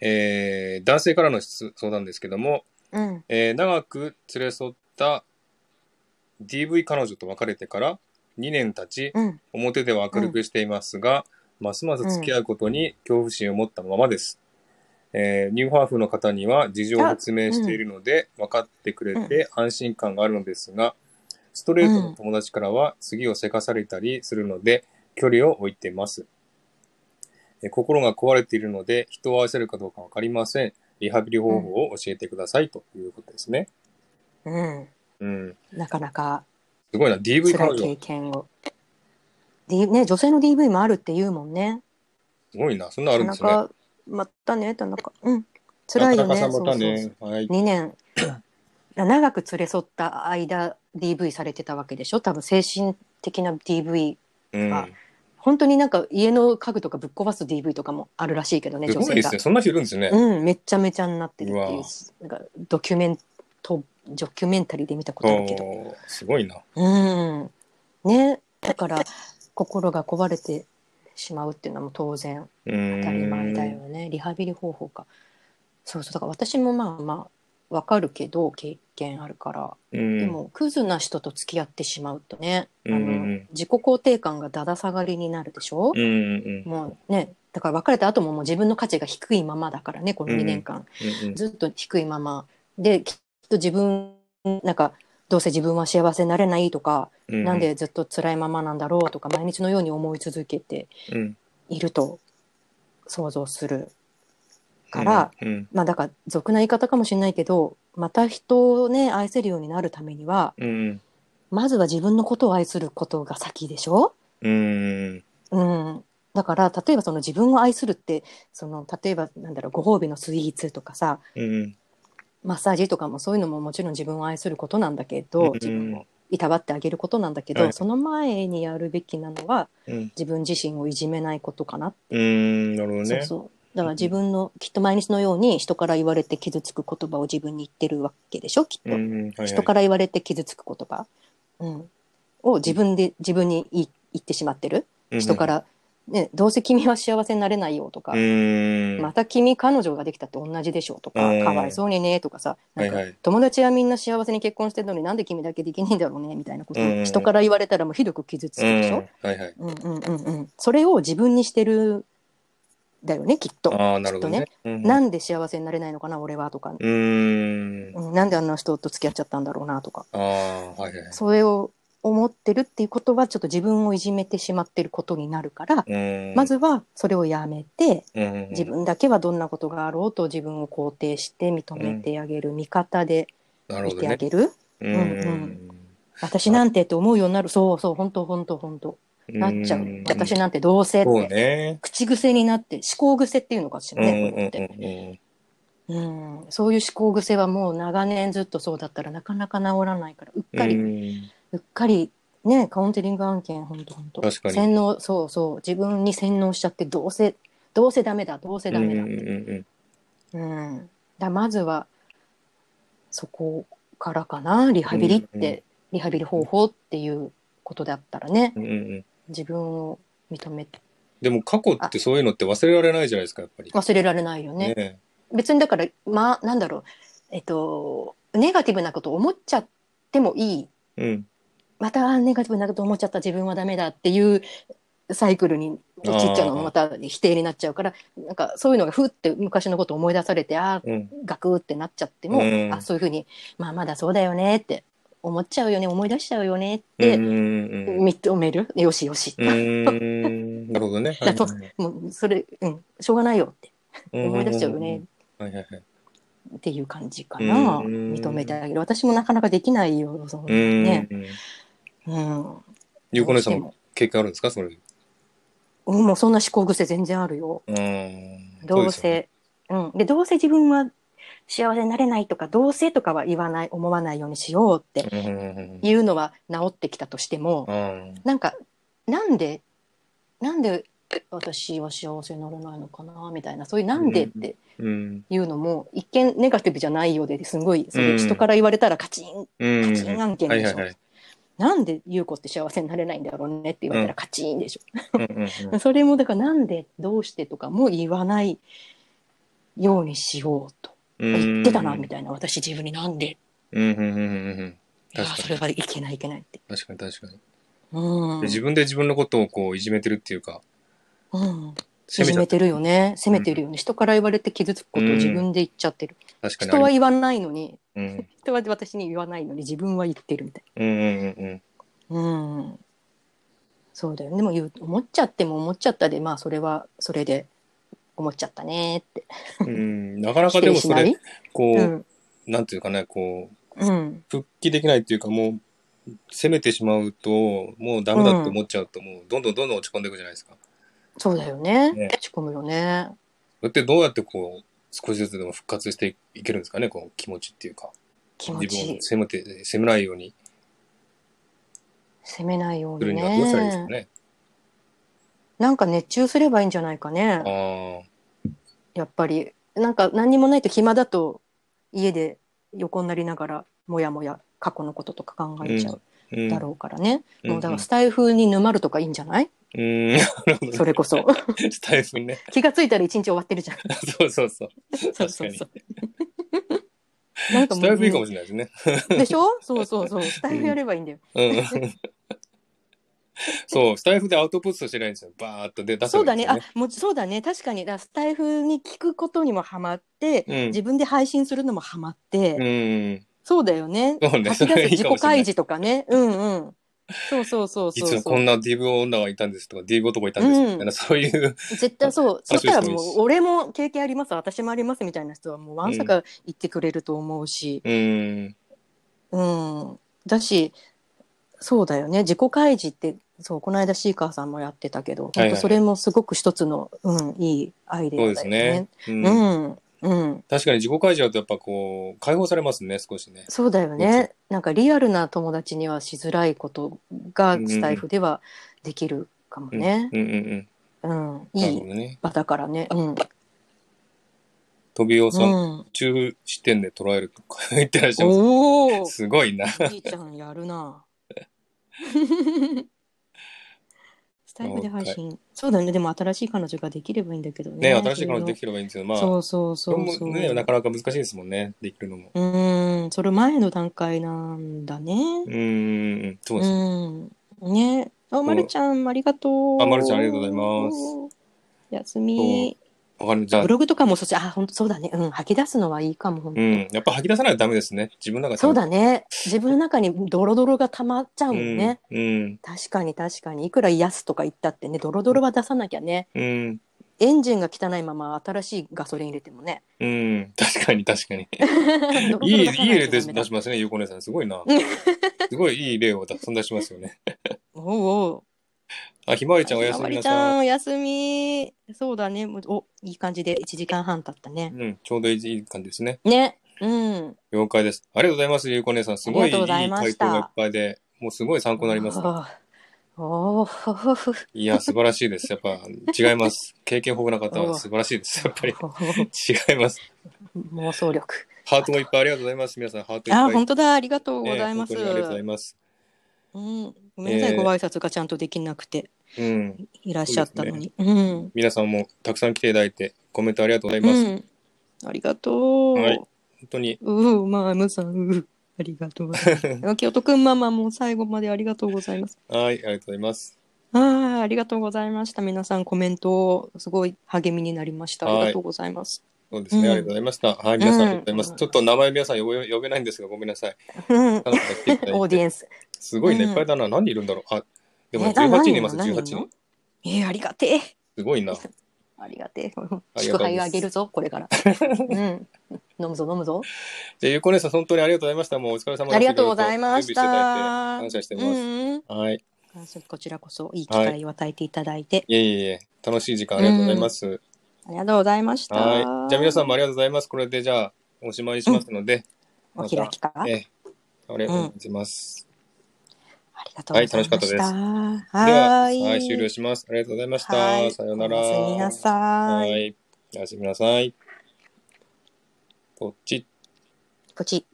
S1: えー、男性からの質相談ですけども、
S2: うん。
S1: えー長く連れ添った DV 彼女と別れてから2年経ち
S2: うん。
S1: 表では明るくしていますが、ますます付き合うことに恐怖心を持ったままです、えーニューハーフの方には事情を説明しているので分かってくれて安心感があるのですがストレートの友達からは次をせかされたりするので距離を置いていますえー心が壊れているので人を愛せるかどうか分かりませんリハビリ方法を教えてくださいということですね。
S2: うん。
S1: うん。
S2: なかなか
S1: すごいな。DV 彼
S2: 辛
S1: 女
S2: い。経験を。D ね女性の DV もあるって言うもんね。
S1: すごいな。そんなのあるん
S2: な
S1: で
S2: か
S1: すね。
S2: なかまたね田中。うん。辛いよね。
S1: なかなかさんまた
S2: そうそうそう
S1: ね。はい。
S2: 2年 <clears throat> 長く連れ添った間 DV されてたわけでしょ多分精神的な DV
S1: うん。
S2: あ本当になんか家の家具とかぶっ壊す DV とかもあるらしいけどね
S1: す
S2: 女
S1: ごい
S2: 性
S1: で
S2: が
S1: すね。そんな人いるんですね。
S2: うん、めっちゃめちゃになってるって
S1: う
S2: い
S1: わ
S2: うなんかドキュメントドキュメンタリーで見たことあるけど
S1: おーすごいな。
S2: うんねだから心が壊れてしまうっていうのはもう当然
S1: うーん。
S2: 当たり前だよねリハビリ方法かそうそうだから私もまあまあわかるけど経験あるから、
S1: うん。
S2: でもクズな人と付き合ってしまうとね、
S1: うん
S2: あ
S1: うんう
S2: の
S1: ん
S2: 自己肯定感がだだ下がりになるでしょ、
S1: うんうんうん。
S2: もうねだから別れた後ももう自分の価値が低いままだからねこの2年間、
S1: うんうん
S2: ずっと低いままできっと自分なんかどうせ自分は幸せになれないとか、
S1: う
S2: なんでずっと辛いままなんだろうとか毎日のように思い続けて
S1: うん
S2: いると想像するから、
S1: うん
S2: まあだから俗な言い方かもしれないけどまた人をね愛せるようになるためには
S1: うん
S2: まずは自分のことを愛することが先でしょ
S1: うんうん
S2: うんだから例えばその自分を愛するってその例えばなんだろうご褒美のスイーツとかさ
S1: うん
S2: マッサージとかもそういうのももちろん自分を愛することなんだけど、
S1: うん
S2: 自分をいたわってあげることなんだけど、
S1: はい
S2: その前にやるべきなのは
S1: うん
S2: 自分自身をいじめないことかな、
S1: うんなるほど
S2: そう
S1: ね。
S2: そうだから自分のきっと毎日のように人から言われて傷つく言葉を自分に言ってるわけでしょきっと、
S1: うんうんはいはい
S2: 人から言われて傷つく言葉、うん、を自分で自分に言い言ってしまってる人か。ら、ね、どうせ君は幸せになれないよとか、
S1: うんうん。
S2: また君彼女ができたって同じでしょとか、
S1: うん
S2: かわいそうにねとかさなんか
S1: はいはい
S2: 友達はみんな幸せに結婚してるのになんで君だけできないんだろうねみたいなこと
S1: うん
S2: 人から言われたらもうひどく傷つくでしょ、
S1: うんはいはい。
S2: うん、うんうんうんそれを自分にしてるだよねきっと
S1: ああ、なるほどね。うんうん
S2: なんで幸せになれないのかな俺はとか、
S1: うーん。
S2: うんなんであんな人と付き合っちゃったんだろうなとか
S1: ああ、はいはい。
S2: それを思ってるっていうことはちょっと自分をいじめてしまってることになるから、
S1: うん
S2: ま、ずはそれをやめて、
S1: うん
S2: 自分だけはどんなことがあろうと自分を肯定して認めてあげる、味方で
S1: なる
S2: 見
S1: ほど
S2: てあ
S1: ね。
S2: げる
S1: う
S2: 私なんてって思うようになるそうそう本当本当本当
S1: ん
S2: なっちゃう、
S1: ん
S2: 私なんてどうせって、
S1: そうね。
S2: 口癖になって思考癖っていうのかしら
S1: うんうん
S2: ね、こういうのって、
S1: うん
S2: うん、そういう思考癖はもう長年ずっとそうだったらなかなか治らないからうっ
S1: う。
S2: かり、うんっかりねカウンセリング案件本当本当
S1: 確かに
S2: 洗脳そうそう自分に洗脳しちゃってどうせどうせダメだどうせダメだって、
S1: うんうんうん
S2: うん、だからまずはそこからかなリハビリって、
S1: うんうん
S2: リハビリ方法っていうことだったらね
S1: うんうんうん
S2: 自分を認め
S1: でも過去ってそういうのって忘れられないじゃないですか、やっぱり。
S2: 忘れられないよね
S1: ね
S2: 別にだからまあなんだろうえっとネガティブなこと思っちゃってもいい
S1: うん。
S2: またネガティブなこと思っちゃった自分はダメだっていうサイクルに陥っちゃう
S1: あ
S2: の
S1: ー
S2: もまた否定になっちゃうからなんかそういうのがふって昔のこと思い出されてああ
S1: うん。
S2: ガクってなっちゃっても、
S1: うん
S2: あそういうふうに、まあ、まだそうだよねって思っちゃうよね思い出しちゃうよねっ
S1: う
S2: て
S1: んうんうん
S2: 認める、よしよし、
S1: うーんなるほど
S2: <laughs>
S1: ね。
S2: だともうそれ、うん、しょうがないよって思い出しちゃうよね
S1: はいはいはい。
S2: っていう感じかな、
S1: うん
S2: 認めてあげる私もなかなかできないよそんな
S1: うんうんうん。
S2: ね。うん
S1: ゆうこねさん
S2: どう
S1: も経験あるんですかそれ。うん。
S2: してもうんもうそんな思考癖全然あるよど
S1: そ
S2: う
S1: ですよね。
S2: せう、ん、でどうせ自分は幸せになれないとかどうせとかは言わない思わないようにしようって
S1: うんうんうんうん
S2: いうのは治ってきたとしても、
S1: うん
S2: なんかなんでなんで私は幸せになれないのかなみたいなそういう「なんで」って
S1: うん
S2: いうのも一見ネガティブじゃないようでですごいそれ
S1: うん
S2: 人から言われたらカチン
S1: うん
S2: カチン案件
S1: はい
S2: で
S1: は
S2: し
S1: い
S2: ょ
S1: はい。
S2: なんで優子って幸せになれないんだろうねって言われたらカチンでし
S1: う
S2: ょ
S1: んうんうん
S2: それもだからなんでどうしてとかも言わないようにしようと言ってたなみたいな私自分になんで
S1: うんうんうんうんうん。
S2: いや
S1: 確かに
S2: それはいけないいけないって
S1: 確かに確かに。
S2: うん、
S1: 自分で自分のことをこういじめてるっていうか、
S2: うん、い
S1: 責
S2: じ
S1: め
S2: め
S1: ちゃ
S2: てるよね責めてるよね人から言われて傷つくことを自分で言っちゃってる
S1: 確かに
S2: 人
S1: あ
S2: は
S1: り
S2: 言わないのに
S1: うん
S2: 人は私に言わないのに自分は言ってるみたい
S1: うんうんうん
S2: なうんそうだよねでも言う思っちゃっても思っちゃったでまあそれはそれで思っちゃったねって <laughs>
S1: うんうん。なかなか
S2: 否
S1: で
S2: 定
S1: もそ
S2: しない
S1: れ、こ
S2: う
S1: う、
S2: ん、
S1: なんていうかね、こう、
S2: うん、
S1: 復帰できないっていうか、もう、責めてしまうと、もうダメだって思っちゃうと、もう、どんどんどんどん落ち込んでいくじゃないですか。
S2: そうだよね
S1: ね
S2: 落ち込むよね
S1: それってどうやってこう、少しずつでも復活していけるんですかね、この気持ちっていうか。
S2: 気持
S1: 自
S2: ちい
S1: 分
S2: い
S1: を責めて、責めないように
S2: 責めないよう
S1: する
S2: に
S1: にはどうしたらいいですか
S2: ね
S1: ね。
S2: なんか熱中すればいいんじゃないかね
S1: あ。ー
S2: やっぱりなんか何にもないと暇だと家で横になりながらもやもや過去のこととか考えちゃう
S1: うん。
S2: だろうからね、
S1: うん
S2: もうだからスタイフに沼るとかいいんじゃない、
S1: うん。 <laughs> なるほどね
S2: それ
S1: <laughs>
S2: こそ
S1: スタイフにね。
S2: 気がついたら一日終わってるじゃん
S1: そうそうそう。
S2: そうそうそう <laughs> なんか
S1: ス
S2: も
S1: タイフいいか
S2: う
S1: もしれないですね。
S2: でしょそうそうそうスタイフやればいいんだよ、
S1: うん。そう、スタイフでアウトプットしてないんですよ。バーっとで出せ
S2: そう
S1: ば
S2: だ
S1: いいん
S2: ね
S1: ですよ
S2: あもうそうだね確かにだからスタイフに聞くことにもハマって、
S1: うん
S2: 自分で配信するのもハマって、
S1: うん。
S2: そうだよね
S1: そうね。
S2: 吐
S1: そ
S2: き出
S1: れ <laughs> い
S2: す
S1: い
S2: 自
S1: か
S2: 己
S1: もしれな
S2: 開
S1: い。
S2: 示とかね。うんうん。そうそうそう
S1: い
S2: そう
S1: つ
S2: そ
S1: こ
S2: う。
S1: んな DV 女がいたんですとか、DV 男がいたんですみたいな、そういう、
S2: 絶対そう。そ
S1: あ
S2: したら
S1: そう
S2: も
S1: です
S2: う
S1: そうで、す
S2: 俺も経験あります、私もありますみたいな人は、もうわんさか言ってくれると思うし、
S1: うん。
S2: うん。だし、そうだよね。自己開示って、そう、この間シーカーさんもやってたけど、
S1: いはい
S2: 本当それもすごく一つの、うん、いいアイデ
S1: そう
S2: ア
S1: で
S2: だ
S1: す
S2: よ
S1: ね
S2: ね。。
S1: うん
S2: うん。うん。
S1: 確かに自己開示だとやっぱこう、解放されますね、少しね。
S2: そうだよね。なんかリアルな友達にはしづらいことが
S1: うん
S2: スタイフではできるかも
S1: うん
S2: ね。
S1: うんうん
S2: うん。
S1: うん。ないる
S2: い
S1: ほどね。
S2: 場だからね。うん。
S1: 飛びをその
S2: うん、
S1: 中視点で捉えるとか言ってらっしゃいます。
S2: おお。
S1: すごいな。
S2: じいちゃんやるな。スタイルで配信。そうだね。でも新しい彼女ができればいいんだけどね。
S1: ね、新しい彼女できてればいいんですけど、まあ、
S2: そうそうそう
S1: そ
S2: そ
S1: れ
S2: う。
S1: もね、なかなか難しいですもんね、できるのも。
S2: うーん、それ前の段階なんだね
S1: う。ーん、そう
S2: う
S1: ですね。
S2: ん。ね。あ、まるちゃん、ありがとう。
S1: あまるちゃんありがとうございます
S2: 休み。
S1: わかる。じゃあ
S2: ブ、ログとかもそうし、あ、本当そうだね。うん、吐き出すのはいいかも。ほんと
S1: うん、やっぱ吐き出さないとダメですね。自分の中で。
S2: そうだね。自分の中にドロドロが溜まっちゃうもんね。
S1: うん。うん。
S2: 確かに確かにいくら癒すとか言ったってねドロドロは出さなきゃね
S1: うん。
S2: エンジンが汚いまま新しいガソリン入れてもね
S1: うん。確かに、確かに。
S2: ドロドロ
S1: <laughs> いい、い
S2: 出さなきゃ
S1: い例で
S2: ダメ
S1: 出
S2: だ
S1: しますね、ゆうこ姉さん。すご
S2: <laughs>
S1: いな。すごいいい例を出そんなしますよね。
S2: おうおう
S1: あ、ひまわりちゃんおや
S2: あ
S1: す
S2: ま
S1: み
S2: り
S1: な
S2: ちゃ
S1: さ
S2: んおやすみそうだねもうおいい感じで1時間半経った
S1: い。
S2: ね
S1: うん、ちょうどいい感じですね。
S2: ねうん
S1: 了解です。ありがとうございます、ゆうこ姉さん。すごい
S2: あ
S1: いい
S2: りがとうございま
S1: 回
S2: し
S1: 答
S2: た
S1: がいっぱいで、もうすごい参考になりますね、
S2: おおおほほほ
S1: いや、素晴らしいです。やっぱ、違い
S2: <laughs>
S1: ます。経験豊富な方は素晴らしいです。やっぱり、
S2: ほほほ
S1: 違います。
S2: 妄想力
S1: ハートもいっぱいありがとうございます。皆さん、ハートいっ
S2: あ
S1: ぱい。
S2: 本当だありがとう
S1: ね
S2: ございます、
S1: 本当にありがとうございます。
S2: うん、ごめんなさい、
S1: えー
S2: ご挨拶がちゃんとできなくて
S1: うん。
S2: いらっしゃったのにうん
S1: 皆さんもたくさん来ていただいて、コメントありがとうございます。
S2: うん。ありがとう。
S1: はい本当に、
S2: うう、マームさん、うう。ありがとう。 <laughs> きおとくんママも最後までありがとうございます。
S1: はい、ありがとうございます。
S2: ああ、ありがとうございました。皆さんコメントすごい励みになりました。
S1: はい
S2: ありがとうございます。
S1: そうですね、あ
S2: うん
S1: りがとうございました。はい、皆さんありがとうございます。
S2: うん
S1: ちょっと名前皆さん呼べ呼べないんですが、ごめんなさい。
S2: うん
S1: なかなか来ていただいて
S2: <laughs> オーディエンス。
S1: すごいね、
S2: うん
S1: いっぱいだな。何人いるんだろう。あ、でもね
S2: えな
S1: 18人
S2: 何
S1: います、
S2: 何
S1: 18人。
S2: えーありがてえ。
S1: すごいな。
S2: ありがてえ。
S1: ます
S2: 祝杯あげるぞ、こ
S1: <laughs>
S2: れから。うん。飲むぞ、飲むぞ。
S1: じゃあ、ゆうこ姉さん、本当にありがとうございました。もうお疲れ様でした。
S2: ありがとうございました。
S1: 準備していただいて感謝してます。
S2: うん
S1: はい。
S2: うんこちらこそ、いい機会を与えていただいて、
S1: いえいえいえ、楽しい時間ありがとうございます。
S2: ありがとうございました。
S1: はい。じゃあ、皆さんもありがとうございます。これで、じゃあ、おしまいにしますので、
S2: お開きか。あ
S1: え
S2: り
S1: え、ありがとうございます。
S2: がとうございました。
S1: では、
S2: は
S1: は
S2: ーい。
S1: い、終了します。ありがとうございまし
S2: は
S1: た。
S2: い
S1: さようなら。
S2: おやすみなさ。
S1: はいい。おやすみなさい。こっち。
S2: こっち。